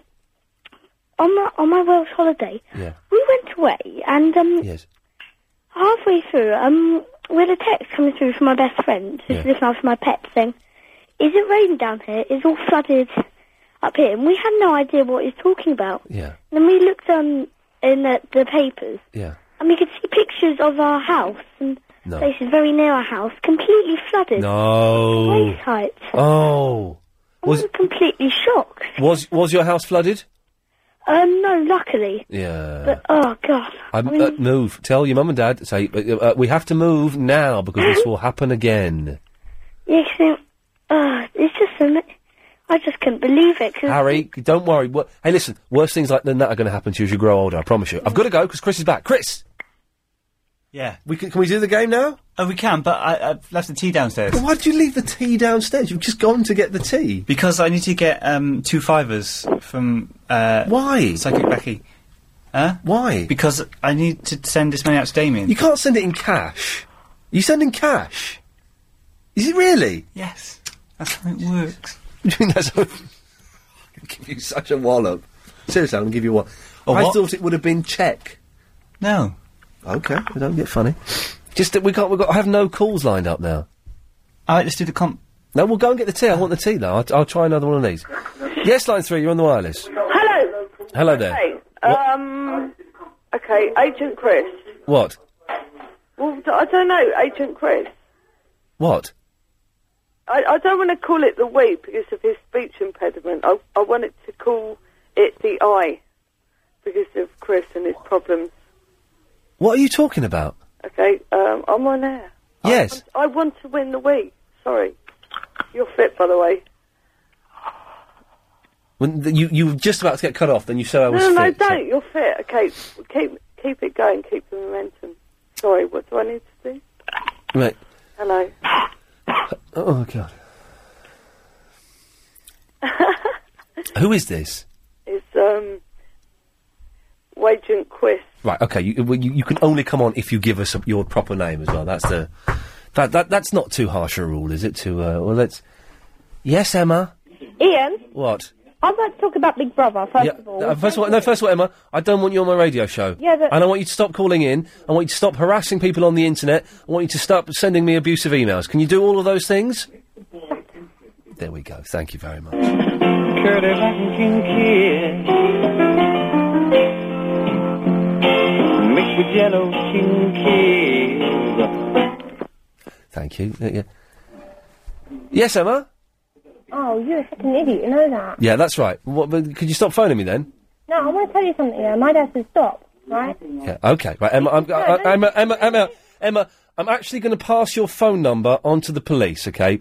on my on my Welsh holiday, Yeah. we went away, and um, Yes. halfway through, um, we had a text coming through from my best friend who's Yeah. looking after my pet, saying, "Is it raining down here? It's all flooded up here." And we had no idea what he was talking about. Yeah. And then we looked um in the, the papers, Yeah. and we could see pictures of our house and No. places very near our house completely flooded. No. Waist height. Oh. Was completely shocked. was was your house flooded? Um, no, luckily. Yeah. But, oh, God. I'm, uh, move. Tell your mum and dad. Say uh, uh, we have to move now because this will happen again. Yeah, 'cause it- uh, it's just, a, mi- I just couldn't believe it. 'cause- Harry, don't worry. Wo- Hey, listen. Worse things like than that are going to happen to you as you grow older. I promise you. I've got to go because Chris is back. Chris. Yeah. We can, can we do the game now? Oh, we can, but I, I've left the tea downstairs. Why did you leave the tea downstairs? You've just gone to get the tea. Because I need to get um, two fivers from. Uh, Why? Psychic Becky. Huh? Why? Because I need to send this money out to Damien. You can't send it in cash. You send in cash. Is it really? Yes. That's how it works. You think that's? I'm gonna give you such a wallop. Seriously, I'm gonna give you one. A I what? thought it would have been check. No. Okay, we don't get funny. Just that we got we got. I have no calls lined up now. All right, let's do the comp. No, we'll go and get the tea. I want the tea now. I'll, I'll try another one of these. Yes, line three. You're on the wireless. Hello. Hello there. Hey. Um. Okay, Agent Chris. What? Well, d- I don't know, Agent Chris. What? I, I don't want to call it the weep because of his speech impediment. I, I wanted to call it the eye because of Chris and his problems. What are you talking about? Okay, um, I'm on air. Yes. I want to win the week. Sorry. You're fit, by the way. When th- you you were just about to get cut off, then you said I was no, no, fit. don't. You're fit. Okay, keep keep it going. Keep the momentum. Sorry, what do I need to do? Right. Hello. Oh god. Who is this? It's um, Wagent Quist. Right. Okay. You, well, you you can only come on if you give us your proper name as well. That's the that that that's not too harsh a rule, is it? To uh, well, let's. Yes, Emma. Ian, What? I'd like to talk about Big Brother, first of all. Uh, first of all, no. First of all, Emma, I don't want you on my radio show. Yeah, but- And I want you to stop calling in. I want you to stop harassing people on the internet. I want you to stop sending me abusive emails. Can you do all of those things? There we go. Thank you very much. Mixed with yellow kinky. Thank you. Uh, yeah. Yes, Emma. Oh, you're such an idiot, you know that. Yeah, that's right. What, but could you stop phoning me then? No, I want to tell you something, yeah. My dad said stop, right? Yeah. Okay. Right, Emma. I'm, I, I, Emma. Emma. Emma. Emma. I'm actually going to pass your phone number on to the police. Okay.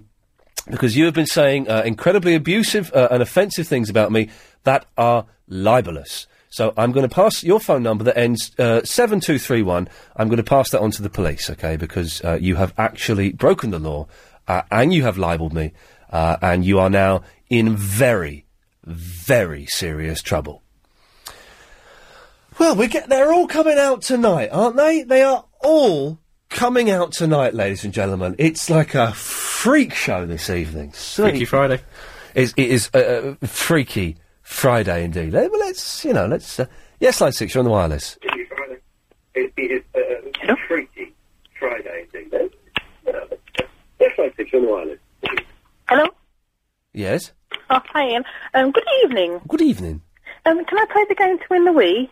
Because you have been saying uh, incredibly abusive uh, and offensive things about me that are libelous. So I'm going to pass your phone number that ends uh, seven two three one. I'm going to pass that on to the police. Okay. Because uh, you have actually broken the law uh, and you have libelled me, uh, and you are now in very, very serious trouble. Well, we get they're all coming out tonight, aren't they? They are all coming out tonight, ladies and gentlemen. It's like a freak show this evening. Sweet. Freaky Friday. It's, it is uh, uh, freaky Friday indeed. Let, well, let's you know, let's uh, yes, line six, you're on the wireless. It, it is uh, freaky Friday, eh? isn't it? Yes, I think you're on the wireless. Hello. Yes. Oh, hi, Ian. Um, good evening. Good e- evening. Um, can I play the game to win the Wii?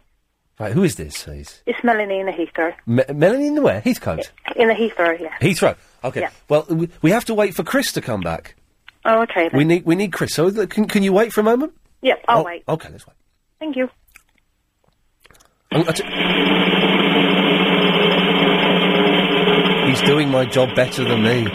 Right, who is this? Please? It's Melanie in the Heathrow. Me- Melanie in the where? Heathcote. In the Heathrow, yeah. Heathrow. Okay. Yeah. Well, we, we have to wait for Chris to come back. Oh, okay. Then. We need we need Chris. So th- can can you wait for a moment? Yep, I'll Oh, wait. Okay, let's wait. Thank you. Oh, I t- He's doing my job better than me.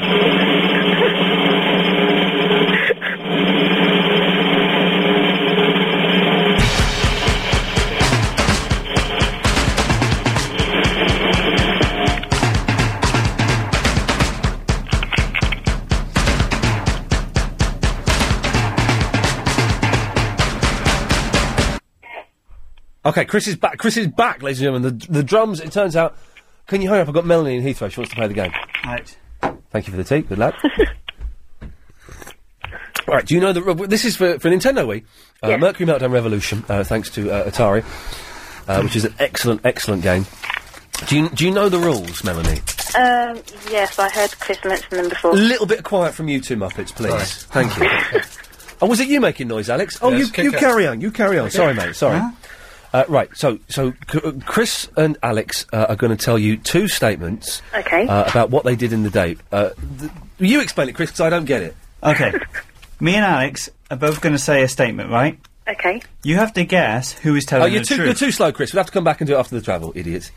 Okay, Chris is back. Chris is back, ladies and gentlemen. The, the drums, it turns out. Can you hurry up? I've got Melanie in Heathrow. She wants to play the game. Right. Thank you for the tea. Good luck. All right, do you know that this is for, for Nintendo Wii? Uh, Mercury Meltdown Revolution, uh, thanks to uh, Atari, uh, which is an excellent, excellent game. Do you, do you know the rules, Melanie? Um, yes, I heard Chris mention them before. A little bit quiet from you two Muppets, please. Thank you. oh, was it you making noise, Alex? Oh, Yes, you, you kick it. carry on. You carry on. Okay. Sorry, mate. Sorry. Huh? Uh, right. So, so C- uh, Chris and Alex uh, are going to tell you two statements. Okay. Uh, about what they did in the day. Uh, th- you explain it, Chris, because I don't get it. Okay. Me and Alex are both going to say a statement, right? Okay. You have to guess who is telling oh, you're the too, truth. You're too slow, Chris. We'll have to come back and do it after the travel, idiots.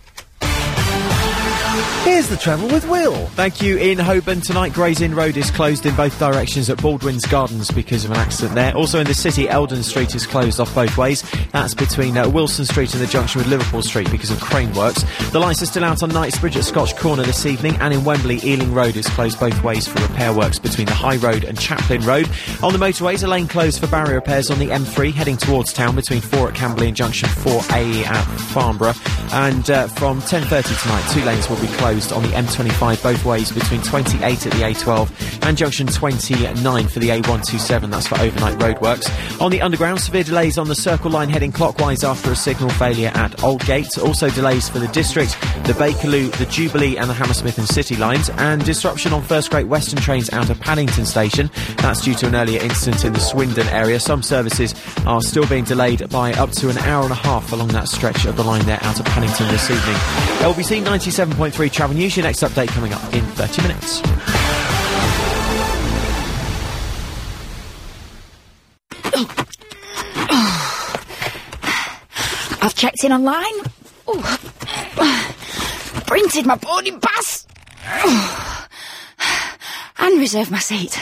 Here's the travel with Will. Thank you. In Holborn tonight, Gray's Inn Road is closed in both directions at Baldwin's Gardens because of an accident there. Also in the city, Eldon Street is closed off both ways. That's between uh, Wilson Street and the junction with Liverpool Street because of crane works. The lights are still out on Knightsbridge at Scotch Corner this evening, and in Wembley, Ealing Road is closed both ways for repair works between the High Road and Chaplin Road. On the motorways, a lane closed for barrier repairs on the M3 heading towards town between 4 at Camberley and Junction 4A at Farnborough. And uh, from 10.30 tonight, two lanes will be closed on the M25 both ways between 28 at the A12 and Junction 29 for the A127. That's for overnight roadworks. On the underground, severe delays on the Circle Line heading clockwise after a signal failure at Oldgate. Also delays for the District, the Bakerloo, the Jubilee and the Hammersmith and City lines. And disruption on First Great Western trains out of Paddington Station. That's due to an earlier incident in the Swindon area. Some services are still being delayed by up to an hour and a half along that stretch of the line there out of Paddington this evening. LBC 97.3 Travel News. Your next update coming up in 30 minutes. I've checked in online. Ooh. Printed my boarding pass. Ooh. And reserved my seat.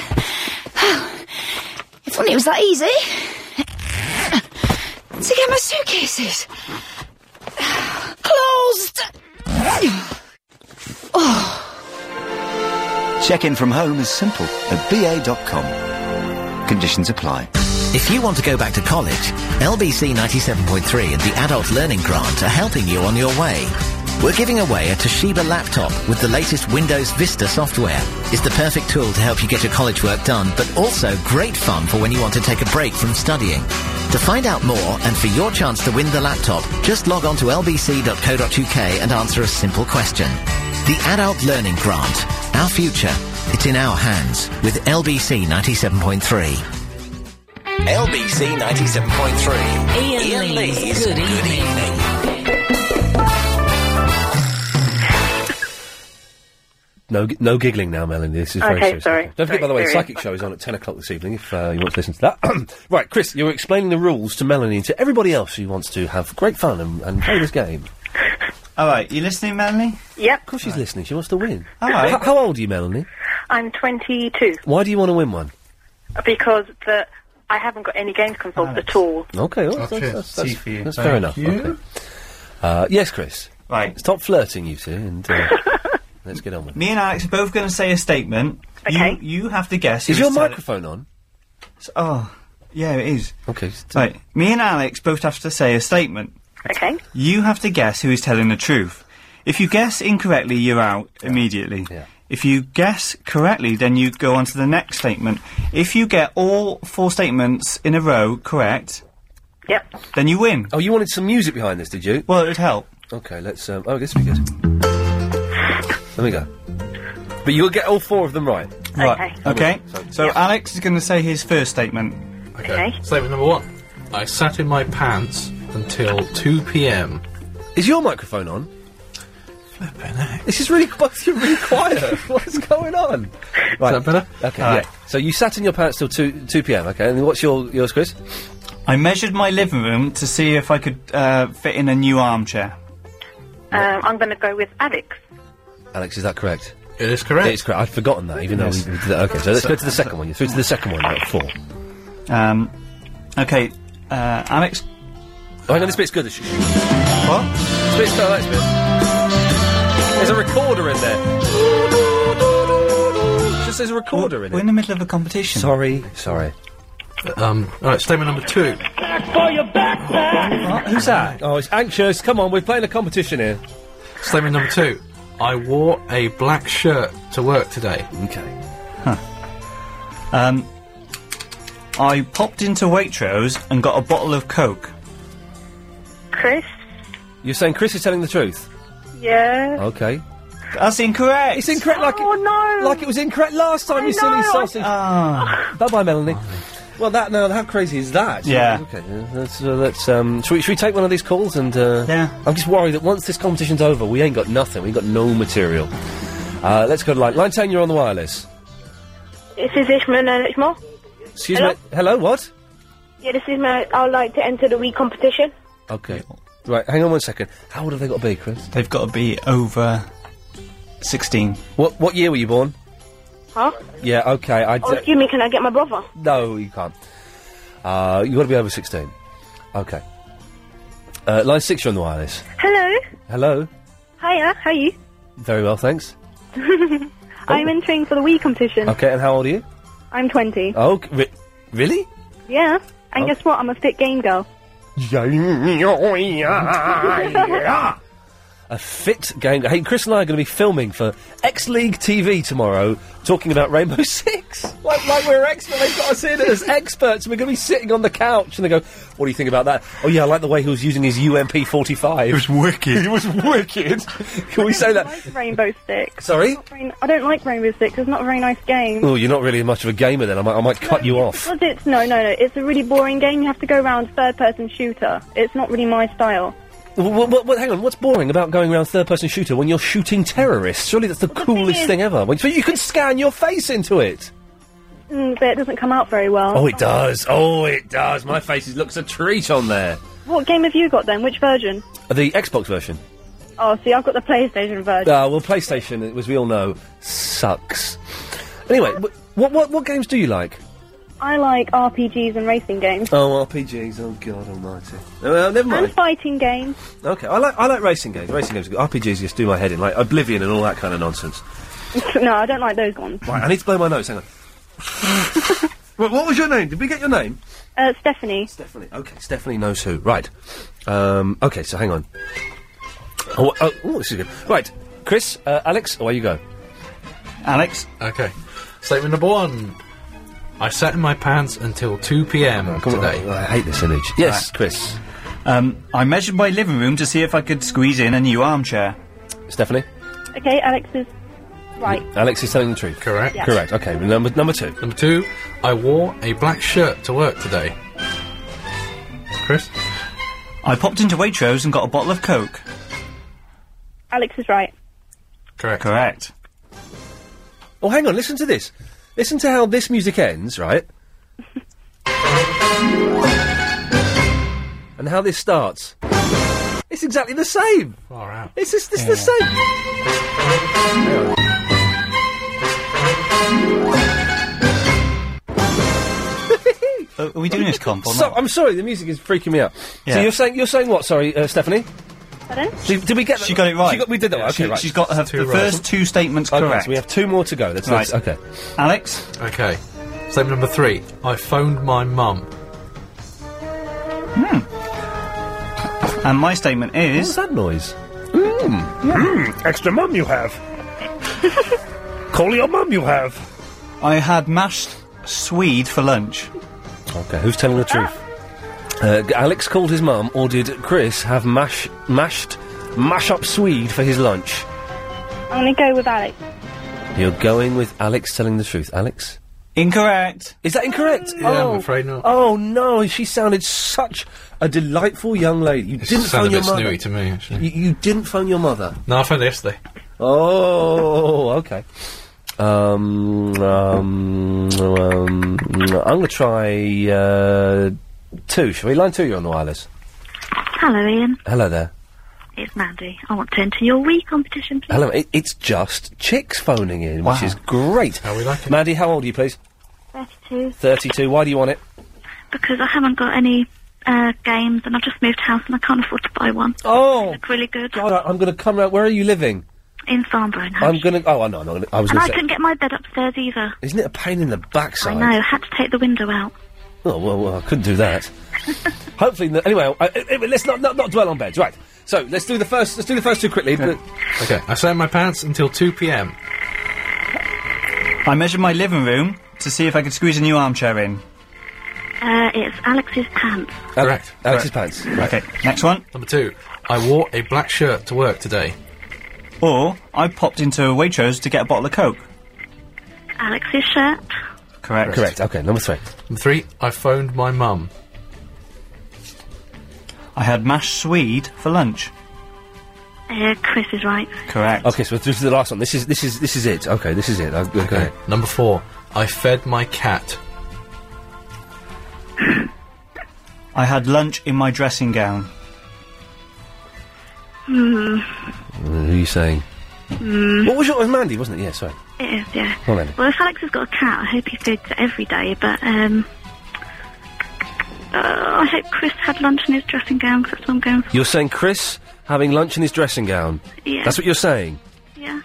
If only it was that easy. To get my suitcases. Closed. Oh. Check in from home is simple at ba.com. Conditions apply. If you want to go back to college, LBC 97.3 and the Adult Learning Grant are helping you on your way. We're giving away a Toshiba laptop with the latest Windows Vista software. It's the perfect tool to help you get your college work done, but also great fun for when you want to take a break from studying. To find out more and for your chance to win the laptop, just log on to lbc.co.uk and answer a simple question. The Adult Learning Grant. Our future. It's in our hands with LBC 97.3. LBC 97.3. Ian Lee's Good No, gi- no giggling now, Melanie. This is very Okay, serious. sorry. Don't forget, Very by the way, the serious. psychic show is on at ten o'clock this evening. If uh, you want to listen to that, right, Chris, you were explaining the rules to Melanie and to everybody else who wants to have great fun and, and play this game. All right, you listening, Melanie? Yep. Of course, she's listening. She wants to win. All right. H- how old are you, Melanie? I'm 22 Why do you want to win one? because the I haven't got any games consoles at all. Okay, well, that's, Okay, that's, that's, tea for you. that's Thank fair enough. you. Okay. Uh, yes, Chris. Right. Stop flirting, you two, and uh, let's get on with it. Me and Alex are both going to say a statement. Okay. You, you have to guess. Is your microphone on? oh, yeah, it is. Okay. Right. Me and Alex both have to say a statement. Okay. You have to guess who is telling the truth. If you guess incorrectly, you're out immediately. If you guess correctly, then you go on to the next statement. If you get all four statements in a row correct, yep. then you win. Oh, you wanted some music behind this, did you? Well, it would help. Okay, let's. Um, oh, this will be good. Let me go. But you'll get all four of them right. Right. Okay. So- So Alex is going to say his first statement. Okay. Statement number one. I sat in my pants until 2 p.m. Is your microphone on? This is really both you're really quiet. What's going on? Right. Is that better? Okay. All yeah. right. So you sat in your pants till two two p.m. Okay. And what's your yours, Chris? I measured my living room to see if I could uh, fit in a new armchair. Um, I'm going to go with Alex. Alex, is that correct? It is correct. It is correct. I'd forgotten that, even Yes. though we, we did that. Okay. So let's So- go to the second one. You're through to the second one. Right, four. Um, okay, uh, Alex. Oh, hang on, this bit's good. This what? This bit's oh, that's good. There's a recorder in there. Just there's a recorder in We're in the middle of a competition. Sorry, sorry. Um, all right, statement number two. For Oh, your backpack. it. Who's that? Oh, it's anxious. Come on, we're playing a competition here. Statement number two. I wore a black shirt to work today. Okay. Um, I popped into Waitrose and got a bottle of Coke. Chris. You're saying Chris is telling the truth? Yeah. Okay. That's incorrect. It's Oh. incorrect. Like oh it, no! Like it was incorrect last time. I you silly know, I- sausage. Bye bye, Melanie. Well, that no. How crazy is that? Ah. Yeah. Okay. uh, Let's uh, let's um. Should we, should we take one of these calls and? Uh, Yeah. I'm just worried that once this competition's over, we ain't got nothing. We ain't got no material. Uh, let's go to line. Line ten. You're on the wireless. This is Ishmael and Ishmael. Excuse Hello? me. Hello. What? Yeah, this is my. I'd like to enter the Wii competition. Okay. Right, hang on one second. How old have they got to be, Chris? They've got to be over 16. What What year were you born? Huh? Yeah, okay. I d- Oh, excuse me, can I get my brother? No, you can't. Uh, you got to be over 16. Okay. Uh, line 6, you're on the wireless. Hello. Hello. Hiya. How are you? Very well, thanks. I'm entering for the Wii competition. Oh. Okay, and how old are you? I'm 20. Oh, c- re- really? Yeah. And Oh. guess what? I'm a fit game girl. a fit game. Hey, Chris and I are going to be filming for X League TV tomorrow, talking about Rainbow Six. like, like we're experts. They've got us in as experts. We're going to be sitting on the couch, and they go, "What do you think about that?" Oh yeah, I like the way he was using his UMP forty five. It was wicked. it was wicked. Can we say that? Rainbow Six. Sorry. Rain- I don't like Rainbow Six. It's not a very nice game. Oh, you're not really much of a gamer then. I might, I might cut you off. Because it's no, no, no. It's a really boring game. You have to go around third-person shooter. It's not really my style. What, what, hang on. What's boring about going around third-person shooter when you're shooting terrorists? Surely that's the coolest is- thing ever. When, so you can scan your face into it. Mm, but it doesn't come out very well. Oh, it does. Oh, it does. My face is, looks a treat on there. What game have you got then? Which version? The Xbox version. Oh, see, I've got the PlayStation version. Uh, well, PlayStation, as we all know, sucks. Anyway, wh- what, what, what games do you like? I like RPGs and racing games Oh, RPGs. Oh, God almighty. Uh, never and mind. fighting games. Okay, I like, I like racing games. Racing games are good. RPGs just do my head in, like Oblivion and all that kind of nonsense. no, I don't like those ones. Right, I need to blow my nose. Hang on. Right, what was your name? Did we get your name? Uh, Stephanie. Stephanie. Okay, Stephanie knows who. Right. Um, okay, so hang on. Oh, oh, oh, this is good. Right, Chris, uh, Alex, away you go. Alex? Okay. Statement number one. I sat in my pants until 2 p.m. today. Oh, I hate this image. Yes, Chris. Um, I measured my living room to see if I could squeeze in a new armchair. Stephanie? Okay, Alex is right. Alex is telling the truth. Correct. Yeah. Correct. Okay. Number number two. Number two. I wore a black shirt to work today. Chris? I popped into Waitrose and got a bottle of Coke. Alex is right. Correct. Correct. Oh, hang on. Listen to this. Listen to how this music ends, right? and how this starts. It's exactly the same. Far out. It's just it's the same. Are we doing this comp or So, not? I'm sorry, the music is freaking me out. So Yeah. you're saying you're saying what? Sorry, uh, Stephanie. Pardon? Did, did we get? That? She got it right. She we did that. Yeah, one. Okay, she- right. she's got her- Two the right. first two statements okay, correct. So we have two more to go. That's Right. that's- okay. Alex? Okay. Statement number three. I phoned my mum. And my statement What is. was that noise? Hmm. Hmm, extra mum you have. Call your mum you have. I had mashed swede for lunch. Okay, who's telling the truth? Uh, G- Alex called his mum, or did Chris have mash mashed mash up swede for his lunch? I'm gonna go with Alex. You're going with Alex telling the truth, Alex. Incorrect. Is that incorrect? Yeah, I'm afraid not. Oh no, she sounded such a delightful young lady. You didn't sounded phone your a bit mother. snooty to me, actually. You, you didn't phone your mother. No, I phoned her yesterday. Oh, okay. Um, um, um, I'm going to try uh, two. Shall we line two? You're on the wireless. Hello, Ian. Hello there. It's Mandy. I want to enter your Wii competition, please. Hello, it, it's just chicks phoning in, which Wow. is great. How we like it. Mandy, how old are you, please? 32. 32. Why do you want it? Because I haven't got any uh, games and I've just moved house and I can't afford to buy one. Oh! Look really good. God, I, I'm going to come round. Where are you living? In Farnborough now. I'm going to. Oh, I know, I'm not going to. I was going And I to say. couldn't get my bed upstairs either. Isn't it a pain in the backside? I know. Had to take the window out. Oh, well, well I couldn't do that. Hopefully, no, anyway, I, I- I- let's not, not not dwell on beds. Right. So let's do the first. Let's do the first two quickly. but- Okay. I sat in my pants until 2 p.m. I measured my living room to see if I could squeeze a new armchair in. Uh, it's Alex's pants. Correct. Alex's pants. Okay, next one. Number two. I wore a black shirt to work today. Or I popped into a Waitrose to get a bottle of Coke. Alex's shirt. Correct. Correct. Okay, number three. Number three. I phoned my mum. I had mashed swede for lunch. Uh, Chris is right. Correct. Okay, so this is the last one. This is this is this is it. Okay, this is it. I- Okay. Number four. I fed my cat. I had lunch in my dressing gown. Hmm. Who are you saying? Hmm. What was your? It was Mandy, wasn't it? Yeah, sorry. It is, yeah. Well, then. Well, if Alex has got a cat, I hope he feeds it every day. But um, uh, I hope Chris had lunch in his dressing gown because that's what I'm going for. You're saying Chris having lunch in his dressing gown. Yeah. That's what you're saying. Yeah.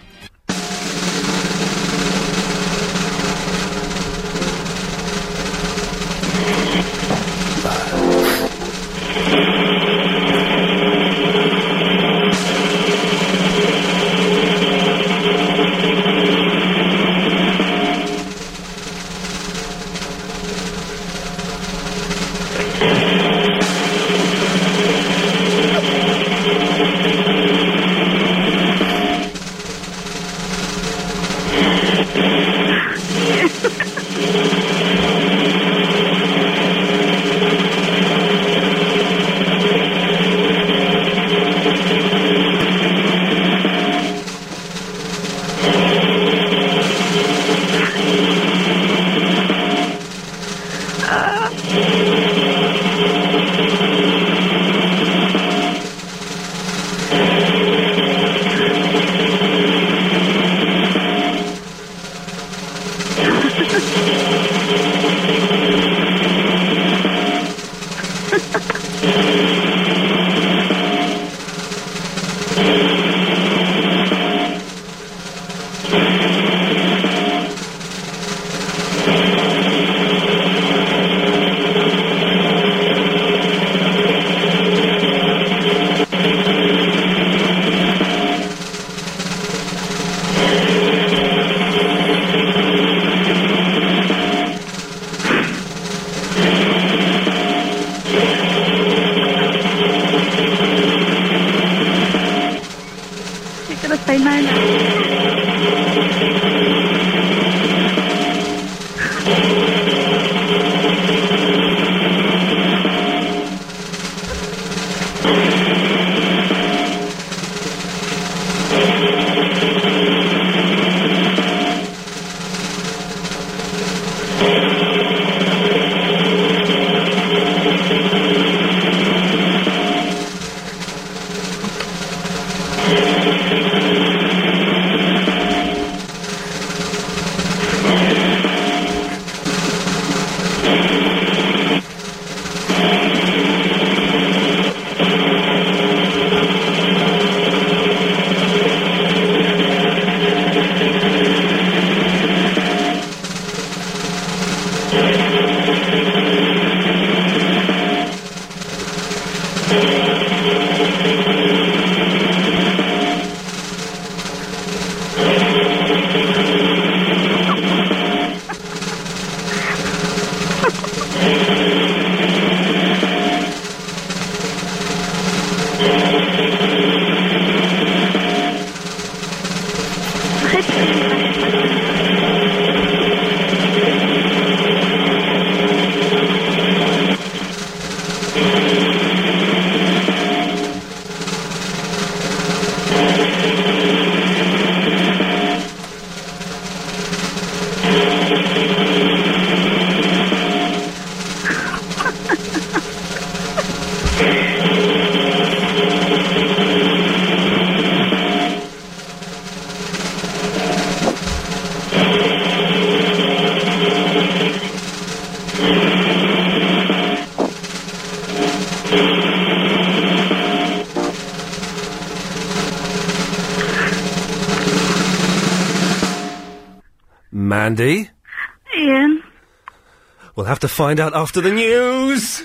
You're gonna say no. Mandy, Ian, we'll have to find out after the news.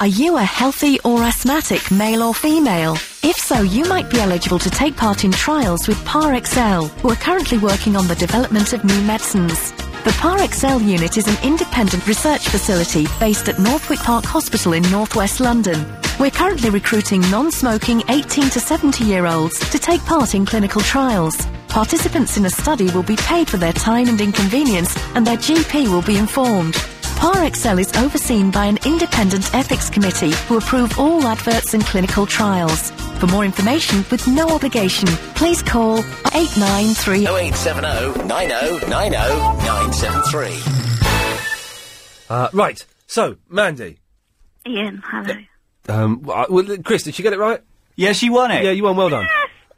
Are you a healthy or asthmatic male or female? If so, you might be eligible to take part in trials with ParXL, who are currently working on the development of new medicines. The ParXL unit is an independent research facility based at Northwick Park Hospital in northwest London. We're currently recruiting non-smoking 18 to 70 year olds to take part in clinical trials. Participants in a study will be paid for their time and inconvenience and their GP will be informed. ParXL is overseen by an independent ethics committee who approve all adverts and clinical trials. For more information with no obligation, please call 893 0870 90 90 973. Uh, right. So, Mandy, Ian, hello. Um, well, I- well, Chris, did she get it right? Yeah, she won it. Yeah, you won. Well done.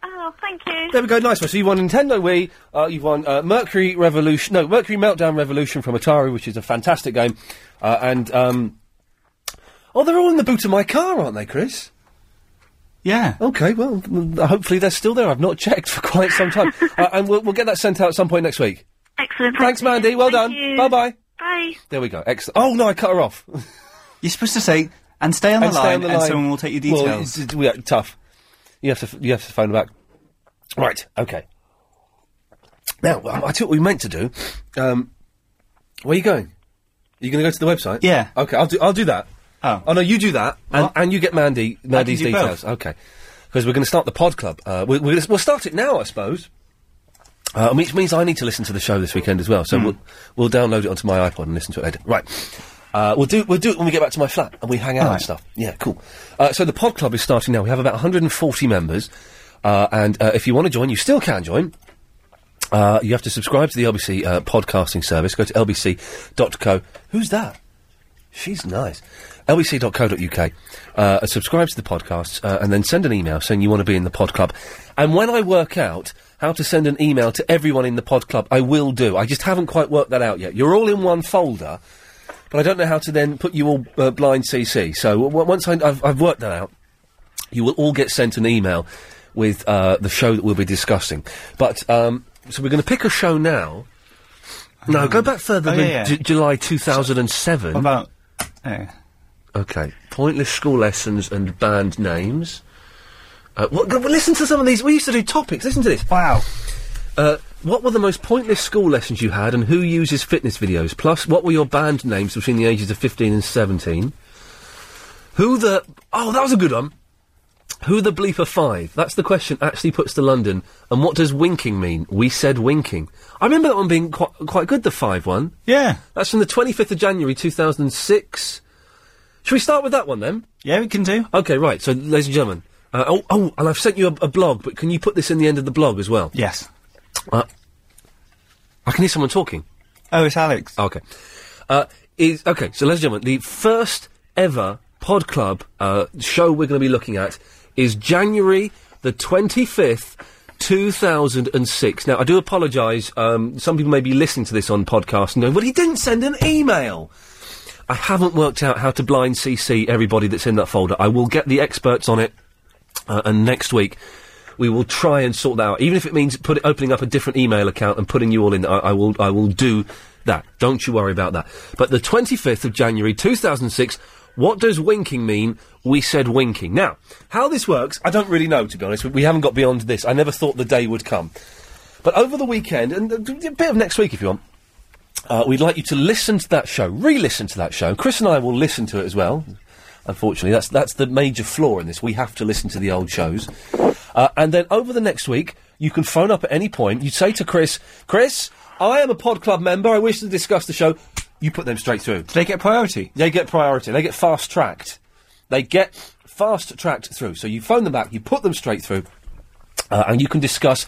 Oh, thank you. There we go. Nice one. So you won Nintendo Wii. Uh, you've won uh, Mercury Revolution. No, Mercury Meltdown Revolution from Atari, which is a fantastic game. Uh, and um, oh, they're all in the boot of my car, aren't they, Chris? Yeah. Okay. Well, m- hopefully they're still there. I've not checked for quite some time, uh, and we'll, we'll get that sent out at some point next week. Excellent. Thanks, Mandy. Well done. Bye bye. Bye. There we go. Excellent. Oh no, I cut her off. You're supposed to say and stay on the line, and someone will take your Well, details. it's- we are- tough. You have to. f- You have to phone back. Right. Okay. Now, well, I tell you what we meant to do. Um, where are you going? Are you going to go to the website? Yeah. Okay. I'll do. I'll do that. Oh. no, you do that, and, and you get Mandy Mandy's do both. details. Okay. Because we're going to start the pod club. Uh, we're, we're gonna, we'll start it now, I suppose. Uh, which means I need to listen to the show this weekend as well. So Hmm. we'll we'll download it onto my iPod and listen to it later. Right. Uh, we'll do we'll do it when we get back to my flat and we hang out and stuff. Yeah, cool. Uh, so the pod club is starting now. We have about 140 members, uh, and uh, if you want to join, you still can join. Uh, you have to subscribe to the LBC uh, podcasting service. Go to lbc.co. Who's that? She's nice. lbc.co.uk. Uh, and subscribe to the podcasts uh, and then send an email saying you want to be in the pod club. And when I work out how to send an email to everyone in the pod club, I will do. I just haven't quite worked that out yet. You're all in one folder, but I don't know how to then put you all uh, blind CC. So w- once I, I've, I've worked that out, you will all get sent an email with uh, the show that we'll be discussing. But um, so we're going to pick a show now. No, go back further Oh, than yeah, yeah. Ju- July 2007. about? eh. Okay. Pointless school lessons and band names. Uh, what, go- listen to some of these. We used to do topics. Listen to this. Wow. Uh, what were the most pointless school lessons you had, and who uses fitness videos? Plus, what were your band names between the ages of 15 and 17? Who the. Oh, that was a good one. Who the bleeper five? That's the question actually puts to London. And what does winking mean? We said winking. I remember that one being quite, quite good, the five one. Yeah. That's from the 25th of January 2006. Should we start with that one then? Yeah, we can do. Okay, right. So, ladies and gentlemen, uh, oh, oh, and I've sent you a, a blog, but can you put this in the end of the blog as well? Yes. Uh, I can hear someone talking. Oh, it's Alex. Okay. Uh, is okay. So, ladies and gentlemen, the first ever Pod Club uh, show we're going to be looking at is January the twenty fifth. 2006. Now, I do apologise. Um, some people may be listening to this on podcast and going, well, he didn't send an email. I haven't worked out how to blind CC everybody that's in that folder. I will get the experts on it, uh, and next week we will try and sort that out. Even if it means put opening up a different email account and putting you all in, I, I will. I will do that. Don't you worry about that. But the twenty fifth of January two thousand six. What does winking mean? We said winking. Now, how this works, I don't really know, to be honest. We- We haven't got beyond this. I never thought the day would come. But over the weekend, and uh, d- d- a bit of next week if you want, uh, we'd like you to listen to that show, re-listen to that show. Chris and I will listen to it as well. Unfortunately, that's that's the major flaw in this. We have to listen to the old shows, uh, and then over the next week, you can phone up at any point. You say to Chris, "Chris, I am a Pod Club member. I wish to discuss the show." You put them straight through. Do they get priority? They get priority. They get fast tracked. They get fast tracked through. So you phone them back. You put them straight through uh, and you can discuss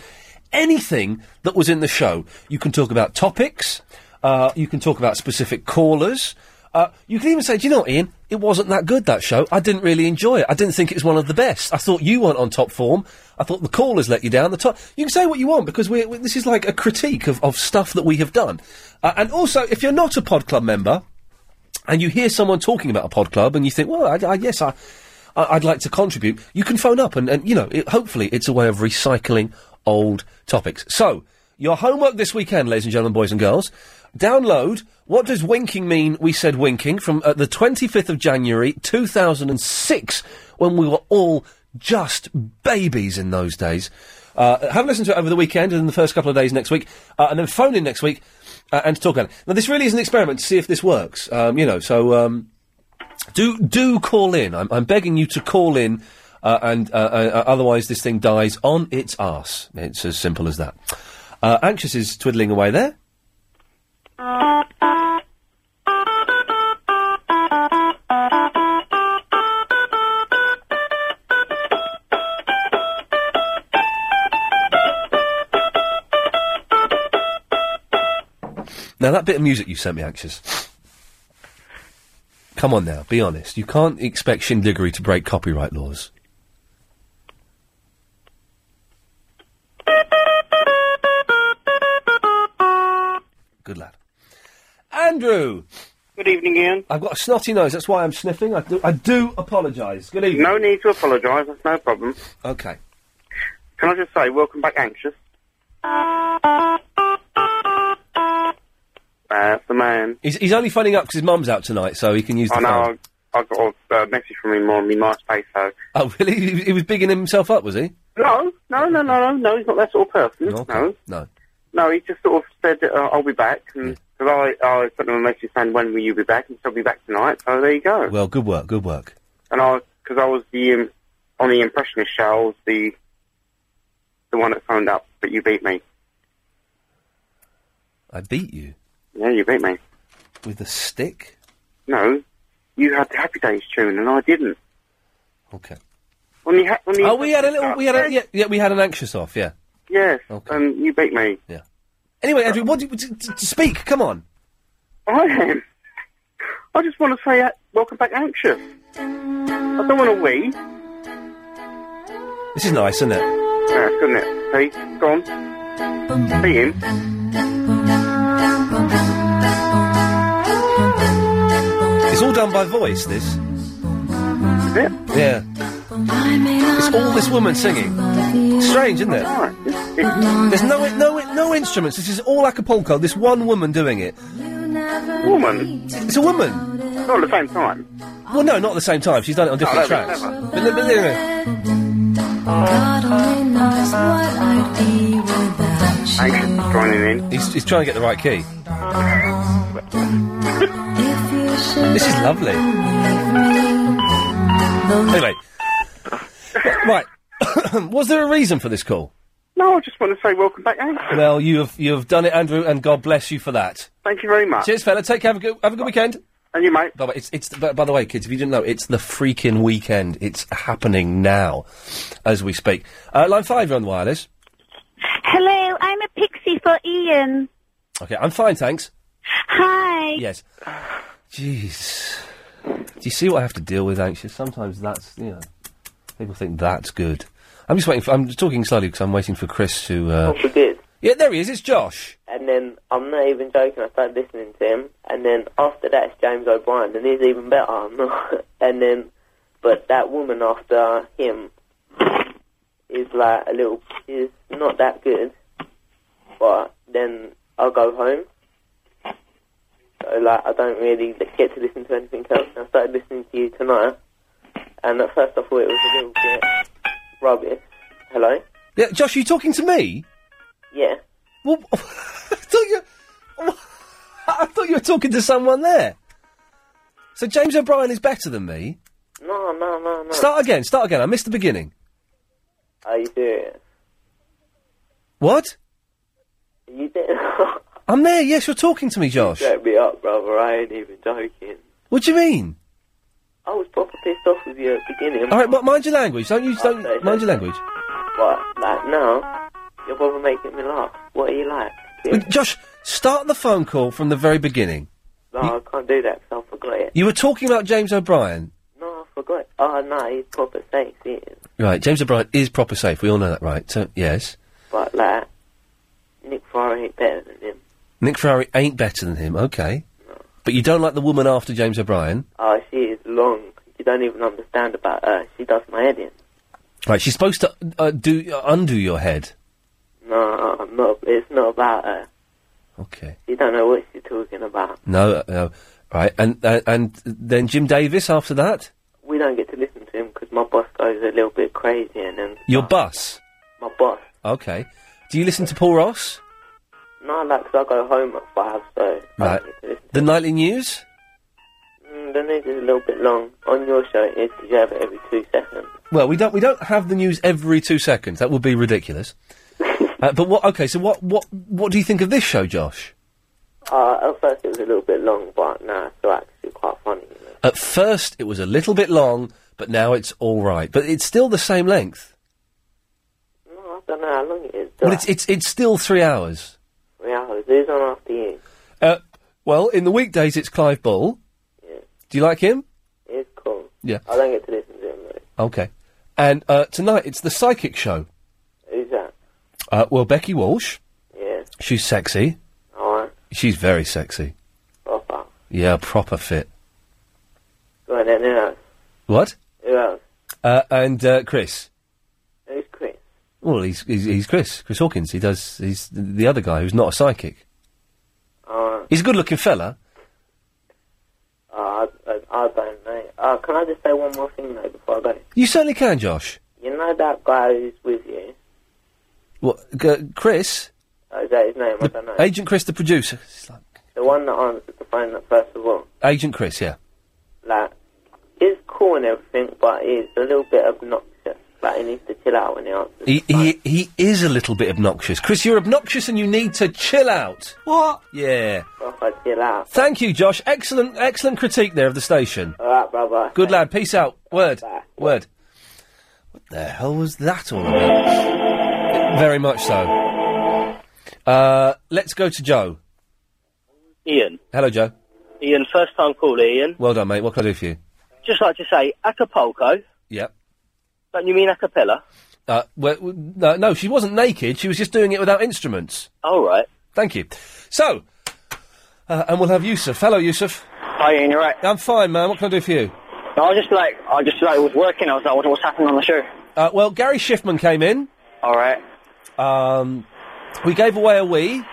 anything that was in the show. You can talk about topics. Uh, you can talk about specific callers. Uh, you can even say, "Do you know, what, Ian? It wasn't that good that show. I didn't really enjoy it. I didn't think it was one of the best. I thought you weren't on top form. I thought the callers let you down. The top. You can say what you want because we're, we this is like a critique of, of stuff that we have done. Uh, and also, if you're not a Pod Club member, and you hear someone talking about a pod club and you think, well, I, I, yes, I, I, I'd like to contribute, you can phone up and, and you know, it, hopefully it's a way of recycling old topics. So, your homework this weekend, ladies and gentlemen, boys and girls, download What Does Winking Mean? We Said Winking from uh, the 25th of January 2006 when we were all just babies in those days. Uh, have a listen to it over the weekend and in the first couple of days next week, uh, and then phone in next week uh, and to talk about it. Now, this really is an experiment to see if this works. Um, you know, so um, do do call in. I'm, I'm begging you to call in, uh, and uh, uh, uh, otherwise this thing dies on its arse. It's as simple as that. Uh, Anxious is twiddling away there. Now that bit of music you sent me, Anxious. Come on now, be honest. You can't expect Shindiggery to break copyright laws. Good lad. Andrew! Good evening, Ian. I've got a snotty nose, that's why I'm sniffing. I do, I do apologise. Good evening. No need to apologise, that's no problem. Okay. Can I just say, welcome back, Anxious? That's the man. He's, he's only phoning up because his mum's out tonight, so he can use the I know phone. I, I got a uh, message from him on my MySpace, so. Oh, really? He, was- he was bigging himself up, was he? No, no, no, no, no, no, he's not that sort of person. No. No. No, he just sort of said, uh, I'll be back. And because I, I sent him a message saying, when will you be back? And he said, I'll be back tonight. So there you go. Well, good work, good work. And I, because I was the, um, on the Impressionist show, I was the, the one that phoned up, but you beat me. I beat you Yeah, you beat me. with a stick? No, you had the Happy Days tune, and I didn't. Okay. On the, ha- on the Oh, we had a little, we had a, yeah. yeah, yeah, we had an anxious off, yeah. Yes, and you beat me. Yeah. Anyway, Andrew, what do you, t- t- speak, come on. I am. I just want to say, uh, welcome back, anxious. I don't want to wee. This is nice, isn't it? Yeah, couldn't it? See, go on. See him. It's all done by voice, this. Is it? Yeah. It's all this woman singing. Strange, isn't it? There's no, no, no instruments. This is all acapulco. This one woman doing it. Woman? It's a woman. Not at the same time. Well, no, not at the same time. She's done it on different Oh, that'd be tracks. clever. But, li- but, anyway. God only knows what I'd be without you. Anxious joining in. He's, he's trying to get the right key. If you should This is lovely. Anyway. right. Was there a reason for this call? No, I just want to say welcome back, anxious. Well, you have you have done it, Andrew, and God bless you for that. Thank you very much. Cheers, fella. Take care. Have a good, have a good weekend. And you, mate. By the way, it's, it's by, by the way, kids, if you didn't know, it's the freaking weekend. It's happening now, as we speak. Uh, line five, you're on the wireless. Hello, I'm a pixie for Ian. Okay, I'm fine, thanks. Hi. Yes. Jeez. Do you see what I have to deal with, anxious? Sometimes that's, you know, people think that's good. I'm just waiting for, I'm talking slowly because I'm waiting for Chris to, uh... forbid. Yeah, there he is, it's Josh. And then I'm not even joking. I started listening to him, and then after that it's James O'Brien, and he's even better. I'm not. And then, but that woman after him is like a little is not that good. But then I'll go home. So like I don't really get to listen to anything else. And I started listening to you tonight, and at first I thought it was a little bit rubbish. Hello. Yeah, Josh, are you talking to me? Yeah. Well, I thought you. I thought you were talking to someone there. So James O'Brien is better than me. No, no, no, no. Start again. Start again. I missed the beginning. Are you serious? What? You didn't I'm there. Yes, you're talking to me, Josh. set me up, brother. I ain't even joking. What do you mean? I was proper pissed off with you at the beginning. All right, but mind your language. Don't you? Don't Okay, mind your language. But, like, now, you're brother making me laugh. What are you like? But Josh, start the phone call from the very beginning. No, I can't do that because I forgot it. You were talking about James O'Brien. No, I forgot. Oh, no, he's proper sexy. Right, James O'Brien is proper safe. We all know that, right? So, yes. But, like, Nick Farah ain't better than him. Nick Ferrari ain't better than him. Okay. But you don't like the woman after James O'Brien. Oh, she is long. You don't even understand about her. She does my head in. Right, she's supposed to uh, do uh, undo your head. No, I'm not, it's not about her. Okay. You don't know what she's talking about. No, uh, no. Right, and uh, and then Jim Davis after that. We don't get to listen to him because my boss goes a little bit crazy and then Your bus. my boss Okay. Do you listen to Paul Ross? No, like, 'cause I go home at five, so Right. The nightly news. mm, the news is a little bit long. On your show, it is 'cause you have it every two seconds. Well, we don't we don't have the news every two seconds. That would be ridiculous. uh, but what? Okay, so what what what do you think of this show, Josh? Uh, at first, it was a little bit long, but now it's actually quite funny. At first, it was a little bit long, but now it's all right. But it's still the same length. No, I don't know how long it is. Well, it's it's it's still three hours. Three hours. Who's on after you? Uh, well, in the weekdays, it's Clive Ball. Do you like him? It's cool. Yeah. I don't get to listen to him though. Okay. And uh, tonight it's the psychic show. Who's that? Uh, well, Becky Walsh. Yeah. She's sexy. Alright. She's very sexy. Proper. Yeah, proper fit. Go on then, who else? What? Who else? Uh, and uh, Chris. Who's Chris? Well, he's, he's he's Chris Chris Hawkins. He does. He's the other guy who's not a psychic. Alright. He's a good-looking fella. Uh, I, I, I don't know. Uh, can I just say one more thing though before I go? You certainly can, Josh. You know that guy who's with you? What, g- Chris? Oh, Is that his name? I don't know. Agent Chris, the producer. The one that answered the phone at first of all. Agent Chris, yeah. Like, he's cool and everything, but he's a little bit obnoxious. Like, he needs to chill out when he answers. He, he he is a little bit obnoxious. Chris, you're obnoxious and you need to chill out. What? Yeah. Proper chill out. Thank you, Josh. Excellent excellent critique there of the station. Alright, brother. Good lad. Peace out. Word. Word. What the hell was that all about? Very much so. Uh, let's go to Joe. Ian. Hello, Joe. Ian, first time caller, Ian. Well done, mate. What can I do for you? Just like to say, Acapulco. Yep. Don't you mean a cappella? Uh, well, w- no, no, she wasn't naked. She was just doing it without instruments. All right. Thank you. So, uh, and we'll have Yusuf. Hello, Yusuf. Hi, Ian. You're right. I'm fine, man. What can I do for you? I was just like, I just like was working. I was like, what, what's happening on the show? Uh, well, Gary Schiffman came in. All right. Um, we gave away a Wii.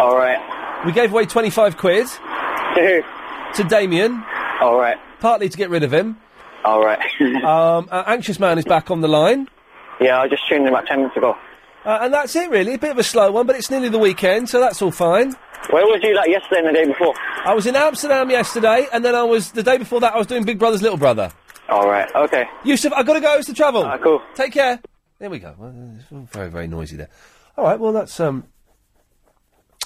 All right. We gave away 25 quid. To To Damien. All right. Partly to get rid of him. All right. um, uh, Anxious Man is back on the line. Yeah, I just tuned in about ten minutes ago. Uh, and that's it, really. A bit of a slow one, but it's nearly the weekend, so that's all fine. Where was you like yesterday and the day before? I was in Amsterdam yesterday, and then I was the day before that I was doing Big Brother's Little Brother. All right. Oh, Okay. Yusuf, I've got to go. It's the travel. Ah, cool. Take care. There we go. Well, it's all very, very noisy there. All right. Well, that's um.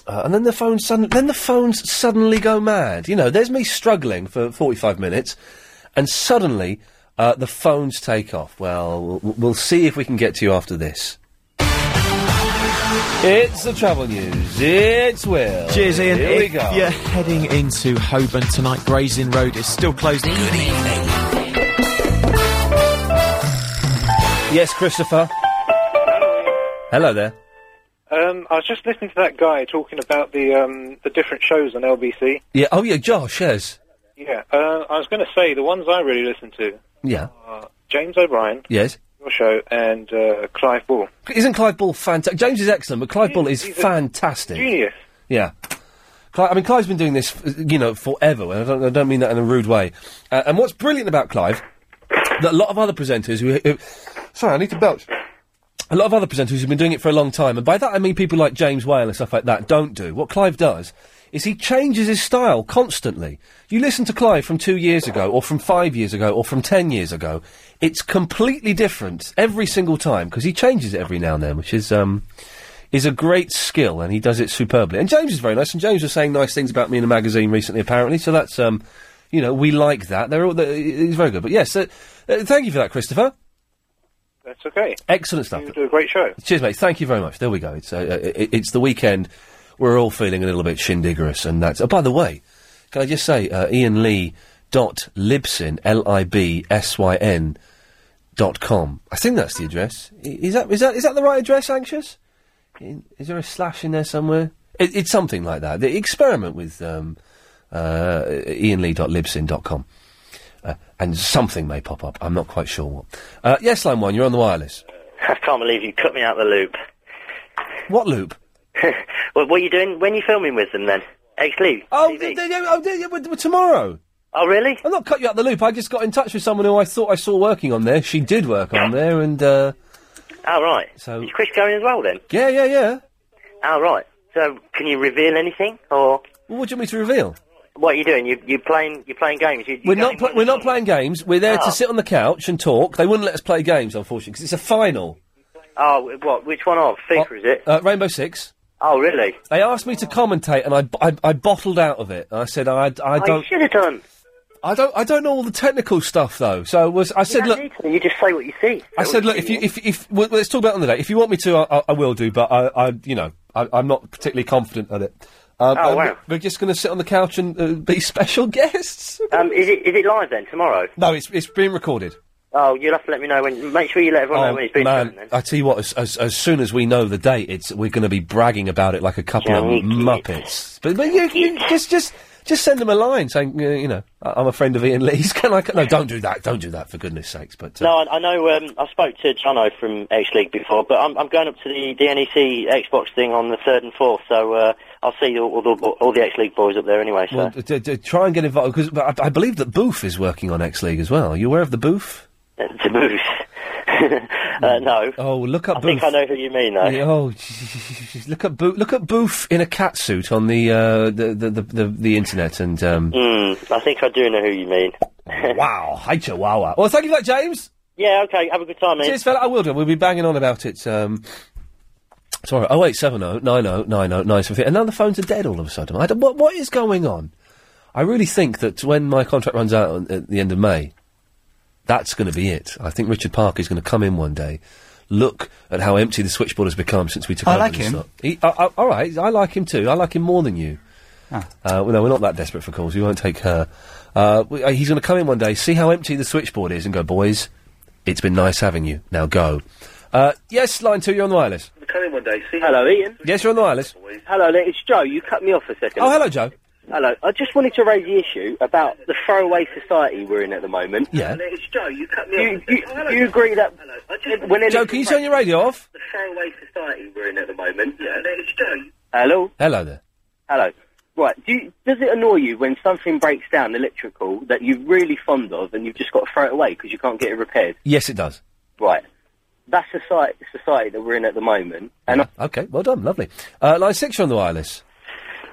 Uh, and then the phones sudden, then the phones suddenly go mad. You know, there's me struggling for 45 minutes, and suddenly uh, the phones take off. Well, we'll, we'll see if we can get to you after this. It's the travel news. It's Will. Cheers, Ian. Here we If go. You're heading into Hoban tonight. Gray's Inn Road is still closed. Yes, Christopher. Hello there. Um, I was just listening to that guy talking about the um, the different shows on LBC. Yeah. Oh, yeah. Josh. Yes. Yeah, uh, I was going to say the ones I really listen to Yeah. are James O'Brien, Yes. your show, and uh, Clive Ball. Isn't Clive Ball fantastic? James is excellent, but Clive Ball is he's a fantastic. Genius. Yeah. Clive, I mean, Clive's been doing this, f- you know, forever, and I don't, I don't mean that in a rude way. Uh, and what's brilliant about Clive, that a lot of other presenters who, who. Sorry, I need to belch. A lot of other presenters who've been doing it for a long time, and by that I mean people like James Whale and stuff like that, don't do. What Clive does is he changes his style constantly. You listen to Clive from two years ago, or from five years ago, or from ten years ago, it's completely different every single time, because he changes it every now and then, which is, um, is a great skill, and he does it superbly. And James is very nice, and James was saying nice things about me in a magazine recently, apparently. So that's, um, you know, we like that. They're all, they he's very good. But yes, uh, uh, thank you for that, Christopher. That's okay. Excellent stuff. You do a great show. Cheers, mate. Thank you very much. There we go. It's uh, uh, it, it's the weekend. We're all feeling a little bit shindiggerous, and that's. Oh, by the way, can I just say, uh, Ian Lee dot Libsyn L I B S Y N dot com. I think that's the address. I- Is that is that is that the right address? Anxious? In, is there a slash in there somewhere? It, it's something like that. The experiment with um, uh, Ian Lee dot Libsyn dot com. Uh, and something may pop up. I'm not quite sure what. Uh, yes, line one. You're on the wireless. I can't believe you cut me out the loop. What loop? well, what are you doing? When are you filming with them then? Ex Lee? Oh, d- d- yeah, oh d- yeah, but- but tomorrow. Oh, really? I've not cut you out the loop. I just got in touch with someone who I thought I saw working on there. She did work on there, and uh, Oh, right. So- Is Chris going as well then? yeah, yeah, yeah. Oh, right. So, can you reveal anything? Or. Well, what do you want me to reveal? What are you doing? You, you're, playing, you're playing games? You, you We're don't not pl- we're not playing games. We're there Oh. to sit on the couch and talk. They wouldn't let us play games, unfortunately, because it's a final. even- Oh, what? Which one of? FIFA, is it? Uh, Rainbow Six. Oh, really? They asked me to commentate, and I, b- I, I bottled out of it. I said I, I Oh, you don't. should have done. I don't. I don't know all the technical stuff though. So it was I said, look. You just say what you see. I said, look, if you, if, if, well, let's talk about it on the day. If you want me to, I, I, I will do, but I, I you know, I, I'm not particularly confident at it. Um, Oh, and wow. We're just going to sit on the couch and uh, be special guests. Um, is it is it live then tomorrow? No, it's it's being recorded. Um, Oh, you'll have to let me know when. Make sure you let everyone know when it's been man, done. Then. I tell you what, as, as, as soon as we know the date, it's we're going to be bragging about it like a couple of muppets. But, but you, you just just just send them a line saying, uh, you know, "I- I'm a friend of Ian Lee's. Can I? c-" No, don't do that. Don't do that for goodness sakes. But uh, No, I, I know. Um, I spoke to Jono from X League before, but I'm, I'm going up to the, the NEC Xbox thing on the third and fourth, so uh, I'll see all, all the all the X League boys up there anyway. So well, d- d- d- try and get involved because I, I believe that Booth is working on X League as well. Are you aware of the Booth? to move. uh, no. Oh, look up. I think I Booth. know who you mean, though. Yeah, oh, jeez. look at Boo- look at Booth in a cat suit on the uh, the, the, the the the internet and um, Mm, I think I do know who you mean. wow, hi Chihuahua. Well, thank you for that, James. Yeah, okay, have a good time, mate. Cheers, fella. I will do. We'll be banging on about it. Um, sorry, oh eight seven oh nine oh nine oh nine something. And now the phones are dead all of a sudden. I don't, what what is going on? I really think that when my contract runs out on, at the end of May, that's going to be it. I think Richard Parker is going to come in one day, look at how empty the switchboard has become since we took I over like the him. slot. He, I, I, all right, I like him too. I like him more than you. Ah. Uh, well, no, we're not that desperate for calls. We won't take her. Uh, we, uh, he's going to come in one day, see how empty the switchboard is, and go, boys, it's been nice having you. Now go. Uh, yes, line two, you're on the wireless. Come in one day. See Hello, Ian. Yes, you're on the wireless. Hello, there, it's Joe. You cut me off a second. Oh, hello, Joe. Hello. I just wanted to raise the issue about the throwaway society we're in at the moment. Yeah. Hello, It's Joe. You cut me off. You, you agree that when Joe, can you turn your radio off? the throwaway society we're in at the moment? Yeah. It's Joe. Hello. Hello there. Hello. Right. Do you, does it annoy you when something breaks down electrical that you're really fond of and you've just got to throw it away because you can't get it repaired? Yes, it does. Right. That's the society, society that we're in at the moment. And I- Okay, well done, lovely. Uh, line six, you're on the wireless.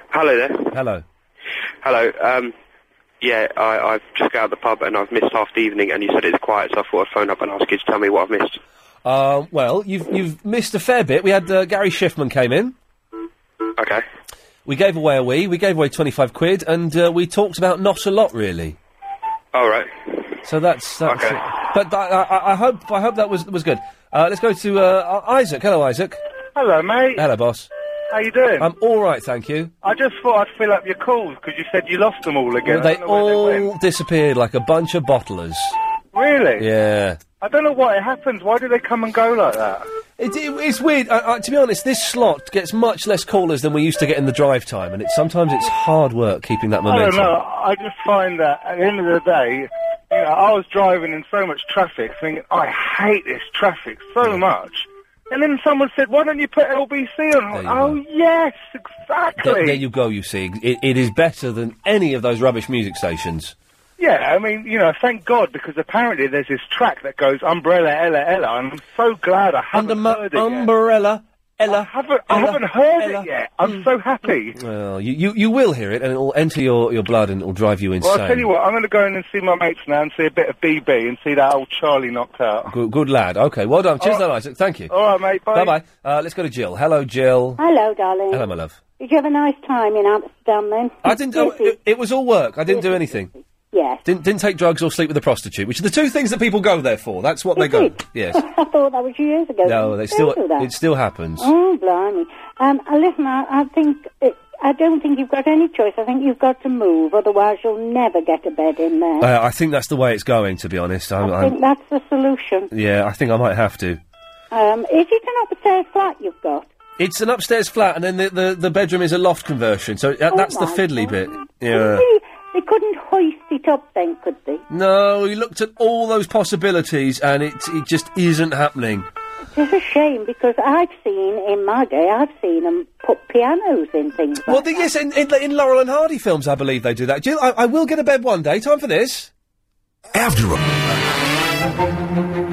Hello there. Hello. Hello. Um, yeah, I, I've just got out of the pub and I've missed half the evening, and you said it's quiet, so I thought I'd phone up and ask you to tell me what I've missed. Uh, well, you've you've missed a fair bit. We had uh, Gary Schiffman came in. Okay. We gave away a wee. We gave away twenty five quid, and uh, we talked about not a lot really. All right. So that's that's it. But th- I, I- I hope I hope that was was good. Uh, let's go to uh, I- Isaac. Hello, Isaac. Hello, mate. Hello, boss. How you doing? I'm all right, thank you. I just thought I'd fill up your calls because you said you lost them all again. Well, they I don't know where all they went. disappeared like a bunch of bottlers. really? Yeah. I don't know why it happens. Why do they come and go like that? It, it, it's weird. Uh, uh, to be honest, this slot gets much less callers than we used to get in the drive time, and it's sometimes it's hard work keeping that I don't momentum. know. I just find that at the end of the day, you know, I was driving in so much traffic, thinking I hate this traffic so much. And then someone said, "Why don't you put LBC on?" I went, oh yes, exactly. There, there you go. You see, it, it is better than any of those rubbish music stations. Yeah, I mean, you know, thank God because apparently there's this track that goes Umbrella Ella Ella, and I'm so glad I haven't heard it Umbrella Ella. Hmm. I haven't, I haven't heard it yet. I'm so happy. Well, you, you, you will hear it, and it will enter your, your blood, and it will drive you insane. Well, I'll tell you what, I'm going to go in and see my mates now and see a bit of BB and see that old Charlie knocked out. Good, good lad. Okay, well done. Cheers, All that right. Isaac. Thank you. All right, mate. Bye. bye. Uh, let's go to Jill. Hello, Jill. Hello, darling. Hello, my love. Did you have a nice time in Amsterdam then? I didn't. Oh, it, it was all work. I didn't do anything. Yes. Didn't didn't take drugs or sleep with a prostitute, which are the two things that people go there for. That's what they go. Yes. I thought that was years ago. No, they still. do that. It still happens. Oh, blimey. Um, uh, listen, I, I think. It, I don't think you've got any choice. I think you've got to move, otherwise you'll never get a bed in there. Uh, I think that's the way it's going. To be honest, I'm, I think I'm, that's the solution. yeah, I think I might have to. Um, is it an upstairs flat you've got? It's an upstairs flat, and then the, the, the bedroom is a loft conversion. So that, Oh that's the my fiddly bit. Yeah. Really, They couldn't hoist it up then, could they? No, we looked at all those possibilities, and it it just isn't happening. It's a shame because I've seen in my day, I've seen them put pianos in things. Well, the, yes, in, in, in Laurel and Hardy films, I believe they do that. Jill, I, I will get a bed one day. Time for this. After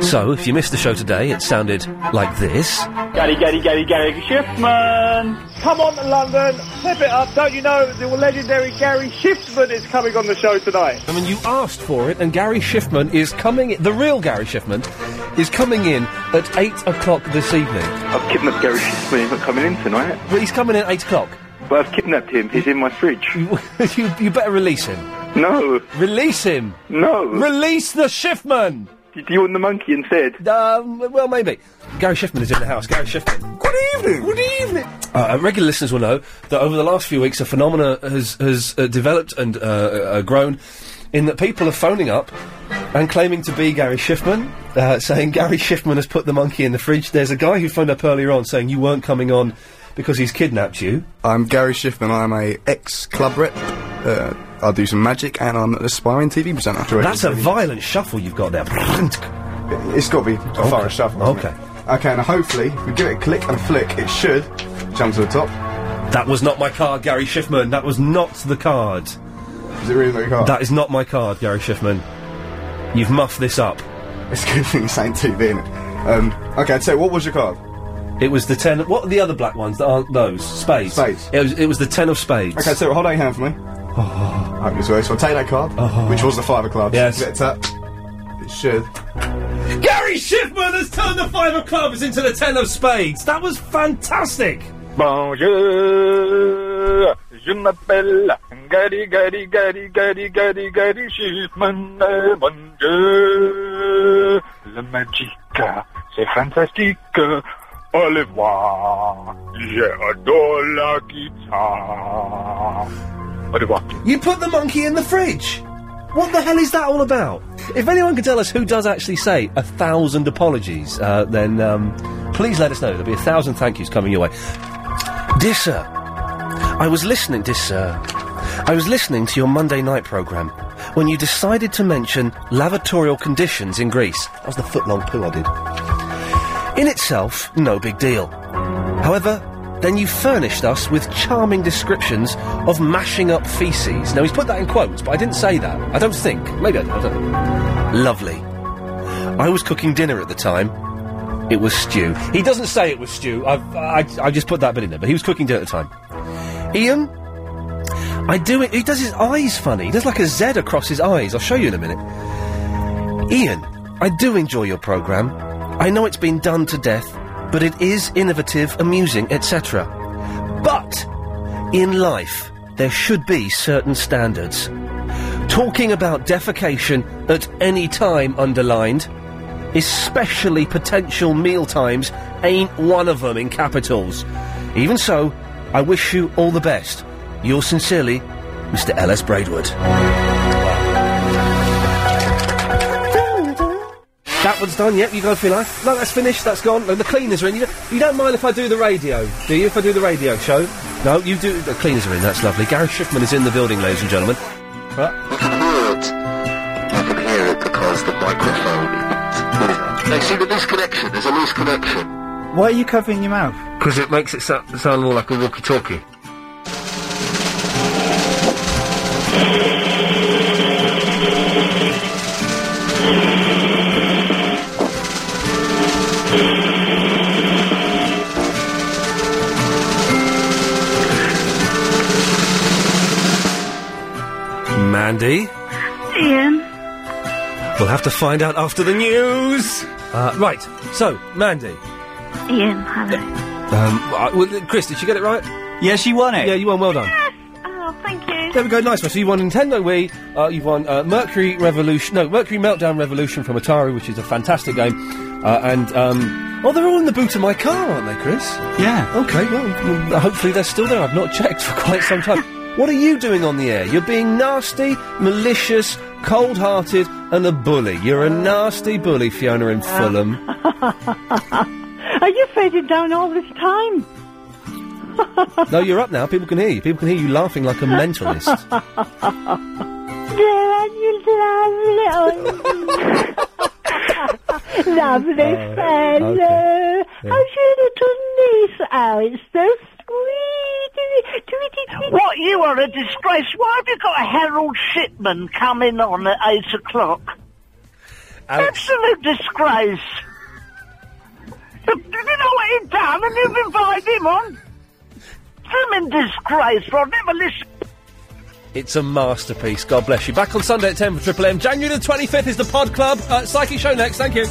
So, if you missed the show today, it sounded like this. Gary, Gary, Gary, Gary Shiftman. Come on, London, flip it up. Don't you know the legendary Gary Shiftman is coming on the show tonight? I mean, you asked for it, and Gary Schiffman is coming. The real Gary Schiffman is coming in at eight o'clock this evening. I've kidnapped Gary Schiffman. He's not coming in tonight. But he's coming in at eight o'clock. But I've kidnapped him. He's in my fridge. you, you better release him. No. Release him. No. Release the Schiffman. Do you want the monkey instead? Um, well, maybe. Gary Shiffman is in the house. Gary Shiffman. Good evening. Good evening. Uh, uh, regular listeners will know that over the last few weeks, a phenomena has has uh, developed and uh, uh, grown in that people are phoning up and claiming to be Gary Shiffman, uh, saying Gary Shiffman has put the monkey in the fridge. There's a guy who phoned up earlier on saying you weren't coming on because he's kidnapped you. I'm Gary Schiffman. I'm a ex club rep. Uh, I do some magic, and I'm an aspiring TV presenter. That's a violent shuffle you've got there. It's got to be a thorough shuffle. hasn't Okay. it? Okay. Now, hopefully, if we give it a click and flick, it should jump to the top. That was not my card, Gary Schiffman. That was not the card. Is it really not your card? That is not my card, Gary Schiffman. You've muffed this up. It's a good thing it's ain't TV, isn't it? Um, okay. So, what was your card? It was the ten. What are the other black ones that aren't those? Spades. Spades. It was, it was the ten of spades. Oh. Okay, so hold on your hand for me. I hope this works. So I'll take that card, which was the five of clubs. Yes. Let's tap. It should. Gary Schiffman has turned the five of clubs into the ten of spades. That was fantastic. Bonjour, je m'appelle Gary Gary Gary Gary Gary Gary Schiffman. euh, Bonjour, le magique, c'est fantastique. Allez voir, j'adore la guitare. Allez voir. You put the monkey in the fridge. What the hell is that all about? If anyone can tell us who does actually say a thousand apologies, uh, then um, please let us know. There'll be a thousand thank yous coming your way. Dear sir, I was listening. Dear sir, I was listening to your Monday night program when you decided to mention lavatorial conditions in Greece. That was the foot-long poo I did. In itself, no big deal. However, then you furnished us with charming descriptions of mashing up feces. Now he's put that in quotes, but I didn't say that. I don't think. Maybe I did. I don't know. Lovely. I was cooking dinner at the time. It was stew. He doesn't say it was stew. I've, I, I just put that bit in there, but he was cooking dinner at the time. Ian, I do it. He does his eyes funny. He does like a Z across his eyes. I'll show you in a minute. Ian, I do enjoy your programme. I know it's been done to death, but it is innovative, amusing, etc. But in life, there should be certain standards. Talking about defecation at any time underlined, especially potential meal times, ain't one of them in capitals. Even so, I wish you all the best. Yours sincerely, Mr. L.S. Braidwood. That one's done, yep, you go for your life. No, that's finished, that's gone. No, the cleaners are in. You don't, you don't mind if I do the radio, do you? If I do the radio show? No, you do. The cleaners are in, that's lovely. Gary Schiffman is in the building, ladies and gentlemen. You can hear it. You can hear it because the microphone. They see the loose connection. There's a loose connection. Why are you covering your mouth? Because it makes it sound more like a walkie-talkie. Mandy? Ian, We'll have to find out after the news! Uh, right, so, Mandy. Ian, hello. Um, I- well, uh, Chris, did she get it right? Yeah, she won it. Yeah, you won. Well done. Oh, thank you. There we go. Nice one. So you won Nintendo Wii. Uh, you've won uh, Mercury Revolution. No, Mercury Meltdown Revolution from Atari, which is a fantastic game. Uh, and um, oh, they're all in the boot of my car, aren't they, Chris? Yeah. Okay. Well, you- hopefully they're still there. I've not checked for quite some time. what are you doing on the air? You're being nasty, malicious, cold-hearted, and a bully. You're a nasty bully, Fiona in Uh, Fulham. Are you faded down all this time? no, you're up now. People can hear you. People can hear you laughing like a mentalist. Lovely Uh, fellow. okay. Yeah. How's your little niece? Oh, it's so sweet. What, you are a disgrace. Why have you got a Harold Shipman coming on at 8 o'clock? Absolute disgrace. Look, Do you know what he's done and you've invited him on? Swimming disgrace, I'll never listen. It's a masterpiece. God bless you. Back on Sunday at 10 for Triple M. January the 25th is the Pod Club. Uh, Psyche Show next. Thank you.